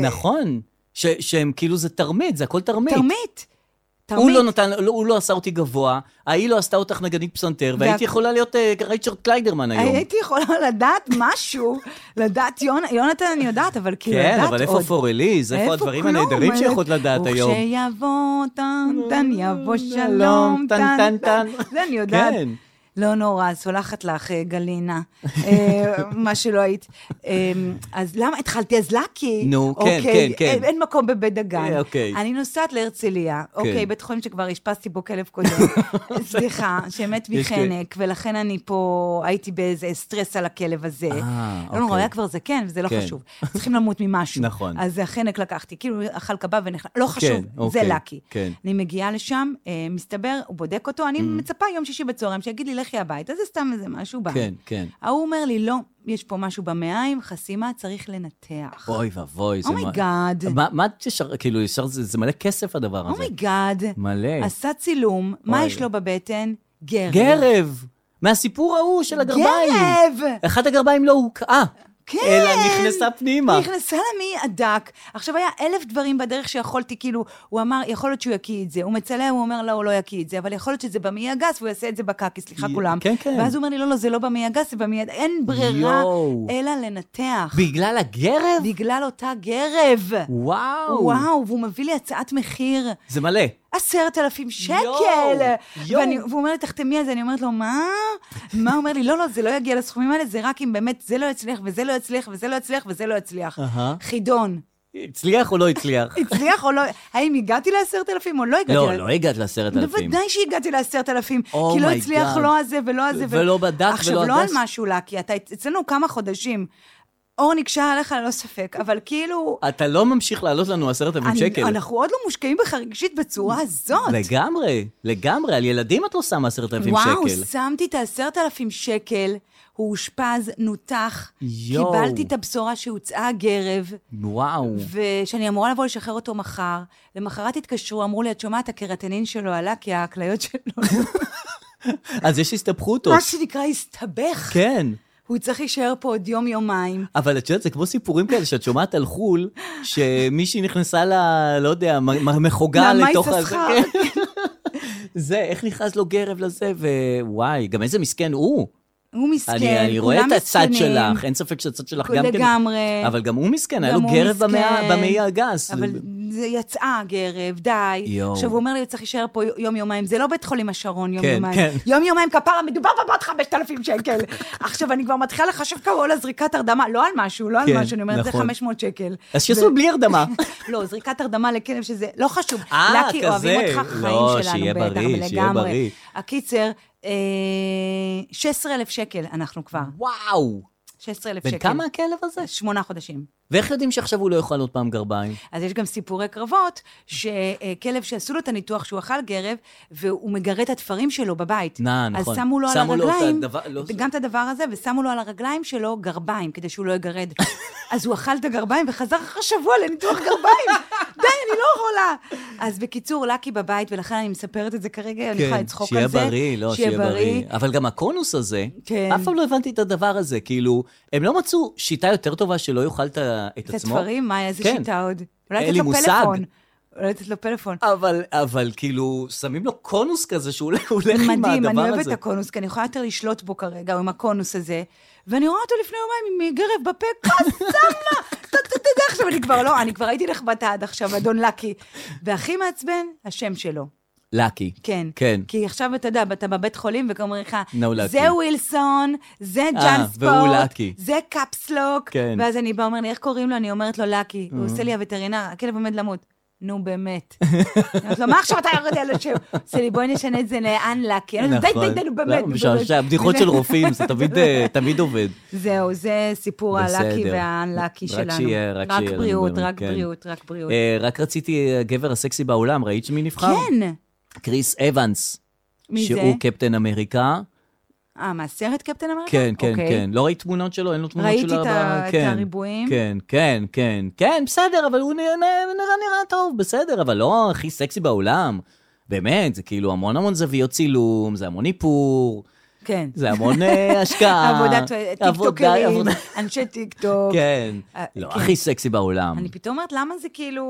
[SPEAKER 2] נכון. ש- שהם כאילו זה תרמית, זה הכל תרמית.
[SPEAKER 3] תרמית. תרמית.
[SPEAKER 2] הוא לא נתן, לא, הוא לא עשה אותי גבוה, ההיא לא עשתה אותך נגנית פסנתר, והייתי יכולה להיות אה, רייצ'רד קליידרמן היום.
[SPEAKER 3] הייתי יכולה לדעת משהו, לדעת, יונ... יונתן אני יודעת, אבל כאילו לדעת
[SPEAKER 2] כן,
[SPEAKER 3] עוד.
[SPEAKER 2] אבל איפה פורליז? איפה הדברים
[SPEAKER 3] כלום? אה,
[SPEAKER 2] הנהדרים שיכולת לדעת היום?
[SPEAKER 3] וכשיבוא טן טן יבוא שלום טן טן טן. זה אני יודעת.
[SPEAKER 2] כן.
[SPEAKER 3] לא נורא, סולחת לך, אה, גלינה, אה, מה שלא היית. אה, אז למה התחלתי? אז לקי.
[SPEAKER 2] נו, כן,
[SPEAKER 3] אוקיי,
[SPEAKER 2] כן, כן.
[SPEAKER 3] אין- אין מקום בבית דגן.
[SPEAKER 2] אה, אוקיי. כן.
[SPEAKER 3] אני נוסעת להרצליה, אוקיי, בית חולים שכבר אשפזתי בו כלב קודם. סליחה, שמת
[SPEAKER 2] יש כן. כאלה.
[SPEAKER 3] מחנק, ולכן אני פה הייתי באיזה סטרס על הכלב הזה.
[SPEAKER 2] אה,
[SPEAKER 3] לא נורא,
[SPEAKER 2] אוקיי.
[SPEAKER 3] היה כבר זקן, וזה לא
[SPEAKER 2] כן.
[SPEAKER 3] חשוב. צריכים למות ממשהו.
[SPEAKER 2] נכון.
[SPEAKER 3] אז החנק לקחתי, כאילו אכל קבב ונחנק, לא חשוב, זה
[SPEAKER 2] אוקיי,
[SPEAKER 3] לקי.
[SPEAKER 2] כן. Mm.
[SPEAKER 3] אני מגיעה לשם, אה, מסתבר, הוא בודק אותו, אני מצפה יום שישי בצהריים שיגיד לי, לכי הביתה, זה סתם איזה משהו בעין.
[SPEAKER 2] כן, כן.
[SPEAKER 3] ההוא אומר לי, לא, יש פה משהו במעיים, חסימה, צריך לנתח.
[SPEAKER 2] אוי ואבוי,
[SPEAKER 3] Oh
[SPEAKER 2] זה
[SPEAKER 3] אומייגאד.
[SPEAKER 2] מה, מה תשאר, כאילו, ישר, זה, זה מלא כסף הדבר הזה.
[SPEAKER 3] אומייגאד.
[SPEAKER 2] מלא.
[SPEAKER 3] Oh עשה צילום, מה
[SPEAKER 2] אוי.
[SPEAKER 3] יש לו בבטן? גרב.
[SPEAKER 2] גרב, מהסיפור ההוא של הגרביים.
[SPEAKER 3] גרב!
[SPEAKER 2] אחת הגרביים לא הוקעה.
[SPEAKER 3] כן!
[SPEAKER 2] אלא נכנסה פנימה.
[SPEAKER 3] נכנסה למעי הדק. עכשיו, היה אלף דברים בדרך שיכולתי, כאילו, הוא אמר, יכול להיות שהוא יקיא את זה. הוא מצלם, הוא אומר, לא, הוא לא יקיא את זה, אבל יכול להיות שזה במעי הגס, והוא יעשה את זה בקקי, סליחה
[SPEAKER 2] י-
[SPEAKER 3] כולם.
[SPEAKER 2] כן, כן.
[SPEAKER 3] ואז הוא אומר לי, לא, לא, זה לא במעי הגס, זה במעי הדק. אין ברירה,
[SPEAKER 2] יואו.
[SPEAKER 3] אלא לנתח.
[SPEAKER 2] בגלל הגרב?
[SPEAKER 3] בגלל אותה גרב.
[SPEAKER 2] וואו.
[SPEAKER 3] וואו, והוא מביא לי הצעת מחיר.
[SPEAKER 2] זה מלא.
[SPEAKER 3] עשרת אלפים שקל!
[SPEAKER 2] יואו.
[SPEAKER 3] ואני- והוא אומר לי, תחתמי על זה, אני אומרת לו, מה? מה? הוא אומר לי, לא, לא, זה לא יגיע לסכומים האלה, זה רק אם באמת זה לא יצליח, וזה לא יצליח, וזה לא יצליח, וזה לא יצליח.
[SPEAKER 2] אהה.
[SPEAKER 3] חידון.
[SPEAKER 2] הצליח או לא הצליח?
[SPEAKER 3] הצליח או לא? האם הגעתי לעשרת אלפים או לא הגעתי?
[SPEAKER 2] לא,
[SPEAKER 3] ל-
[SPEAKER 2] לא הגעת לעשרת אלפים.
[SPEAKER 3] בוודאי שהגעתי לעשרת אלפים,
[SPEAKER 2] Oh
[SPEAKER 3] כי לא
[SPEAKER 2] my
[SPEAKER 3] הצליח
[SPEAKER 2] God.
[SPEAKER 3] לא הזה ולא הזה. ו-
[SPEAKER 2] ולא בדק ולא
[SPEAKER 3] עכשיו, לא על
[SPEAKER 2] הדס?
[SPEAKER 3] משהו לקי, אתה אצלנו כמה חודשים. אור נקשר עליך ללא לא ספק, אבל כאילו...
[SPEAKER 2] אתה לא ממשיך לעלות לנו עשרת אלפים
[SPEAKER 3] אני-
[SPEAKER 2] שקל.
[SPEAKER 3] אנחנו עוד לא מושקעים בך רגשית בצורה הזאת.
[SPEAKER 2] לגמרי, לגמרי, על ילדים את לא שמה עשרת אלפים
[SPEAKER 3] וואו,
[SPEAKER 2] שקל.
[SPEAKER 3] שמתי את העשרת אלפים שקל, הוא אושפז, נותח,
[SPEAKER 2] יואו.
[SPEAKER 3] קיבלתי את הבשורה שהוצאה הגרב,
[SPEAKER 2] וואו.
[SPEAKER 3] ושאני אמורה לבוא לשחרר אותו מחר. למחרת התקשרו, אמרו לי, את שומעת, הקרטנין שלו עלה, כי הכליות
[SPEAKER 2] לא.
[SPEAKER 3] שלו, לא,
[SPEAKER 2] אז יש הסתבכות
[SPEAKER 3] מה שנקרא, הסתבך.
[SPEAKER 2] כן.
[SPEAKER 3] הוא צריך להישאר פה עוד יום-יומיים.
[SPEAKER 2] אבל את יודעת, זה כמו סיפורים כאלה שאת שומעת על חו"ל, שמישהי נכנסה ל... לא יודע, מ- מ- מחוגה
[SPEAKER 3] נעמה
[SPEAKER 2] לתוך... הזה.
[SPEAKER 3] יששכר.
[SPEAKER 2] כן. זה, איך נכנס לו גרב לזה, ווואי, גם איזה מסכן הוא.
[SPEAKER 3] הוא מסכן, כולם
[SPEAKER 2] אני,
[SPEAKER 3] מסכנים.
[SPEAKER 2] אני רואה את הצד שלך, אין ספק שהצד שלך גם כן...
[SPEAKER 3] לגמרי.
[SPEAKER 2] אבל גם הוא מסכן, היה
[SPEAKER 3] גם
[SPEAKER 2] לו
[SPEAKER 3] הוא
[SPEAKER 2] גרב במאה-
[SPEAKER 3] מסכן.
[SPEAKER 2] במעי הגס.
[SPEAKER 3] אבל זה יצאה גרב, די.
[SPEAKER 2] יואו.
[SPEAKER 3] עכשיו, הוא אומר לי, הוא צריך להישאר פה יום-יומיים. זה לא בית חולים השרון
[SPEAKER 2] כן,
[SPEAKER 3] יום-יומיים.
[SPEAKER 2] כן.
[SPEAKER 3] יום-יומיים כפרה, מדובר בבת 5,000 שקל. עכשיו, אני כבר מתחילה לחשב כמה עולה זריקת הרדמה, לא על משהו, לא על
[SPEAKER 2] כן,
[SPEAKER 3] משהו, אני אומרת, זה
[SPEAKER 2] נכון.
[SPEAKER 3] 500 שקל.
[SPEAKER 2] אז שיעשו בלי הרדמה.
[SPEAKER 3] לא, זריקת הרדמה לכלב שזה, לא חשוב.
[SPEAKER 2] אה,
[SPEAKER 3] לקי,
[SPEAKER 2] כזה.
[SPEAKER 3] אוהבים אותך, חיים
[SPEAKER 2] לא,
[SPEAKER 3] שלנו
[SPEAKER 2] שיהיה
[SPEAKER 3] בטח,
[SPEAKER 2] בריא, שיהיה
[SPEAKER 3] לגמרי.
[SPEAKER 2] בריא.
[SPEAKER 3] הקיצר, אה, 16,000 שקל אנחנו כבר.
[SPEAKER 2] וואו.
[SPEAKER 3] 16,000 שקל.
[SPEAKER 2] בן כמה הכלב הזה?
[SPEAKER 3] שמונה חודשים.
[SPEAKER 2] ואיך יודעים שעכשיו הוא לא יאכל עוד פעם גרביים?
[SPEAKER 3] אז יש גם סיפורי קרבות, שכלב שעשו לו את הניתוח שהוא אכל גרב, והוא מגרה את התפרים שלו בבית.
[SPEAKER 2] נא, נכון.
[SPEAKER 3] אז שמו לו על
[SPEAKER 2] שמו לו את
[SPEAKER 3] הרגליים,
[SPEAKER 2] הדבר- לא-
[SPEAKER 3] גם את הדבר הזה, ושמו לו על הרגליים שלו גרביים, כדי שהוא לא יגרד. אז הוא אכל את הגרביים וחזר אחרי שבוע לניתוח גרביים. די, אני לא יכולה. אז בקיצור, לקי בבית, ולכן אני מספרת את זה כרגע, אני יכולה לצחוק על זה.
[SPEAKER 2] כן, שיהיה בריא, לא, שיהיה בריא. אבל גם הקונוס הזה,
[SPEAKER 3] כן.
[SPEAKER 2] אף פעם לא הבנתי את הדבר הזה. כאילו, הם לא מצאו שיטה יותר טובה שלא יאכל את ה- את
[SPEAKER 3] את
[SPEAKER 2] עצמו.
[SPEAKER 3] התפרים, מה, איזה
[SPEAKER 2] כן.
[SPEAKER 3] שיטה עוד?
[SPEAKER 2] אין
[SPEAKER 3] אולי לתת
[SPEAKER 2] לי
[SPEAKER 3] לו
[SPEAKER 2] מושג.
[SPEAKER 3] פלאפון. אולי לתת לו פלאפון.
[SPEAKER 2] אבל, אבל כאילו, שמים לו קונוס כזה שהוא הולך הולך עם הדבר הזה.
[SPEAKER 3] מדהים, אני אוהבת את הקונוס, כי אני יכולה יותר לשלוט בו כרגע, או עם הקונוס הזה, ואני רואה אותו לפני יומיים עם אה, גרב בפה, קסם לה! טק, טק, טק, עכשיו אני כבר לא, אני כבר הייתי נחבטה עד עכשיו, אדון לקי. והכי מעצבן, השם שלו.
[SPEAKER 2] לקי.
[SPEAKER 3] כן.
[SPEAKER 2] כן.
[SPEAKER 3] כי עכשיו אתה יודע, אתה בבית חולים וכאומרים לך,
[SPEAKER 2] No lucky.
[SPEAKER 3] זה ווילסון, זה
[SPEAKER 2] אה, והוא
[SPEAKER 3] ג'אנספורט,
[SPEAKER 2] lucky.
[SPEAKER 3] זה קפסלוק.
[SPEAKER 2] כן. Mm-hmm.
[SPEAKER 3] ואז אני באה, אומר לי, איך קוראים לו? אני אומרת לו לקי. הוא עושה לי הווטרינר, הכלב עומד למות. נו באמת. אני אומרת לו, מה עכשיו אתה יורד על השם? עושה לי, בואי נשנה את זה ל-unlucky. אני אומרת, כן. די,
[SPEAKER 2] נכון.
[SPEAKER 3] די, די, נו באמת. נו,
[SPEAKER 2] משעשע,
[SPEAKER 3] באמת."
[SPEAKER 2] לא, הבדיחות של רופאים, זה תמיד, אה, תמיד עובד.
[SPEAKER 3] זהו, זה סיפור הלאקי
[SPEAKER 2] בסדר.
[SPEAKER 3] והאנלאקי
[SPEAKER 2] רק
[SPEAKER 3] שלנו.
[SPEAKER 2] שיהיה- רק שיהיה לנו
[SPEAKER 3] בריאות,
[SPEAKER 2] באמת,
[SPEAKER 3] רק
[SPEAKER 2] כן.
[SPEAKER 3] בריאות, רק בריאות.
[SPEAKER 2] אה, רק רציתי, אה, גבר הסקסי בעולם, ראית מי נבחר?
[SPEAKER 3] כן,
[SPEAKER 2] קריס אבנס.
[SPEAKER 3] מי זה?
[SPEAKER 2] שהוא כן. קפטן אמריקה.
[SPEAKER 3] אה, מהסרט קפטן אמריקה?
[SPEAKER 2] כן, כן,
[SPEAKER 3] אוקיי.
[SPEAKER 2] כן. לא ראית תמונות שלו? אין לו תמונות
[SPEAKER 3] ראיתי
[SPEAKER 2] שלו?
[SPEAKER 3] את
[SPEAKER 2] ב-
[SPEAKER 3] ה- את
[SPEAKER 2] כן,
[SPEAKER 3] הריבועים.
[SPEAKER 2] כן, כן, כן. כן, בסדר, אבל הוא נראה, נראה, נראה טוב, בסדר, אבל לא הכי סקסי בעולם. באמת, זה כאילו המון המון זוויות צילום, זה המון איפור,
[SPEAKER 3] כן.
[SPEAKER 2] זה המון אה, השקעה.
[SPEAKER 3] עבודת
[SPEAKER 2] עבודה-
[SPEAKER 3] טיקטוקרים,
[SPEAKER 2] עבודה-
[SPEAKER 3] אנשי טיקטוק.
[SPEAKER 2] כן.
[SPEAKER 3] אה,
[SPEAKER 2] לא,
[SPEAKER 3] כן.
[SPEAKER 2] הכי סקסי בעולם.
[SPEAKER 3] אני פתאום אומרת, למה זה כאילו,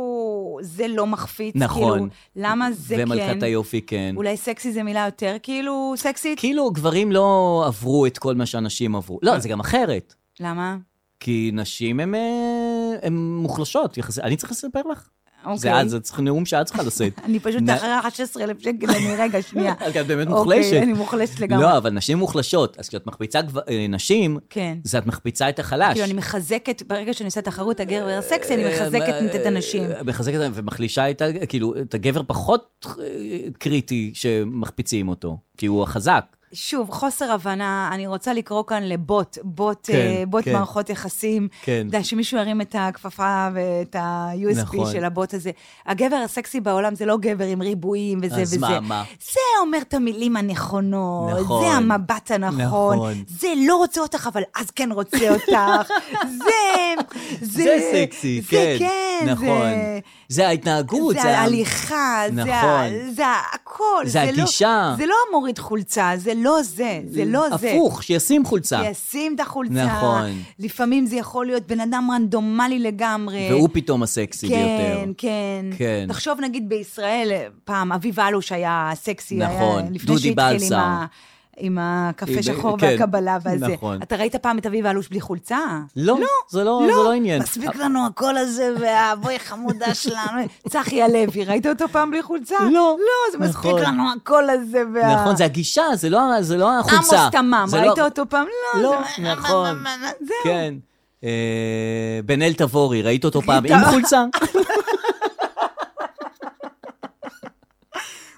[SPEAKER 3] זה לא מחפיץ?
[SPEAKER 2] נכון.
[SPEAKER 3] כאילו, למה זה כן?
[SPEAKER 2] ומלכת היופי, כן.
[SPEAKER 3] אולי סקסי זה מילה יותר כאילו סקסית?
[SPEAKER 2] כאילו, גברים לא עברו את כל מה שאנשים עברו. לא, זה גם אחרת.
[SPEAKER 3] למה?
[SPEAKER 2] כי נשים הן אה, הן מוחלשות יחסית. אני צריך לספר לך?
[SPEAKER 3] אוקיי.
[SPEAKER 2] זה את, זה צריך נאום שאת צריכה לשאת.
[SPEAKER 3] אני פשוט
[SPEAKER 2] נא-
[SPEAKER 3] אחרי 16,000 שקל, אני רגע, שנייה.
[SPEAKER 2] את באמת
[SPEAKER 3] אוקיי,
[SPEAKER 2] מוחלשת.
[SPEAKER 3] אני מוחלשת לגמרי.
[SPEAKER 2] לא, אבל נשים מוחלשות. אז כשאת מחפיצה גב- אה, נשים,
[SPEAKER 3] כן.
[SPEAKER 2] זה את מחפיצה את החלש.
[SPEAKER 3] כאילו, אני מחזקת, ברגע שאני עושה תחרות הגבר והסקסי, אני מחזקת את הנשים.
[SPEAKER 2] אה, מחזקת אותם ומחלישה את ה... כאילו, את הגבר פחות אה, קריטי שמחפיצים אותו, כי הוא החזק.
[SPEAKER 3] שוב, חוסר הבנה, אני רוצה לקרוא כאן לבוט, בוט,
[SPEAKER 2] כן,
[SPEAKER 3] אה, בוט
[SPEAKER 2] כן.
[SPEAKER 3] מערכות יחסים.
[SPEAKER 2] כן.
[SPEAKER 3] אתה יודע, שמישהו ירים את הכפפה ואת ה-USB
[SPEAKER 2] נכון.
[SPEAKER 3] של הבוט הזה. הגבר הסקסי בעולם זה לא גבר עם ריבועים וזה וזה.
[SPEAKER 2] אז מה, מה?
[SPEAKER 3] זה אומר את המילים הנכונות,
[SPEAKER 2] נכון.
[SPEAKER 3] זה המבט הנכון,
[SPEAKER 2] נכון.
[SPEAKER 3] זה לא רוצה אותך, אבל אז כן רוצה אותך. זה, זה...
[SPEAKER 2] זה סקסי, כן.
[SPEAKER 3] זה כן,
[SPEAKER 2] נכון.
[SPEAKER 3] זה...
[SPEAKER 2] זה ההתנהגות.
[SPEAKER 3] זה
[SPEAKER 2] ה-
[SPEAKER 3] ההליכה, זה, ה-
[SPEAKER 2] נכון.
[SPEAKER 3] זה ה- הכל.
[SPEAKER 2] זה הגישה.
[SPEAKER 3] לא, זה לא המוריד חולצה, זה לא זה, זה לא זה.
[SPEAKER 2] הפוך, שישים חולצה.
[SPEAKER 3] שישים את החולצה.
[SPEAKER 2] נכון.
[SPEAKER 3] לפעמים זה יכול להיות בן אדם רנדומלי לגמרי.
[SPEAKER 2] והוא פתאום הסקסי
[SPEAKER 3] כן,
[SPEAKER 2] ביותר.
[SPEAKER 3] כן,
[SPEAKER 2] כן.
[SPEAKER 3] תחשוב, נגיד בישראל, פעם אביב אלוש היה סקסי,
[SPEAKER 2] נכון,
[SPEAKER 3] היה, לפני
[SPEAKER 2] דודי
[SPEAKER 3] שהתחיל עם,
[SPEAKER 2] בלסה.
[SPEAKER 3] ה, עם הקפה
[SPEAKER 2] עם-
[SPEAKER 3] שחור
[SPEAKER 2] כן,
[SPEAKER 3] והקבלה והזה.
[SPEAKER 2] נכון.
[SPEAKER 3] אתה ראית פעם את אביב אלוש בלי חולצה?
[SPEAKER 2] לא, זה לא זה לא עניין.
[SPEAKER 3] מספיק לנו הקול הזה, והבואי חמודה שלנו. צחי הלוי, ראית אותו פעם בלי חולצה?
[SPEAKER 2] לא.
[SPEAKER 3] לא, זה מספיק
[SPEAKER 2] נכון.
[SPEAKER 3] לנו הקול הזה, וה...
[SPEAKER 2] נכון, זה הגישה, זה לא, זה לא החולצה.
[SPEAKER 3] עמוס תמם,
[SPEAKER 2] זה
[SPEAKER 3] ראית
[SPEAKER 2] לא-
[SPEAKER 3] אותו פעם? לא.
[SPEAKER 2] לא,
[SPEAKER 3] זה-
[SPEAKER 2] נכון.
[SPEAKER 3] זהו.
[SPEAKER 2] כן. אה, בן אל תבורי, ראית אותו פעם עם חולצה?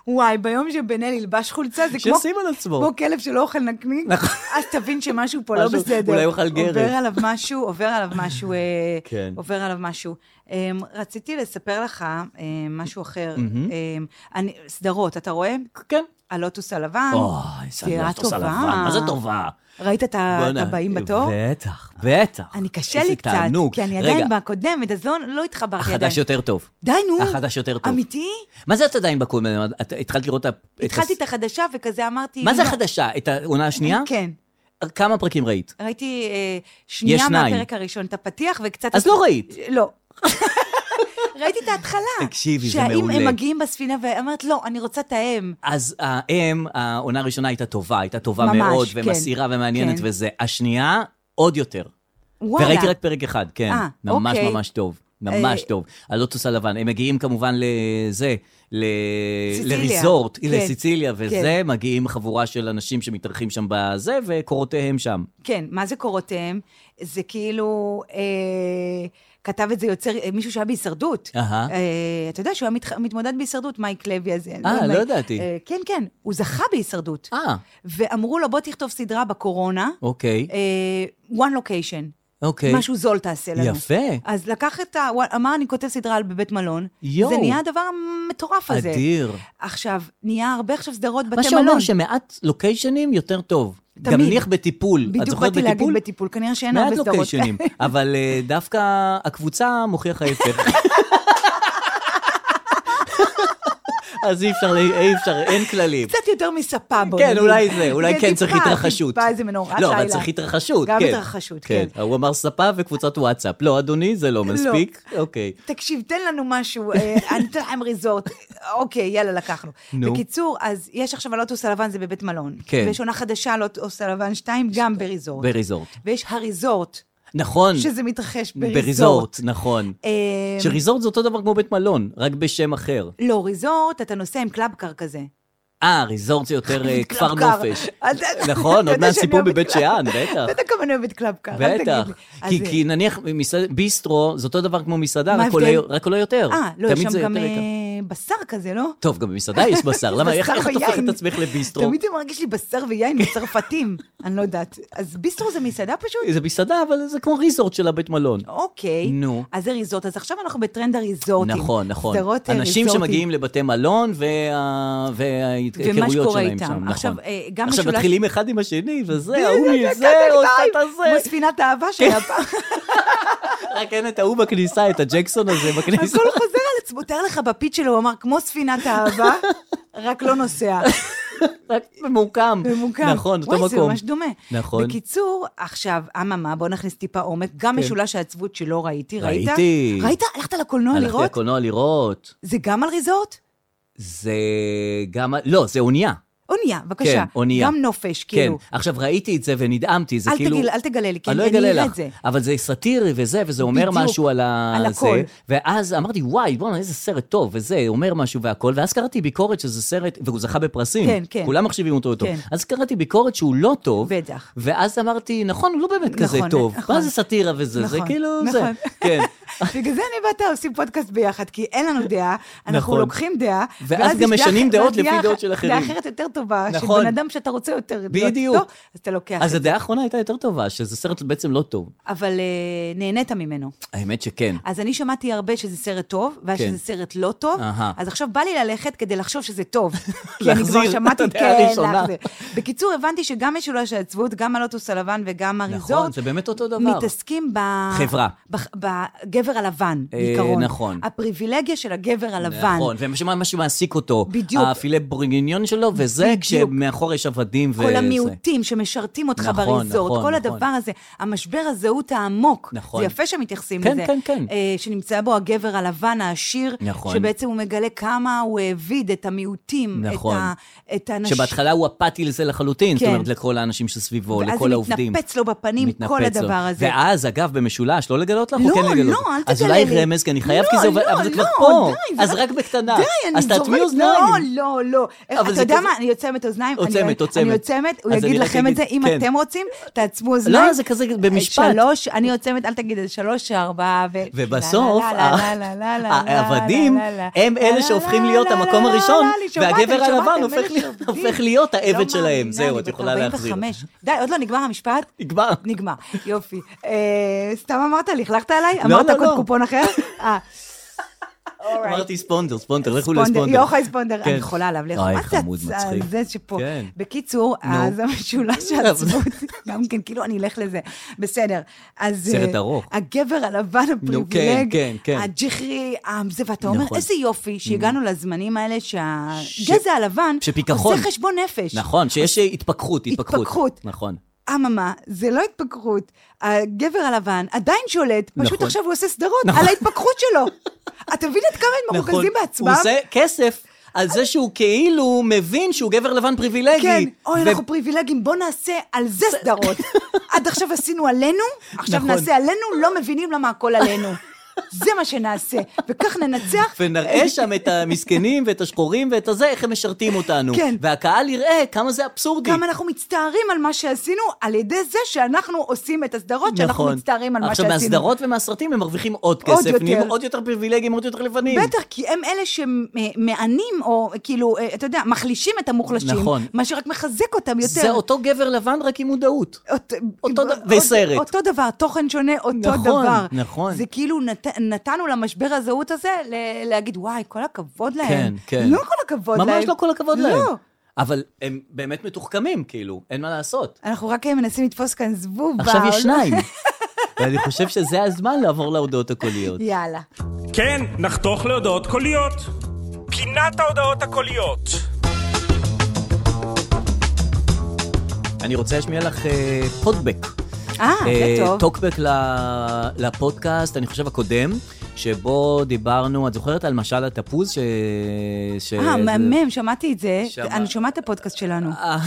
[SPEAKER 3] וואי, ביום שבן-אל ילבש חולצה, זה כמו...
[SPEAKER 2] שישים על עצמו.
[SPEAKER 3] כמו כלב שלא אוכל נקניק,
[SPEAKER 2] נכון.
[SPEAKER 3] אז תבין שמשהו פה לא
[SPEAKER 2] משהו-
[SPEAKER 3] בסדר.
[SPEAKER 2] אולי הוא אכל גרב.
[SPEAKER 3] עובר עליו משהו, עובר עליו משהו, אה,
[SPEAKER 2] כן.
[SPEAKER 3] עובר עליו משהו. אה, רציתי לספר לך אה, משהו אחר. אה, אני- סדרות, אתה רואה?
[SPEAKER 2] כן.
[SPEAKER 3] הלוטוס הלבן.
[SPEAKER 2] אוי, סליחה,
[SPEAKER 3] סדרה
[SPEAKER 2] את עושה
[SPEAKER 3] אה, טובה.
[SPEAKER 2] לבן, מה זה טובה?
[SPEAKER 3] ראית את ה- את
[SPEAKER 2] בואנה,
[SPEAKER 3] הבאים בתור?
[SPEAKER 2] בטח, בטח.
[SPEAKER 3] אני קשה
[SPEAKER 2] איזה
[SPEAKER 3] לי קצת,
[SPEAKER 2] תענוג.
[SPEAKER 3] כי אני
[SPEAKER 2] רגע,
[SPEAKER 3] עדיין בקודמת, אז לא- לא התחברתי עדיין.
[SPEAKER 2] החדש יותר טוב.
[SPEAKER 3] די, נו.
[SPEAKER 2] החדש יותר טוב.
[SPEAKER 3] אמיתי?
[SPEAKER 2] מה זה את עדיין בקולמן? את התחלת לראות... את ה-
[SPEAKER 3] התחלתי את החדשה וכזה אמרתי...
[SPEAKER 2] מה זה
[SPEAKER 3] לא.
[SPEAKER 2] החדשה? את העונה השנייה?
[SPEAKER 3] כן.
[SPEAKER 2] כמה פרקים ראית?
[SPEAKER 3] ראיתי אה,
[SPEAKER 2] יש
[SPEAKER 3] שנייה
[SPEAKER 2] שניים.
[SPEAKER 3] מהפרק הראשון, את הפתיח וקצת...
[SPEAKER 2] אז לא ראית.
[SPEAKER 3] לא. ראיתי את ההתחלה.
[SPEAKER 2] תקשיבי, זה
[SPEAKER 3] שהאם
[SPEAKER 2] מעולה.
[SPEAKER 3] הם מגיעים בספינה, ואמרת, לא, אני רוצה את האם.
[SPEAKER 2] אז האם, העונה הראשונה הייתה טובה, הייתה טובה
[SPEAKER 3] ממש,
[SPEAKER 2] מאוד,
[SPEAKER 3] כן.
[SPEAKER 2] ומסעירה ומעניינת
[SPEAKER 3] כן.
[SPEAKER 2] וזה. השנייה, עוד יותר.
[SPEAKER 3] וואלה.
[SPEAKER 2] וראיתי רק פרק אחד, כן.
[SPEAKER 3] אה,
[SPEAKER 2] ממש
[SPEAKER 3] אוקיי.
[SPEAKER 2] ממש טוב. ממש
[SPEAKER 3] אה,
[SPEAKER 2] טוב. הלוטוס הלבן. הם מגיעים כמובן לזה, ל...
[SPEAKER 3] סיציליה.
[SPEAKER 2] לריזורט,
[SPEAKER 3] כן.
[SPEAKER 2] לסיציליה וזה, מגיעים חבורה של אנשים שמתארחים שם בזה, וקורותיהם שם.
[SPEAKER 3] כן, מה זה קורותיהם? זה כאילו, אה, כתב את זה יוצר, אה, מישהו שהיה בהישרדות.
[SPEAKER 2] אהה.
[SPEAKER 3] אה, אתה יודע שהוא היה מתח- מתמודד בהישרדות, מייק לוי הזה.
[SPEAKER 2] אה, לא
[SPEAKER 3] מייק-
[SPEAKER 2] ידעתי.
[SPEAKER 3] אה, כן, כן, הוא זכה בהישרדות.
[SPEAKER 2] אה,
[SPEAKER 3] ואמרו לו, בוא תכתוב סדרה בקורונה,
[SPEAKER 2] אוקיי,
[SPEAKER 3] אה, one location.
[SPEAKER 2] אוקיי.
[SPEAKER 3] משהו זול תעשה לנו.
[SPEAKER 2] יפה.
[SPEAKER 3] אז לקח את ה... הוא אמר, אני כותב סדרה על בבית מלון.
[SPEAKER 2] יואו.
[SPEAKER 3] זה נהיה הדבר המטורף הזה.
[SPEAKER 2] אדיר.
[SPEAKER 3] עכשיו, נהיה הרבה עכשיו סדרות בתי
[SPEAKER 2] מה
[SPEAKER 3] מלון.
[SPEAKER 2] שאומר שמעט לוקיישנים יותר טוב. גם
[SPEAKER 3] תמיד.
[SPEAKER 2] נניח בטיפול. את
[SPEAKER 3] בדיוק
[SPEAKER 2] זוכרת
[SPEAKER 3] באתי להגיד
[SPEAKER 2] בטיפול?
[SPEAKER 3] בטיפול, כנראה שאין כן, הרבה
[SPEAKER 2] מעט
[SPEAKER 3] סדרות.
[SPEAKER 2] לוקיישנים, אבל אה, דווקא הקבוצה מוכיח ההפך. אז אי אפשר, ל- אי אפשר, אין כללים.
[SPEAKER 3] קצת יותר מספה בו.
[SPEAKER 2] כן,
[SPEAKER 3] נגיד.
[SPEAKER 2] אולי זה, אולי
[SPEAKER 3] זה
[SPEAKER 2] כן צריך
[SPEAKER 3] טיפה,
[SPEAKER 2] התרחשות.
[SPEAKER 3] טיפה איזה מנורת
[SPEAKER 2] לא, אבל
[SPEAKER 3] לילה.
[SPEAKER 2] צריך התרחשות, כן.
[SPEAKER 3] גם התרחשות, כן.
[SPEAKER 2] הוא אמר ספה וקבוצת וואטסאפ. לא, אדוני, זה לא מספיק. אוקיי.
[SPEAKER 3] תקשיב, תן לנו משהו, אה, אני אתן לכם ריזורט. אוקיי, יאללה, לקחנו.
[SPEAKER 2] נו.
[SPEAKER 3] בקיצור, אז יש עכשיו הלוטוס הלבן, זה בבית מלון.
[SPEAKER 2] כן.
[SPEAKER 3] ויש עונה חדשה, הלוטוס הלבן 2, גם בריזורט.
[SPEAKER 2] בריזורט.
[SPEAKER 3] ויש הריזורט,
[SPEAKER 2] נכון,
[SPEAKER 3] שזה מתרחש בריזורט.
[SPEAKER 2] בריזורט, נכון.
[SPEAKER 3] אה,
[SPEAKER 2] שריזורט זה אותו דבר כמו בית מלון, רק בשם אחר.
[SPEAKER 3] לא, ריזורט, אתה נוסע עם קלאבקר כזה.
[SPEAKER 2] אה, ריזורט זה יותר אה, כפר
[SPEAKER 3] קלאב לא, קר.
[SPEAKER 2] נופש.
[SPEAKER 3] אל ת-
[SPEAKER 2] נכון, עוד
[SPEAKER 3] אתה יודע לא
[SPEAKER 2] מעט
[SPEAKER 3] שאני
[SPEAKER 2] סיפור
[SPEAKER 3] אוהבת
[SPEAKER 2] מבית
[SPEAKER 3] קלאב.
[SPEAKER 2] שאן, בטח.
[SPEAKER 3] אתה יודע כמה אני אוהבת קלאב קר, אל תגיד לי.
[SPEAKER 2] בטח. כי,
[SPEAKER 3] אז-
[SPEAKER 2] כי נניח מסעד, ביסטרו זה אותו דבר כמו מסעדה,
[SPEAKER 3] מה
[SPEAKER 2] רק עולה,
[SPEAKER 3] ההבדל?
[SPEAKER 2] רק עולה יותר.
[SPEAKER 3] אה, לא, יש
[SPEAKER 2] תמיד
[SPEAKER 3] שם
[SPEAKER 2] זה
[SPEAKER 3] גם
[SPEAKER 2] יותר
[SPEAKER 3] אה,
[SPEAKER 2] יקר.
[SPEAKER 3] בשר כזה, לא?
[SPEAKER 2] טוב, גם במסעדה יש בשר, למה, איך
[SPEAKER 3] בשר
[SPEAKER 2] איך את הופכת
[SPEAKER 3] ויין.
[SPEAKER 2] את עצמך לביסטרו?
[SPEAKER 3] תמיד זה מרגיש לי בשר ויין מצרפתים, אני לא יודעת. אז ביסטרו זה מסעדה פשוט?
[SPEAKER 2] זה מסעדה, אבל זה כמו ריזורט של הבית מלון.
[SPEAKER 3] אוקיי.
[SPEAKER 2] נו.
[SPEAKER 3] אז זה ריזורט, אז עכשיו אנחנו בטרנד הריזורטים.
[SPEAKER 2] נכון, נכון.
[SPEAKER 3] סדרות אה,
[SPEAKER 2] אנשים
[SPEAKER 3] ריזורטים.
[SPEAKER 2] שמגיעים לבתי מלון וה-
[SPEAKER 3] ומה
[SPEAKER 2] וההיכרויות
[SPEAKER 3] שקורה
[SPEAKER 2] שלהם
[SPEAKER 3] איתם.
[SPEAKER 2] שם, נכון.
[SPEAKER 3] עכשיו, אה, גם
[SPEAKER 2] עכשיו
[SPEAKER 3] משולש-
[SPEAKER 2] מתחילים אחד עם השני, וזה,
[SPEAKER 3] בדיוק,
[SPEAKER 2] ההוא
[SPEAKER 3] ככה,
[SPEAKER 2] מזה,
[SPEAKER 3] ככה,
[SPEAKER 2] או
[SPEAKER 3] די.
[SPEAKER 2] את
[SPEAKER 3] כמו
[SPEAKER 2] הזה.
[SPEAKER 3] ספינת האהבה
[SPEAKER 2] כן.
[SPEAKER 3] שהיה פעם.
[SPEAKER 2] רק אין את ההוא בכניסה, את הג'קסון הזה בכניסה.
[SPEAKER 3] הכל חוזר על עצמו. תאר לך בפיץ שלו, הוא אמר, כמו ספינת האהבה, רק לא נוסע.
[SPEAKER 2] רק ממוקם.
[SPEAKER 3] ממוקם.
[SPEAKER 2] נכון, אותו
[SPEAKER 3] וואי, זה
[SPEAKER 2] מקום.
[SPEAKER 3] ממש דומה.
[SPEAKER 2] נכון. כן.
[SPEAKER 3] בקיצור, עכשיו, אממה, בואו נכניס טיפה עומק. גם משולש העצבות שלא ראיתי, ראית?
[SPEAKER 2] ראיתי.
[SPEAKER 3] ראית? הלכת לקולנוע
[SPEAKER 2] הלכתי
[SPEAKER 3] לראות?
[SPEAKER 2] לקולנוע לראות.
[SPEAKER 3] זה גם על ריזורט?
[SPEAKER 2] זה גם... לא, זה אונייה.
[SPEAKER 3] אונייה, בבקשה.
[SPEAKER 2] כן, אונייה.
[SPEAKER 3] גם נופש,
[SPEAKER 2] כן.
[SPEAKER 3] כאילו.
[SPEAKER 2] עכשיו, ראיתי את זה ונדהמתי, זה
[SPEAKER 3] אל
[SPEAKER 2] כאילו...
[SPEAKER 3] תגיל- אל תגלה לי, כי
[SPEAKER 2] אני לא
[SPEAKER 3] אני
[SPEAKER 2] אגלה
[SPEAKER 3] אראה
[SPEAKER 2] לך.
[SPEAKER 3] את זה.
[SPEAKER 2] אבל זה סאטירי וזה, וזה אומר
[SPEAKER 3] בדיוק,
[SPEAKER 2] משהו על ה...
[SPEAKER 3] על
[SPEAKER 2] זה.
[SPEAKER 3] הכל.
[SPEAKER 2] ואז אמרתי, וואי, בואנה, איזה סרט טוב, וזה, אומר משהו והכל, ואז קראתי ביקורת שזה סרט, והוא זכה בפרסים.
[SPEAKER 3] כן, כן.
[SPEAKER 2] כולם מחשיבים אותו טוב.
[SPEAKER 3] כן.
[SPEAKER 2] אז קראתי ביקורת שהוא לא טוב.
[SPEAKER 3] בטח.
[SPEAKER 2] ואז אמרתי, נכון, הוא לא באמת כזה
[SPEAKER 3] נכון,
[SPEAKER 2] טוב.
[SPEAKER 3] נכון.
[SPEAKER 2] מה זה סאטירה וזה? זה
[SPEAKER 3] נכון,
[SPEAKER 2] כאילו...
[SPEAKER 3] נכון.
[SPEAKER 2] זה. כן.
[SPEAKER 3] בגלל זה אני ואתה עושים פודקאסט ביחד, כי אין לנו דעה, אנחנו
[SPEAKER 2] נכון.
[SPEAKER 3] לוקחים דעה.
[SPEAKER 2] ואז
[SPEAKER 3] ואז
[SPEAKER 2] גם
[SPEAKER 3] יש דעה
[SPEAKER 2] משנים
[SPEAKER 3] אח-
[SPEAKER 2] דעות
[SPEAKER 3] ואז
[SPEAKER 2] לפי
[SPEAKER 3] דעה
[SPEAKER 2] דעות
[SPEAKER 3] אח-
[SPEAKER 2] של אחרים.
[SPEAKER 3] דעה אחרת יותר טובה, של
[SPEAKER 2] נכון.
[SPEAKER 3] בן אדם שאתה רוצה יותר להיות
[SPEAKER 2] בדיוק.
[SPEAKER 3] איתו, אז אתה לוקח
[SPEAKER 2] אז
[SPEAKER 3] את זה.
[SPEAKER 2] הדעה האחרונה הייתה יותר טובה, שזה סרט בעצם לא טוב.
[SPEAKER 3] אבל אה, נהנית ממנו.
[SPEAKER 2] האמת שכן.
[SPEAKER 3] אז אני שמעתי הרבה שזה סרט טוב, ואז
[SPEAKER 2] כן.
[SPEAKER 3] שזה סרט לא טוב,
[SPEAKER 2] אהה.
[SPEAKER 3] אז עכשיו בא לי ללכת כדי לחשוב שזה טוב. כי אני כבר
[SPEAKER 2] להחזיר
[SPEAKER 3] שמעתי,
[SPEAKER 2] את הדעה
[SPEAKER 3] כן,
[SPEAKER 2] הראשונה.
[SPEAKER 3] להחזיר. בקיצור, הבנתי שגם משולש העצבות, גם הלוטוס הלבן וגם הריזורט,
[SPEAKER 2] נכון, זה באמת אותו דבר.
[SPEAKER 3] מתעסקים ב...
[SPEAKER 2] חברה.
[SPEAKER 3] בח- בגבר הלבן,
[SPEAKER 2] אה,
[SPEAKER 3] בעיקרון.
[SPEAKER 2] נכון.
[SPEAKER 3] הפריבילגיה של הגבר הלבן.
[SPEAKER 2] נכון, ומה מה שמעסיק אותו.
[SPEAKER 3] בדיוק.
[SPEAKER 2] הפילה בורגניון שלו, וזה
[SPEAKER 3] בדיוק.
[SPEAKER 2] כשמאחור יש עבדים וזה.
[SPEAKER 3] כל המיעוטים שמשרתים אותך
[SPEAKER 2] נכון,
[SPEAKER 3] בריזורט,
[SPEAKER 2] נכון,
[SPEAKER 3] כל
[SPEAKER 2] נכון.
[SPEAKER 3] הדבר הזה, המשבר הזהות העמוק,
[SPEAKER 2] נכון.
[SPEAKER 3] זה יפה שמתייחסים
[SPEAKER 2] כן,
[SPEAKER 3] לזה,
[SPEAKER 2] כן, כן.
[SPEAKER 3] אה, שנמצא בו הגבר הלבן העשיר,
[SPEAKER 2] נכון.
[SPEAKER 3] שבעצם הוא מגלה כמה הוא העביד את המיעוטים,
[SPEAKER 2] נכון.
[SPEAKER 3] את, ה, את הנשים,
[SPEAKER 2] שבהתחלה הוא אפאתי לזה לחלוטין, זאת
[SPEAKER 3] כן.
[SPEAKER 2] אומרת, לכל האנשים שסביבו,
[SPEAKER 3] ואז
[SPEAKER 2] לכל
[SPEAKER 3] זה
[SPEAKER 2] העובדים.
[SPEAKER 3] מתנפץ לו בפנים,
[SPEAKER 2] מתנפץ
[SPEAKER 3] כל
[SPEAKER 2] לו.
[SPEAKER 3] הדבר הזה.
[SPEAKER 2] ואז, אגב, במשולש, לא לגלות לך
[SPEAKER 3] לא,
[SPEAKER 2] או כן לגלות?
[SPEAKER 3] לא,
[SPEAKER 2] לך?
[SPEAKER 3] אל
[SPEAKER 2] אז
[SPEAKER 3] תגלה
[SPEAKER 2] אולי
[SPEAKER 3] לי.
[SPEAKER 2] רמז, כי אני חייב,
[SPEAKER 3] לא,
[SPEAKER 2] כי זה עובד,
[SPEAKER 3] לא,
[SPEAKER 2] אבל זה כבר
[SPEAKER 3] לא,
[SPEAKER 2] פה.
[SPEAKER 3] די, זה
[SPEAKER 2] אז
[SPEAKER 3] רק-
[SPEAKER 2] רק בקטנה.
[SPEAKER 3] די, אני
[SPEAKER 2] אז תעצמי
[SPEAKER 3] זורקת,
[SPEAKER 2] אוזניים.
[SPEAKER 3] לא, לא, לא.
[SPEAKER 2] אבל
[SPEAKER 3] אתה
[SPEAKER 2] זה
[SPEAKER 3] יודע
[SPEAKER 2] כזה-
[SPEAKER 3] מה, אני יוצמת אוזניים. אני-
[SPEAKER 2] עוצמת, עוצמת.
[SPEAKER 3] אני יוצמת, הוא
[SPEAKER 2] אז אני
[SPEAKER 3] יגיד
[SPEAKER 2] רק
[SPEAKER 3] לכם
[SPEAKER 2] אגיד,
[SPEAKER 3] את זה, אם
[SPEAKER 2] כן.
[SPEAKER 3] אתם רוצים, תעצמו אוזניים. אה,
[SPEAKER 2] לא, זה כזה במשפט.
[SPEAKER 3] שלוש, אני יוצמת, אל תגיד, שלוש, ארבע, ו...
[SPEAKER 2] ובסוף,
[SPEAKER 3] לה, לה, לה, לה, לה, לה, לה,
[SPEAKER 2] העבדים
[SPEAKER 3] לה, לה,
[SPEAKER 2] הם
[SPEAKER 3] לה,
[SPEAKER 2] אלה
[SPEAKER 3] לה,
[SPEAKER 2] שהופכים
[SPEAKER 3] לה,
[SPEAKER 2] להיות
[SPEAKER 3] לה,
[SPEAKER 2] המקום
[SPEAKER 3] לה, לה,
[SPEAKER 2] הראשון,
[SPEAKER 3] לה, לה, שומעת,
[SPEAKER 2] והגבר
[SPEAKER 3] שומעת,
[SPEAKER 2] הלבן
[SPEAKER 3] הם אלה
[SPEAKER 2] הופך להיות-
[SPEAKER 3] שעובדים.
[SPEAKER 2] הופך להיות העבד
[SPEAKER 3] לא
[SPEAKER 2] שלהם.
[SPEAKER 3] מאמינה,
[SPEAKER 2] זהו,
[SPEAKER 3] אני
[SPEAKER 2] את
[SPEAKER 3] בת
[SPEAKER 2] יכולה להחזיר.
[SPEAKER 3] 45. די, עוד לא נגמר המשפט?
[SPEAKER 2] נגמר.
[SPEAKER 3] נגמר, יופי. אה, סתם אמרת, לכלכת עליי?
[SPEAKER 2] לא,
[SPEAKER 3] אמרת
[SPEAKER 2] לא.
[SPEAKER 3] קוד קופון אחר? אה,
[SPEAKER 2] אמרתי ספונדר, ספונדר, לכו
[SPEAKER 3] ספונדר,
[SPEAKER 2] לספונדר.
[SPEAKER 3] יוחאי ספונדר,
[SPEAKER 2] כן.
[SPEAKER 3] אני חולה עליו, לכו.
[SPEAKER 2] אוי,
[SPEAKER 3] מה זה
[SPEAKER 2] חמוד,
[SPEAKER 3] הצ-
[SPEAKER 2] מצחיק.
[SPEAKER 3] זה שפה.
[SPEAKER 2] כן.
[SPEAKER 3] בקיצור, אז המשולש העצבות, גם כן, כאילו אני אלך לזה. בסדר. אז...
[SPEAKER 2] סרט
[SPEAKER 3] אה,
[SPEAKER 2] ארוך.
[SPEAKER 3] הגבר הלבן הפריבילג,
[SPEAKER 2] כן, כן, כן.
[SPEAKER 3] הג'חרי, העם זה, ואתה אומר,
[SPEAKER 2] נכון.
[SPEAKER 3] איזה יופי שהגענו לזמנים האלה שהגזע הלבן
[SPEAKER 2] שפיכחון.
[SPEAKER 3] עושה חשבון נפש.
[SPEAKER 2] נכון, שיש התפכחות, התפכחות.
[SPEAKER 3] התפכחות.
[SPEAKER 2] נכון.
[SPEAKER 3] אממה, זה לא התפכחות. הגבר הלבן עדיין שולט, פשוט
[SPEAKER 2] נכון.
[SPEAKER 3] עכשיו הוא עושה סדרות
[SPEAKER 2] נכון.
[SPEAKER 3] על ההתפכחות שלו. אתה מבין עד כמה הם
[SPEAKER 2] נכון.
[SPEAKER 3] מרוכזים בעצמם?
[SPEAKER 2] הוא עושה כסף על זה שהוא כאילו מבין שהוא גבר לבן פריבילגי.
[SPEAKER 3] כן, אוי,
[SPEAKER 2] ו-
[SPEAKER 3] אנחנו פריבילגים, בוא נעשה על זה סדרות. עד עכשיו עשינו עלינו, עכשיו
[SPEAKER 2] נכון.
[SPEAKER 3] נעשה עלינו, לא מבינים למה הכל עלינו. זה מה שנעשה, וכך ננצח.
[SPEAKER 2] ונראה שם את המסכנים ואת השחורים ואת הזה, איך הם משרתים אותנו.
[SPEAKER 3] כן.
[SPEAKER 2] והקהל יראה כמה זה אבסורדי.
[SPEAKER 3] כמה אנחנו מצטערים על מה שעשינו, על ידי זה שאנחנו עושים את הסדרות, שאנחנו
[SPEAKER 2] נכון.
[SPEAKER 3] מצטערים על מה שעשינו.
[SPEAKER 2] עכשיו, מהסדרות ומהסרטים הם מרוויחים עוד
[SPEAKER 3] עוד
[SPEAKER 2] כסף,
[SPEAKER 3] יותר.
[SPEAKER 2] נהיים עוד יותר פריבילגיים, עוד יותר לבנים.
[SPEAKER 3] בטח, כי הם אלה שמענים, או כאילו, אה, אתה יודע, מחלישים את המוחלשים,
[SPEAKER 2] נכון.
[SPEAKER 3] מה שרק מחזק אותם יותר.
[SPEAKER 2] זה אותו גבר לבן רק עם מודעות.
[SPEAKER 3] אות-
[SPEAKER 2] אותו
[SPEAKER 3] אות-
[SPEAKER 2] ד- וסרט.
[SPEAKER 3] אותו דבר, תוכן שונה, אותו
[SPEAKER 2] נכון,
[SPEAKER 3] דבר.
[SPEAKER 2] נכון.
[SPEAKER 3] זה כאילו נת, נתנו למשבר הזהות הזה ל- להגיד, וואי, כל הכבוד להם.
[SPEAKER 2] כן, כן.
[SPEAKER 3] לא כל הכבוד להם.
[SPEAKER 2] ממש לא כל הכבוד להם.
[SPEAKER 3] לא.
[SPEAKER 2] אבל הם באמת מתוחכמים, כאילו, אין מה לעשות.
[SPEAKER 3] אנחנו רק אה, מנסים לתפוס כאן זבוב.
[SPEAKER 2] עכשיו יש
[SPEAKER 3] בעולם.
[SPEAKER 2] שניים. ואני חושב שזה הזמן לעבור להודעות הקוליות.
[SPEAKER 3] יאללה.
[SPEAKER 4] כן, נחתוך להודעות קוליות. פינת ההודעות הקוליות.
[SPEAKER 2] אני רוצה להשמיע לך אה, פודבק.
[SPEAKER 3] אה,
[SPEAKER 2] אה,
[SPEAKER 3] זה טוב.
[SPEAKER 2] טוקבק ל- לפודקאסט, אני חושב הקודם, שבו דיברנו, את זוכרת על משל התפוז? ש- ש-
[SPEAKER 3] אה, מהמם, שמעתי את זה.
[SPEAKER 2] שמע-
[SPEAKER 3] אני שומעת את הפודקאסט שלנו.
[SPEAKER 2] אה,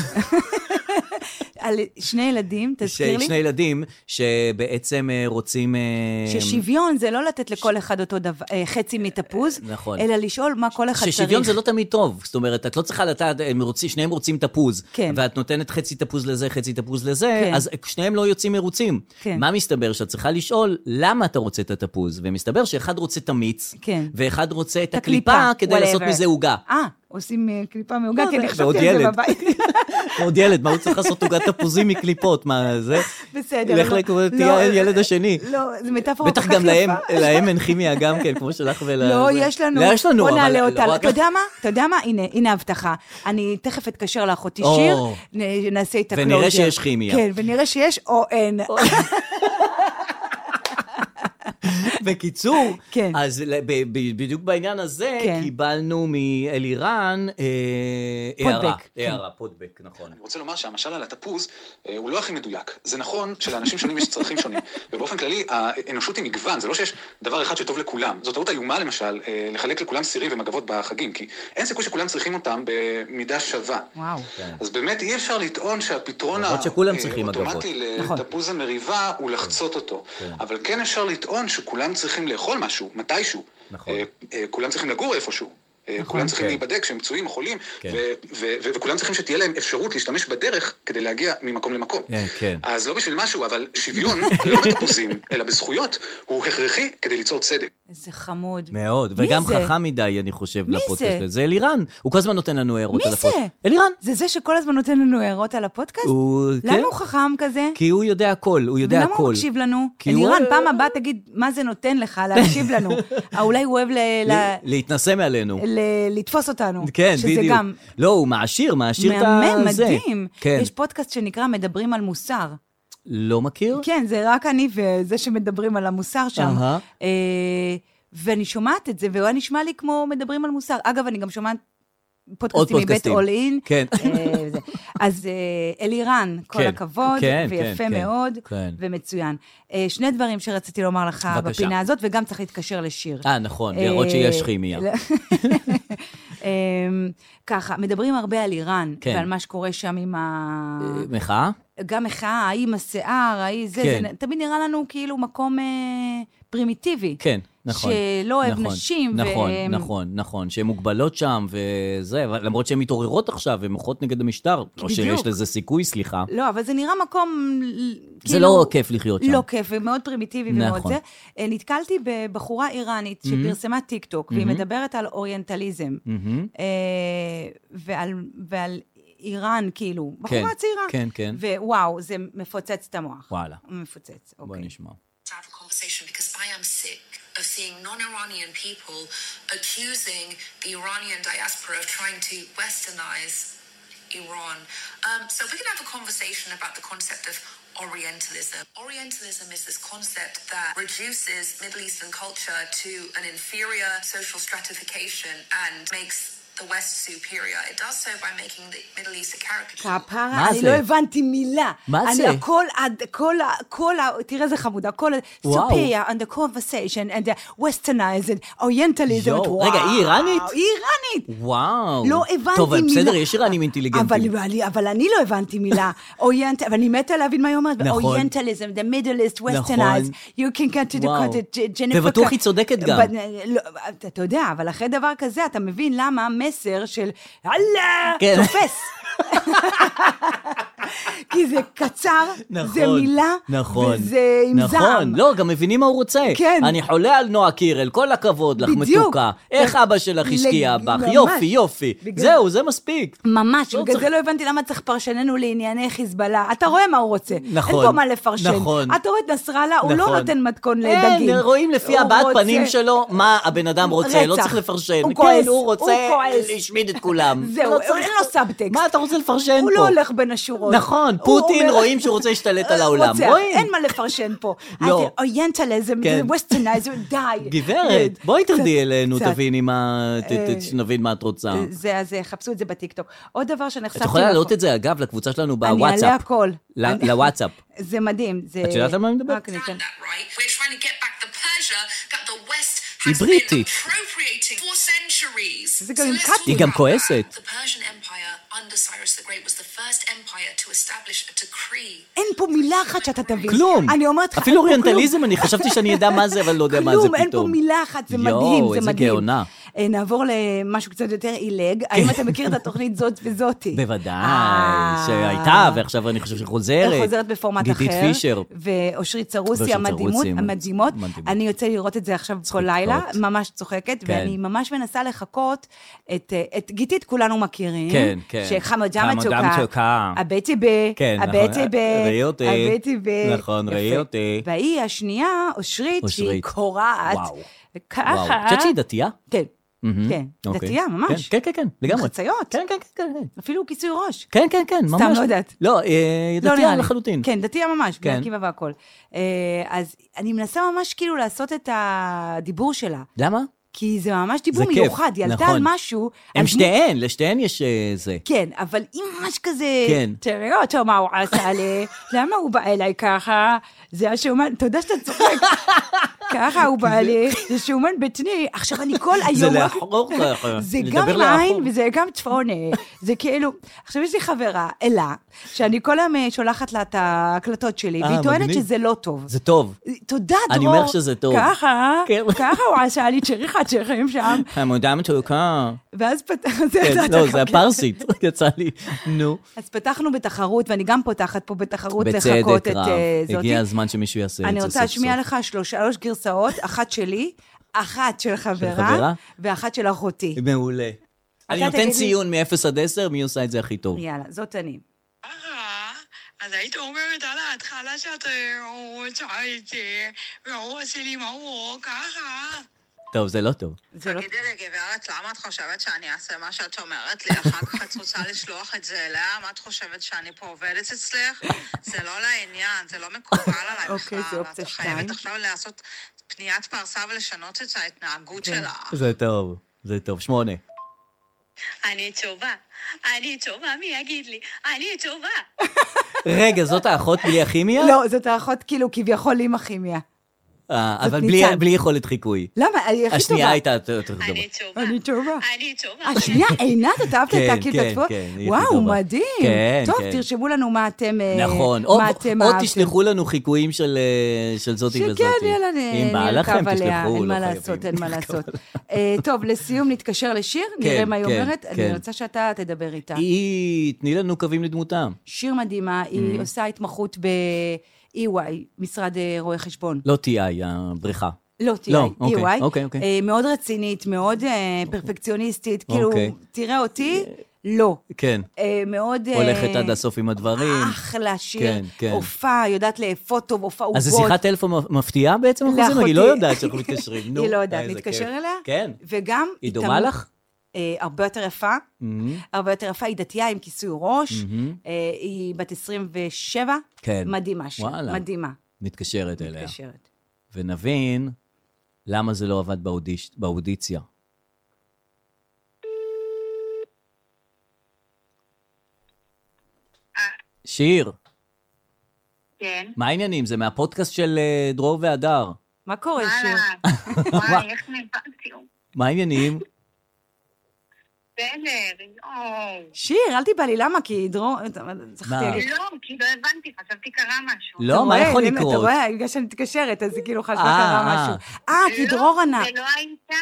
[SPEAKER 3] על שני ילדים, תזכיר לי.
[SPEAKER 2] שני ילדים שבעצם אה, רוצים... אה,
[SPEAKER 3] ששוויון זה לא לתת לכל אחד אותו דבר, אה, חצי מתפוז,
[SPEAKER 2] נכון.
[SPEAKER 3] אלא לשאול מה כל אחד צריך.
[SPEAKER 2] ששוויון זה לא תמיד טוב. זאת אומרת, את לא צריכה לתת, הם רוצים, שניהם רוצים תפוז.
[SPEAKER 3] כן.
[SPEAKER 2] ואת נותנת חצי תפוז לזה, חצי תפוז לזה,
[SPEAKER 3] כן.
[SPEAKER 2] אז שניהם לא יוצאים מרוצים.
[SPEAKER 3] כן.
[SPEAKER 2] מה מסתבר? שאת צריכה לשאול, למה אתה רוצה את התפוז? ומסתבר שאחד רוצה את המיץ,
[SPEAKER 3] כן.
[SPEAKER 2] ואחד רוצה את
[SPEAKER 3] את
[SPEAKER 2] הקליפה, כדי
[SPEAKER 3] whatever.
[SPEAKER 2] לעשות מזה עוגה.
[SPEAKER 3] אה, עושים אה, קליפה מעוגה,
[SPEAKER 2] לא,
[SPEAKER 3] כן,
[SPEAKER 2] זה-
[SPEAKER 3] אני
[SPEAKER 2] ועוד
[SPEAKER 3] חשבתי על זה
[SPEAKER 2] ילד.
[SPEAKER 3] בבית.
[SPEAKER 2] עוד ילד, מה הוא צריך לעשות עוגת תפוזים מקליפות? מה זה?
[SPEAKER 3] בסדר.
[SPEAKER 2] לך
[SPEAKER 3] לא,
[SPEAKER 2] לקרוא את
[SPEAKER 3] לא,
[SPEAKER 2] הילד השני.
[SPEAKER 3] לא, זו מטאפורה כל
[SPEAKER 2] בטח
[SPEAKER 3] כך יפה.
[SPEAKER 2] גם להם, להם אין כימיה גם כן, כמו שלך ול...
[SPEAKER 3] לא,
[SPEAKER 2] זה.
[SPEAKER 3] יש לנו,
[SPEAKER 2] לא, יש לנו,
[SPEAKER 3] בוא
[SPEAKER 2] אבל
[SPEAKER 3] נעלה
[SPEAKER 2] לא
[SPEAKER 3] אותה.
[SPEAKER 2] רק-
[SPEAKER 3] אתה יודע מה? אתה יודע מה? הנה, הנה הבטחה. אני תכף אתקשר לאחותי
[SPEAKER 2] או.
[SPEAKER 3] שיר, נ- נעשה איתה
[SPEAKER 2] ונראה
[SPEAKER 3] closure.
[SPEAKER 2] שיש כימיה.
[SPEAKER 3] כן, ונראה שיש או אין.
[SPEAKER 2] בקיצור,
[SPEAKER 3] כן.
[SPEAKER 2] אז ל- ב- ב- בדיוק בעניין הזה,
[SPEAKER 3] כן.
[SPEAKER 2] קיבלנו מאלירן אה,
[SPEAKER 3] פודבק,
[SPEAKER 2] הערה.
[SPEAKER 3] כן.
[SPEAKER 2] הערה, פודבק, נכון.
[SPEAKER 5] אני רוצה לומר שהמשל על התפוז אה, הוא לא הכי מדויק. זה נכון שלאנשים שונים יש צרכים שונים, ובאופן כללי האנושות היא מגוון, זה לא שיש דבר אחד שטוב לכולם. זו טעות איומה למשל, אה, לחלק לכולם סירים ומגבות בחגים, כי אין סיכוי שכולם צריכים אותם במידה שווה.
[SPEAKER 3] וואו.
[SPEAKER 5] אז באמת אי אפשר לטעון שהפתרון
[SPEAKER 2] כן. למרות שכולם צריכים
[SPEAKER 5] האוטומטי
[SPEAKER 3] נכון.
[SPEAKER 5] לתפוז המריבה הוא
[SPEAKER 2] כן.
[SPEAKER 5] לחצות אותו. אבל כן אפשר לטעון שכולם צריכים לאכול משהו, מתישהו.
[SPEAKER 2] נכון.
[SPEAKER 5] אה, אה, כולם צריכים לגור איפשהו. אה, כולם צריכים
[SPEAKER 2] כן.
[SPEAKER 5] להיבדק כשהם פצועים או חולים,
[SPEAKER 2] כן.
[SPEAKER 5] ו- ו- ו- וכולם צריכים שתהיה להם אפשרות להשתמש בדרך כדי להגיע ממקום למקום.
[SPEAKER 2] כן, כן.
[SPEAKER 5] אז לא בשביל משהו, אבל שוויון, לא בתפוזים, אלא בזכויות, הוא הכרחי כדי ליצור צדק.
[SPEAKER 3] איזה חמוד.
[SPEAKER 2] מאוד,
[SPEAKER 3] מי
[SPEAKER 2] וגם
[SPEAKER 3] זה?
[SPEAKER 2] חכם מדי, אני חושב,
[SPEAKER 3] מי
[SPEAKER 2] לפודקאסט.
[SPEAKER 3] זה?
[SPEAKER 2] הזה. זה אלירן, הוא כל הזמן נותן לנו הערות
[SPEAKER 3] מי
[SPEAKER 2] על הפודקאסט.
[SPEAKER 3] זה?
[SPEAKER 2] אלירן.
[SPEAKER 3] זה זה שכל הזמן נותן לנו הערות על הפודקאסט?
[SPEAKER 2] הוא... כן,
[SPEAKER 3] למה הוא חכם כזה?
[SPEAKER 2] כי הוא יודע הכל, הוא יודע
[SPEAKER 3] ולמה הוא
[SPEAKER 2] הכל.
[SPEAKER 3] מקשיב לנו?
[SPEAKER 2] כי הוא-
[SPEAKER 3] אלירן, פעם הבאה תגיד מה זה נותן לך להקשיב לנו. אה, אולי הוא אוהב ל- ל-
[SPEAKER 2] ל- להתנסה מעלינו.
[SPEAKER 3] ל- לתפוס אותנו.
[SPEAKER 2] כן, בדיוק.
[SPEAKER 3] שזה גם
[SPEAKER 2] לא, הוא מעשיר, מעשיר את ה...
[SPEAKER 3] מהמם,
[SPEAKER 2] זה.
[SPEAKER 3] מדהים.
[SPEAKER 2] כן.
[SPEAKER 3] יש פודקאסט שנקרא מדברים על מוסר.
[SPEAKER 2] לא מכיר?
[SPEAKER 3] כן, זה רק אני וזה שמדברים על המוסר שם.
[SPEAKER 2] אהה.
[SPEAKER 3] אה, ואני שומעת את זה, והוא היה נשמע לי כמו מדברים על מוסר. אגב, אני גם שומעת
[SPEAKER 2] עוד
[SPEAKER 3] פודקאסטים מבית
[SPEAKER 2] פודקאסטים.
[SPEAKER 3] אול אין.
[SPEAKER 2] כן.
[SPEAKER 3] אה, זה. אז אה, אלירן, כל
[SPEAKER 2] כן,
[SPEAKER 3] הכבוד,
[SPEAKER 2] כן,
[SPEAKER 3] ויפה
[SPEAKER 2] כן, כן,
[SPEAKER 3] מאוד,
[SPEAKER 2] כן.
[SPEAKER 3] ומצוין. אה, שני דברים שרציתי לומר לך
[SPEAKER 2] בבקשה.
[SPEAKER 3] בפינה הזאת, וגם צריך להתקשר לשיר.
[SPEAKER 2] אה, נכון, להראות שיש
[SPEAKER 3] אה,
[SPEAKER 2] כימיה.
[SPEAKER 3] לא. אמ, ככה, מדברים הרבה על איראן,
[SPEAKER 2] כן. אה,
[SPEAKER 3] ועל מה שקורה שם עם ה...
[SPEAKER 2] מחאה?
[SPEAKER 3] גם מחאה, ההיא עם השיער, ההיא זה,
[SPEAKER 2] כן.
[SPEAKER 3] זה נ- תמיד נראה לנו כאילו מקום אה, פרימיטיבי.
[SPEAKER 2] כן, נכון.
[SPEAKER 3] שלא אוהב
[SPEAKER 2] נכון,
[SPEAKER 3] נשים,
[SPEAKER 2] נכון,
[SPEAKER 3] והם-
[SPEAKER 2] נכון, נכון, שהן מוגבלות שם וזה, אבל למרות שהן מתעוררות עכשיו, הן מוחות נגד המשטר. לא שיש
[SPEAKER 3] בדיוק.
[SPEAKER 2] לזה סיכוי, סליחה.
[SPEAKER 3] לא, אבל זה נראה מקום, ל-
[SPEAKER 2] זה
[SPEAKER 3] כאילו...
[SPEAKER 2] לא כיף לחיות שם.
[SPEAKER 3] לא כיף, ומאוד פרימיטיבי ומאוד
[SPEAKER 2] נכון. Mm-hmm.
[SPEAKER 3] זה. אה, נתקלתי בבחורה איראנית שפרסמה טיק טוק, והיא מדברת על אוריינטליזם,
[SPEAKER 2] מהמם.
[SPEAKER 3] אה, ועל, ועל איראן, כאילו, בחורה
[SPEAKER 2] כן,
[SPEAKER 3] צעירה.
[SPEAKER 2] כן, כן.
[SPEAKER 3] ווואו, זה מפוצץ את המוח.
[SPEAKER 2] וואלה.
[SPEAKER 3] מפוצץ,
[SPEAKER 2] בואי
[SPEAKER 3] אוקיי.
[SPEAKER 2] לא נשמע.
[SPEAKER 6] to have a conversation because I am sick of seeing non Iranian people accusing the Iranian diaspora of trying to westernize Iran. Um, so we're going to have a conversation about the concept of Orientalism. Orientalism is this concept that reduces Middle Eastern culture to an inferior social stratification and makes the West superior. It does so by making the Middle East a caricature.
[SPEAKER 3] כפרה,
[SPEAKER 2] מה
[SPEAKER 3] אני
[SPEAKER 2] זה?
[SPEAKER 3] לא הבנתי מילה.
[SPEAKER 2] מה
[SPEAKER 3] אני
[SPEAKER 2] זה?
[SPEAKER 3] הכל, עד- כל ה... כל ה... תראה איזה חמודה, כל ה...
[SPEAKER 2] וואו.
[SPEAKER 3] סופיה, and the conversation, and the westernized, orientalism,
[SPEAKER 2] יואו, רגע, היא איראנית?
[SPEAKER 3] היא איראנית.
[SPEAKER 2] וואו.
[SPEAKER 3] לא הבנתי מילה.
[SPEAKER 2] טוב, אבל בסדר, יש איראנים אינטליגנטים.
[SPEAKER 3] אבל, אבל, אבל אני לא הבנתי מילה. אוריינט... ואני מתה להבין מה היא אומרת.
[SPEAKER 2] נכון.
[SPEAKER 3] אוריינטליזם, the middle east,
[SPEAKER 2] נכון.
[SPEAKER 3] westernized, you can get to the
[SPEAKER 2] וואו.
[SPEAKER 3] cottage, uh, Jennifer...
[SPEAKER 2] ובטוח היא צודקת גם.
[SPEAKER 3] אבל- לא, אתה- אתה יודע, אבל אחרי דבר כזה, אתה מבין למה המסר של
[SPEAKER 2] כן.
[SPEAKER 3] אללה, תופס. כי זה קצר,
[SPEAKER 2] נכון,
[SPEAKER 3] זה מילה,
[SPEAKER 2] נכון,
[SPEAKER 3] וזה עם
[SPEAKER 2] נכון,
[SPEAKER 3] זעם.
[SPEAKER 2] לא, גם מבינים מה הוא רוצה.
[SPEAKER 3] כן.
[SPEAKER 2] אני חולה על נועה קירל, כל הכבוד לך,
[SPEAKER 3] בדיוק.
[SPEAKER 2] מתוקה. איך
[SPEAKER 3] לג-
[SPEAKER 2] אבא שלך השקיע
[SPEAKER 3] לג-
[SPEAKER 2] בך,
[SPEAKER 3] ממש.
[SPEAKER 2] יופי, יופי.
[SPEAKER 3] בגלל-
[SPEAKER 2] זהו, זה מספיק.
[SPEAKER 3] ממש,
[SPEAKER 2] לא
[SPEAKER 3] בגלל
[SPEAKER 2] צריך-
[SPEAKER 3] זה לא הבנתי למה צריך פרשננו לענייני חיזבאללה. אתה רואה מה הוא רוצה.
[SPEAKER 2] נכון,
[SPEAKER 3] אין פה מה לפרשן.
[SPEAKER 2] נכון.
[SPEAKER 3] אתה רואה את נסראללה, הוא
[SPEAKER 2] נכון.
[SPEAKER 3] לא נותן מתכון
[SPEAKER 2] אין, אה,
[SPEAKER 3] לדגים.
[SPEAKER 2] רואים לפי
[SPEAKER 3] הוא
[SPEAKER 2] הבעת
[SPEAKER 3] רוצה-
[SPEAKER 2] פנים שלו מה הבן אדם רוצה, לא
[SPEAKER 3] רצח.
[SPEAKER 2] צריך לפרשן.
[SPEAKER 3] הוא כועס,
[SPEAKER 2] כן, הוא רוצה
[SPEAKER 3] הוא כועס.
[SPEAKER 2] להשמיד את כולם.
[SPEAKER 3] זהו,
[SPEAKER 2] לא צריך-
[SPEAKER 3] אין לו סאבטקסט.
[SPEAKER 2] מה אתה רוצה לפרשן פה?
[SPEAKER 3] הוא לא הולך בין השורות.
[SPEAKER 2] נכון,
[SPEAKER 3] הוא
[SPEAKER 2] פוטין,
[SPEAKER 3] אומר-
[SPEAKER 2] רואים שהוא רוצה להשתלט על העולם.
[SPEAKER 3] רוצח,
[SPEAKER 2] רואים.
[SPEAKER 3] אין מה לפרשן פה.
[SPEAKER 2] לא.
[SPEAKER 3] אוריינטליזם,
[SPEAKER 2] כן.
[SPEAKER 3] ווסטרנייזם, די.
[SPEAKER 2] גברת, בואי תרדי
[SPEAKER 3] קצת-
[SPEAKER 2] אלינו,
[SPEAKER 3] קצת.
[SPEAKER 2] תביני מה, ת- ת-
[SPEAKER 3] אה,
[SPEAKER 2] שנבין מה את רוצה.
[SPEAKER 3] זה, אז אה, חפשו את זה בטיקטוק. עוד דבר שנחשפתי... נכון.
[SPEAKER 2] את יכולה להעלות
[SPEAKER 3] לאחרונה-
[SPEAKER 2] את זה, אגב, לקבוצה שלנו
[SPEAKER 3] אני אעלה
[SPEAKER 2] בוואטסאפ.
[SPEAKER 3] הכל.
[SPEAKER 2] ל-
[SPEAKER 3] אני-
[SPEAKER 2] לוואטסאפ.
[SPEAKER 3] זה מדהים. זה-
[SPEAKER 2] את יודעת על מה אני מדבר?
[SPEAKER 3] רק אני אתן-
[SPEAKER 6] understand that, right? We're trying to get back the pleasure that the West has been
[SPEAKER 2] בריטית.
[SPEAKER 6] appropriating for centuries.
[SPEAKER 3] זה
[SPEAKER 6] So
[SPEAKER 3] גם עם
[SPEAKER 6] let's
[SPEAKER 3] קאטים.
[SPEAKER 6] talk
[SPEAKER 2] היא גם
[SPEAKER 6] about
[SPEAKER 2] כועסת.
[SPEAKER 6] that. The Persian Empire under Cyrus the Great was the first empire to establish a decree
[SPEAKER 3] אין פה מילה אחת שאתה תבין.
[SPEAKER 2] כלום.
[SPEAKER 3] אני אומרת לך,
[SPEAKER 2] אפילו
[SPEAKER 3] אין פה כלום.
[SPEAKER 2] אוריינטליזם, אני חשבתי שאני אדע מה זה, אבל לא יודע מה זה
[SPEAKER 3] כלום, אין פה
[SPEAKER 2] פתאום.
[SPEAKER 3] מילה אחת, זה
[SPEAKER 2] יואו,
[SPEAKER 3] מדהים, זה
[SPEAKER 2] איזה
[SPEAKER 3] מדהים.
[SPEAKER 2] גאונה. כן.
[SPEAKER 3] אה, נעבור למשהו קצת יותר עילג. האם אתה מכיר את התוכנית זאת וזאתי?
[SPEAKER 2] בוודאי,
[SPEAKER 3] אה.
[SPEAKER 2] שהייתה, ועכשיו אני חושב שהיא חוזרת.
[SPEAKER 3] חוזרת בפורמט אחר.
[SPEAKER 2] גידית פישר.
[SPEAKER 3] ואושרית צרוסי
[SPEAKER 2] ואושרית
[SPEAKER 3] המדהימות,
[SPEAKER 2] צרוסי,
[SPEAKER 3] המדהימות.
[SPEAKER 2] מדהימות.
[SPEAKER 3] אני יוצא לראות את זה עכשיו כל לילה,
[SPEAKER 2] צחיקות.
[SPEAKER 3] ממש צוחקת,
[SPEAKER 2] כן.
[SPEAKER 3] ואני ממש מנסה לחקות את אה, את גיתית כולנו מכירים.
[SPEAKER 2] כן, כן.
[SPEAKER 3] שחמד
[SPEAKER 2] חמד
[SPEAKER 3] ג'מצוקה.
[SPEAKER 2] ג'מצוקה.
[SPEAKER 3] הבטי ב...
[SPEAKER 2] כן, נכון.
[SPEAKER 3] הבטי ב...
[SPEAKER 2] ראי אותי.
[SPEAKER 3] הבטי ב...
[SPEAKER 2] נכון, ראי
[SPEAKER 3] יפה.
[SPEAKER 2] אותי.
[SPEAKER 3] והיא השנייה, אושרית, שהיא
[SPEAKER 2] אושרית.
[SPEAKER 3] קורעת.
[SPEAKER 2] וואו.
[SPEAKER 3] ככה.
[SPEAKER 2] וואו, את חושבת שהיא דתייה?
[SPEAKER 3] כן.
[SPEAKER 2] מהמם.
[SPEAKER 3] כן,
[SPEAKER 2] אוקיי.
[SPEAKER 3] דתייה, ממש.
[SPEAKER 2] כן, כן, כן, כן, לגמרי.
[SPEAKER 3] חציות.
[SPEAKER 2] כן, כן, כן, כן.
[SPEAKER 3] אפילו כיסוי ראש.
[SPEAKER 2] כן, כן, כן,
[SPEAKER 3] סתם,
[SPEAKER 2] ממש.
[SPEAKER 3] לא יודעת.
[SPEAKER 2] לא, אה, היא
[SPEAKER 3] לא נראה
[SPEAKER 2] דתייה
[SPEAKER 3] לי.
[SPEAKER 2] לחלוטין.
[SPEAKER 3] כן, דתייה ממש,
[SPEAKER 2] כן.
[SPEAKER 3] בני עקיבא והכל. אה, אז אני מנסה ממש כאילו לעשות את הדיבור שלה,
[SPEAKER 2] למה?
[SPEAKER 3] כי זה ממש דיבור
[SPEAKER 2] זה כיף,
[SPEAKER 3] מיוחד, היא עלתה על
[SPEAKER 2] נכון.
[SPEAKER 3] משהו.
[SPEAKER 2] הם
[SPEAKER 3] על דמות-
[SPEAKER 2] שתיהן, לשתיהן יש אה, זה.
[SPEAKER 3] כן, אבל היא ממש כזה,
[SPEAKER 2] כן.
[SPEAKER 3] תראה אותו מה הוא עשה לי, למה הוא בא אליי ככה? זה השומן, תודה שאתה צוחק. ככה הוא בא לי, זה שומן בטני. עכשיו אני כל היום...
[SPEAKER 2] זה לאחור, זה לאחור.
[SPEAKER 3] זה
[SPEAKER 2] לדבר
[SPEAKER 3] גם
[SPEAKER 2] אה, לאחור.
[SPEAKER 3] עין וזה גם צפונה. זה כאילו... עכשיו יש לי חברה, אלה, שאני כל היום אה, שולחת לה את ההקלטות שלי,
[SPEAKER 2] אה,
[SPEAKER 3] והיא טוענת
[SPEAKER 2] מגניב.
[SPEAKER 3] שזה לא טוב.
[SPEAKER 2] זה טוב.
[SPEAKER 3] תודה, דרור.
[SPEAKER 2] אני אומר לך שזה טוב.
[SPEAKER 3] ככה,
[SPEAKER 2] כן.
[SPEAKER 3] ככה הוא עשה לי צריכה צריכים שם.
[SPEAKER 2] המודעה מתוקה.
[SPEAKER 3] ואז פתח...
[SPEAKER 2] כן,
[SPEAKER 3] אתה
[SPEAKER 2] לא, זה
[SPEAKER 3] גם כן.
[SPEAKER 2] הפרסית, יצא לי. נו.
[SPEAKER 3] אז פתחנו בתחרות, ואני גם פותחת פה בתחרות לחכות
[SPEAKER 2] בצדק
[SPEAKER 3] את
[SPEAKER 2] רב.
[SPEAKER 3] אה, זאתי.
[SPEAKER 2] הגיע הזמן שמישהו יעשה את זה
[SPEAKER 3] אני
[SPEAKER 2] סוף סוף.
[SPEAKER 3] רוצה להשמיע לך שלוש- שלוש גרסאות, אחת שלי, אחת של חברה,
[SPEAKER 2] חברה?
[SPEAKER 3] ואחת של אחותי.
[SPEAKER 2] מעולה. אני
[SPEAKER 3] אתה תגיד
[SPEAKER 2] נותן
[SPEAKER 3] לי-
[SPEAKER 2] ציון מ-0 עד 10, מי עושה את זה הכי טוב.
[SPEAKER 3] יאללה, זאת אני.
[SPEAKER 7] 啊，啊，那种妹妹咱俩谈了下子，我差一截，然后我心里忙我干哈？
[SPEAKER 2] טוב, זה לא טוב.
[SPEAKER 3] זה לא...
[SPEAKER 7] תגידי לי, גברת, למה את חושבת שאני אעשה מה שאת אומרת לי? אחר כך את רוצה לשלוח את זה אליה? מה את חושבת, שאני פה עובדת אצלך? זה לא לעניין, זה לא מקובל עליי
[SPEAKER 3] אוקיי,
[SPEAKER 7] בכלל.
[SPEAKER 3] זה אופציה
[SPEAKER 7] את
[SPEAKER 3] שתיים.
[SPEAKER 7] חייבת עכשיו לעשות פניית פרסה ולשנות את
[SPEAKER 3] כן.
[SPEAKER 7] ההתנהגות שלה.
[SPEAKER 2] זה טוב, זה טוב. שמונה.
[SPEAKER 7] אני טובה. אני טובה, מי יגיד לי? אני טובה.
[SPEAKER 2] רגע, זאת האחות בלי הכימיה?
[SPEAKER 3] לא, זאת האחות כאילו כביכול עם הכימיה.
[SPEAKER 2] אה, אבל
[SPEAKER 3] זאת
[SPEAKER 2] בלי-
[SPEAKER 3] ניצן.
[SPEAKER 2] בלי יכולת חיקוי.
[SPEAKER 3] למה? היא הכי
[SPEAKER 2] השנייה
[SPEAKER 3] טובה.
[SPEAKER 2] הייתה יותר טובה.
[SPEAKER 7] אני טובה.
[SPEAKER 3] אני טובה. אה,
[SPEAKER 7] אני טובה.
[SPEAKER 3] השנייה, עינת, את אהבת את
[SPEAKER 2] כן,
[SPEAKER 3] כאילו את
[SPEAKER 2] כן,
[SPEAKER 3] התפור?
[SPEAKER 2] כן, היא הכי
[SPEAKER 3] וואו,
[SPEAKER 2] טובה.
[SPEAKER 3] מדהים.
[SPEAKER 2] כן,
[SPEAKER 3] טוב,
[SPEAKER 2] כן.
[SPEAKER 3] תרשמו לנו מה אתם... אה,
[SPEAKER 2] נכון,
[SPEAKER 3] מה
[SPEAKER 2] או
[SPEAKER 3] אתם
[SPEAKER 2] או
[SPEAKER 3] אהבתם.
[SPEAKER 2] תשלחו לנו חיקויים של אה, של זאתי וזאתי.
[SPEAKER 3] שכן, אה, יאללה,
[SPEAKER 2] אם בא לכם,
[SPEAKER 3] נרכב
[SPEAKER 2] תשלחו, לא
[SPEAKER 3] עליה,
[SPEAKER 2] חייבים.
[SPEAKER 3] אין מה לעשות, אין מה לעשות. אה, טוב, לסיום נתקשר לשיר, נראה
[SPEAKER 2] כן,
[SPEAKER 3] מה היא
[SPEAKER 2] כן,
[SPEAKER 3] אומרת. אני
[SPEAKER 2] כן.
[SPEAKER 3] רוצה שאתה תדבר איתה.
[SPEAKER 2] היא, תני לנו קווים לדמותם.
[SPEAKER 3] שיר מדהימה,
[SPEAKER 2] Mm-hmm.
[SPEAKER 3] היא עושה התמחות ב-EY, משרד אה, רואי חשבון.
[SPEAKER 2] לא TI, הבריכה.
[SPEAKER 3] לא,
[SPEAKER 2] לא,
[SPEAKER 3] TI,
[SPEAKER 2] אוקיי,
[SPEAKER 3] EY.
[SPEAKER 2] אוקיי, אוקיי.
[SPEAKER 3] אה, מאוד רצינית, מאוד אה, פרפקציוניסטית, כאילו,
[SPEAKER 2] אוקיי.
[SPEAKER 3] תראה אותי, לא.
[SPEAKER 2] כן.
[SPEAKER 3] אה, מאוד... אה,
[SPEAKER 2] הולכת עד הסוף עם הדברים.
[SPEAKER 3] אחלה שיר,
[SPEAKER 2] כן, כן.
[SPEAKER 3] הופעה, יודעת לאפות טוב, הופעה עוגות.
[SPEAKER 2] אז זו שיחת טלפון מפתיעה בעצם, אנחנו עושים?
[SPEAKER 3] לאחותי.
[SPEAKER 2] היא לא יודעת שאנחנו מתקשרים, נו.
[SPEAKER 3] היא לא יודעת,
[SPEAKER 2] איזה כיף.
[SPEAKER 3] נתקשר אליה.
[SPEAKER 2] כן.
[SPEAKER 3] וגם...
[SPEAKER 2] היא דומה
[SPEAKER 3] תמ-
[SPEAKER 2] לך?
[SPEAKER 3] אה, הרבה יותר יפה, הרבה יותר יפה, היא דתייה עם כיסוי ראש, אה, היא בת 27,
[SPEAKER 2] כן.
[SPEAKER 3] מדהימה שם,
[SPEAKER 2] וואלה.
[SPEAKER 3] מדהימה,
[SPEAKER 2] מתקשרת אליה.
[SPEAKER 3] מתקשרת.
[SPEAKER 2] ונבין למה זה לא עבד באודיש- באודיציה. שיר,
[SPEAKER 7] כן.
[SPEAKER 2] מה העניינים? זה מהפודקאסט של אה, דרור והדר.
[SPEAKER 3] מה קורה, שיר?
[SPEAKER 7] אהלן. וואי, איך נבהלתי.
[SPEAKER 2] מה העניינים?
[SPEAKER 7] בסדר, יואו.
[SPEAKER 3] שיר, אל תיבא לי, למה? כי דרור...
[SPEAKER 2] מה?
[SPEAKER 3] זכרתי להגיד.
[SPEAKER 7] לא, כי לא הבנתי, חשבתי קרה משהו.
[SPEAKER 2] לא,
[SPEAKER 3] אתה
[SPEAKER 2] מה
[SPEAKER 3] רואה,
[SPEAKER 2] יכול
[SPEAKER 3] הנה, אתה
[SPEAKER 2] לקרות?
[SPEAKER 3] רואה, בגלל שאני מתקשרת, אז היא כאילו חשבה
[SPEAKER 2] אה,
[SPEAKER 3] קרה
[SPEAKER 2] אה.
[SPEAKER 3] משהו. אה, כי
[SPEAKER 7] לא,
[SPEAKER 3] דרור ענה.
[SPEAKER 7] זה לא הייתה.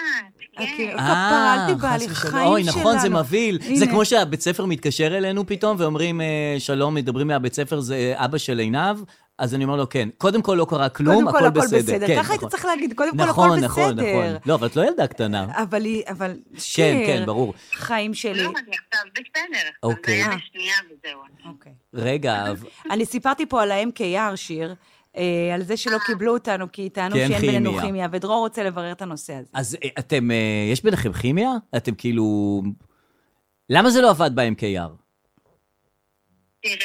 [SPEAKER 3] אוקיי,
[SPEAKER 7] כן.
[SPEAKER 3] כפרה, אל
[SPEAKER 2] אה,
[SPEAKER 3] תיבא
[SPEAKER 2] חס
[SPEAKER 3] לי,
[SPEAKER 2] ושלום.
[SPEAKER 3] חיים
[SPEAKER 2] אוי,
[SPEAKER 3] שלנו.
[SPEAKER 2] נכון, זה מבהיל. זה
[SPEAKER 3] הנה.
[SPEAKER 2] כמו שהבית ספר מתקשר אלינו פתאום ואומרים, אה, שלום, מדברים מהבית ספר, זה אה, אבא של עינב, אז אני אומר לו, כן. קודם כל לא קרה כלום,
[SPEAKER 3] קודם כל,
[SPEAKER 2] הכל
[SPEAKER 3] הכל
[SPEAKER 2] בסדר. כן,
[SPEAKER 3] בסדר. ככה היית
[SPEAKER 2] נכון.
[SPEAKER 3] צריך להגיד, קודם כל, הכל
[SPEAKER 2] נכון,
[SPEAKER 3] בסדר.
[SPEAKER 2] נכון, נכון. לא, אבל את לא ילדה קטנה.
[SPEAKER 3] אבל היא, אבל שיר.
[SPEAKER 2] כן, ברור.
[SPEAKER 3] חיים שלי.
[SPEAKER 7] לא, אני עכשיו בסדר.
[SPEAKER 2] אוקיי.
[SPEAKER 7] זה היה בשנייה וזהו.
[SPEAKER 3] אוקיי.
[SPEAKER 2] רגע, אבל-
[SPEAKER 3] אני סיפרתי פה על ה-MKR שיר, אה, על זה שלא קיבלו אותנו, כי טענו
[SPEAKER 2] כי אין
[SPEAKER 3] שאין בינינו
[SPEAKER 2] כן, כימיה.
[SPEAKER 3] כימיה, ודרור רוצה לברר את הנושא הזה.
[SPEAKER 2] אז אה, אתם, אה, יש ביניכם כימיה? אתם כאילו... למה זה לא עבד ב-MKR?
[SPEAKER 7] תראה.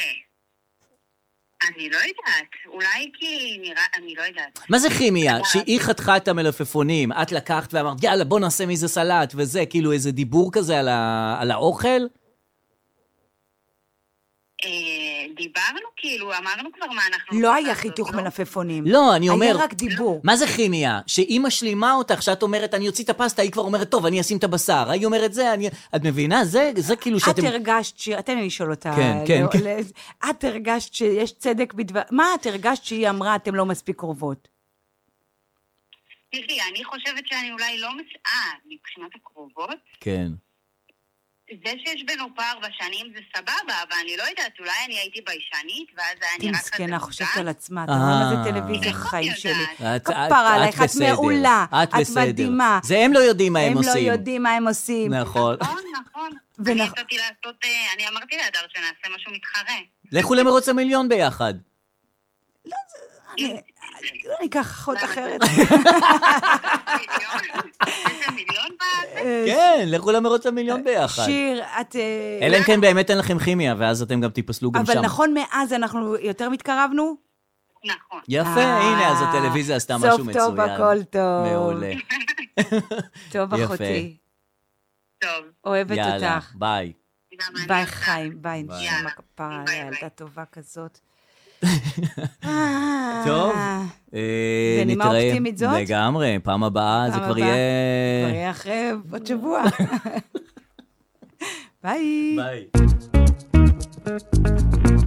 [SPEAKER 7] אני לא יודעת, אולי כי נראה, אני לא יודעת.
[SPEAKER 2] מה זה כימיה? שהיא חתכה את המלפפונים, את לקחת ואמרת, יאללה, בוא נעשה מזה סלט וזה, כאילו איזה דיבור כזה על, ה... על האוכל?
[SPEAKER 7] אה, דיברנו, כאילו, אמרנו כבר מה אנחנו...
[SPEAKER 3] לא
[SPEAKER 7] רוצות
[SPEAKER 3] היה
[SPEAKER 7] לעשות,
[SPEAKER 3] חיתוך
[SPEAKER 7] לא?
[SPEAKER 3] מלפפונים.
[SPEAKER 2] לא, אני אומר...
[SPEAKER 3] היה רק דיבור.
[SPEAKER 2] מה זה כימיה? שהיא משלימה אותך, שאת אומרת, אני אוציא את הפסטה, היא כבר אומרת, טוב, אני אשים את הבשר. היא אומרת זה, אני... את מבינה? זה, זה כאילו
[SPEAKER 3] את
[SPEAKER 2] שאתם...
[SPEAKER 3] הרגשת ש... תן לי לשאול אותה.
[SPEAKER 2] כן, כן,
[SPEAKER 3] לא,
[SPEAKER 2] כן.
[SPEAKER 3] לא, את הרגשת שיש צדק בדבר... מה את הרגשת שהיא אמרה, אתם לא מספיק קרובות?
[SPEAKER 7] תראי, אני חושבת שאני אולי לא מס... אה, מבחינת הקרובות?
[SPEAKER 2] כן.
[SPEAKER 7] זה שיש בינו פער בשנים זה סבבה, אבל אני לא יודעת, אולי אני הייתי ביישנית, ואז היה
[SPEAKER 3] היא
[SPEAKER 7] נראה כזה...
[SPEAKER 3] מסכנה, חושבת על עצמה, אתה
[SPEAKER 2] אה.
[SPEAKER 3] אומר, מה זה טלוויזיה
[SPEAKER 7] איך את
[SPEAKER 3] חיים
[SPEAKER 7] יודעת?
[SPEAKER 3] שלי.
[SPEAKER 2] את- את-
[SPEAKER 7] את-
[SPEAKER 3] כפרה עלייך, את
[SPEAKER 2] בסדר.
[SPEAKER 3] מעולה,
[SPEAKER 2] את
[SPEAKER 3] את
[SPEAKER 2] בסדר.
[SPEAKER 3] מדהימה.
[SPEAKER 2] זה הם לא יודעים מה הם
[SPEAKER 3] הם
[SPEAKER 2] עושים.
[SPEAKER 3] לא יודעים מה הם עושים.
[SPEAKER 2] נכון.
[SPEAKER 7] נכון, נכון.
[SPEAKER 3] ונכ-
[SPEAKER 7] אני יצאתי לעשות... אה, אני אמרתי להדר שנעשה משהו מתחרה.
[SPEAKER 2] לכו למרוץ המיליון ביחד.
[SPEAKER 3] אני- אני אקח לא אחות אחרת.
[SPEAKER 7] מיליון? איזה מיליון בזה?
[SPEAKER 3] אה,
[SPEAKER 2] כן, לכו למרוץ המיליון ביחד.
[SPEAKER 3] שיר, את... אה,
[SPEAKER 2] אלא אם כן באמת אין לכם כימיה, ואז אתם גם תיפסלו גם שם.
[SPEAKER 3] אבל נכון, מאז אנחנו יותר מתקרבנו?
[SPEAKER 7] נכון.
[SPEAKER 2] יפה,
[SPEAKER 3] אה,
[SPEAKER 2] הנה, אז הטלוויזיה עשתה
[SPEAKER 3] סוף
[SPEAKER 2] משהו מצוין.
[SPEAKER 3] טוב, הכל טוב.
[SPEAKER 2] מעולה.
[SPEAKER 3] טוב,
[SPEAKER 2] יפה.
[SPEAKER 3] אחותי,
[SPEAKER 7] טוב.
[SPEAKER 3] אוהבת
[SPEAKER 2] יאללה,
[SPEAKER 3] אותך.
[SPEAKER 2] ביי.
[SPEAKER 7] גם אני
[SPEAKER 3] ביי,
[SPEAKER 7] אותך.
[SPEAKER 3] חיים, ביי, נשמה
[SPEAKER 7] יאללה.
[SPEAKER 3] כפרה,
[SPEAKER 7] ביי,
[SPEAKER 3] ילדה
[SPEAKER 7] ביי.
[SPEAKER 3] טובה כזאת.
[SPEAKER 2] טוב,
[SPEAKER 3] אה,
[SPEAKER 2] אה,
[SPEAKER 3] בנימה
[SPEAKER 2] נתראה.
[SPEAKER 3] אופטימית זאת?
[SPEAKER 2] לגמרי, פעם הבאה זה
[SPEAKER 3] פעם
[SPEAKER 2] כבר
[SPEAKER 3] הבאה.
[SPEAKER 2] יהיה...
[SPEAKER 3] כבר יהיה אחרי עוד שבוע. ביי.
[SPEAKER 2] ביי.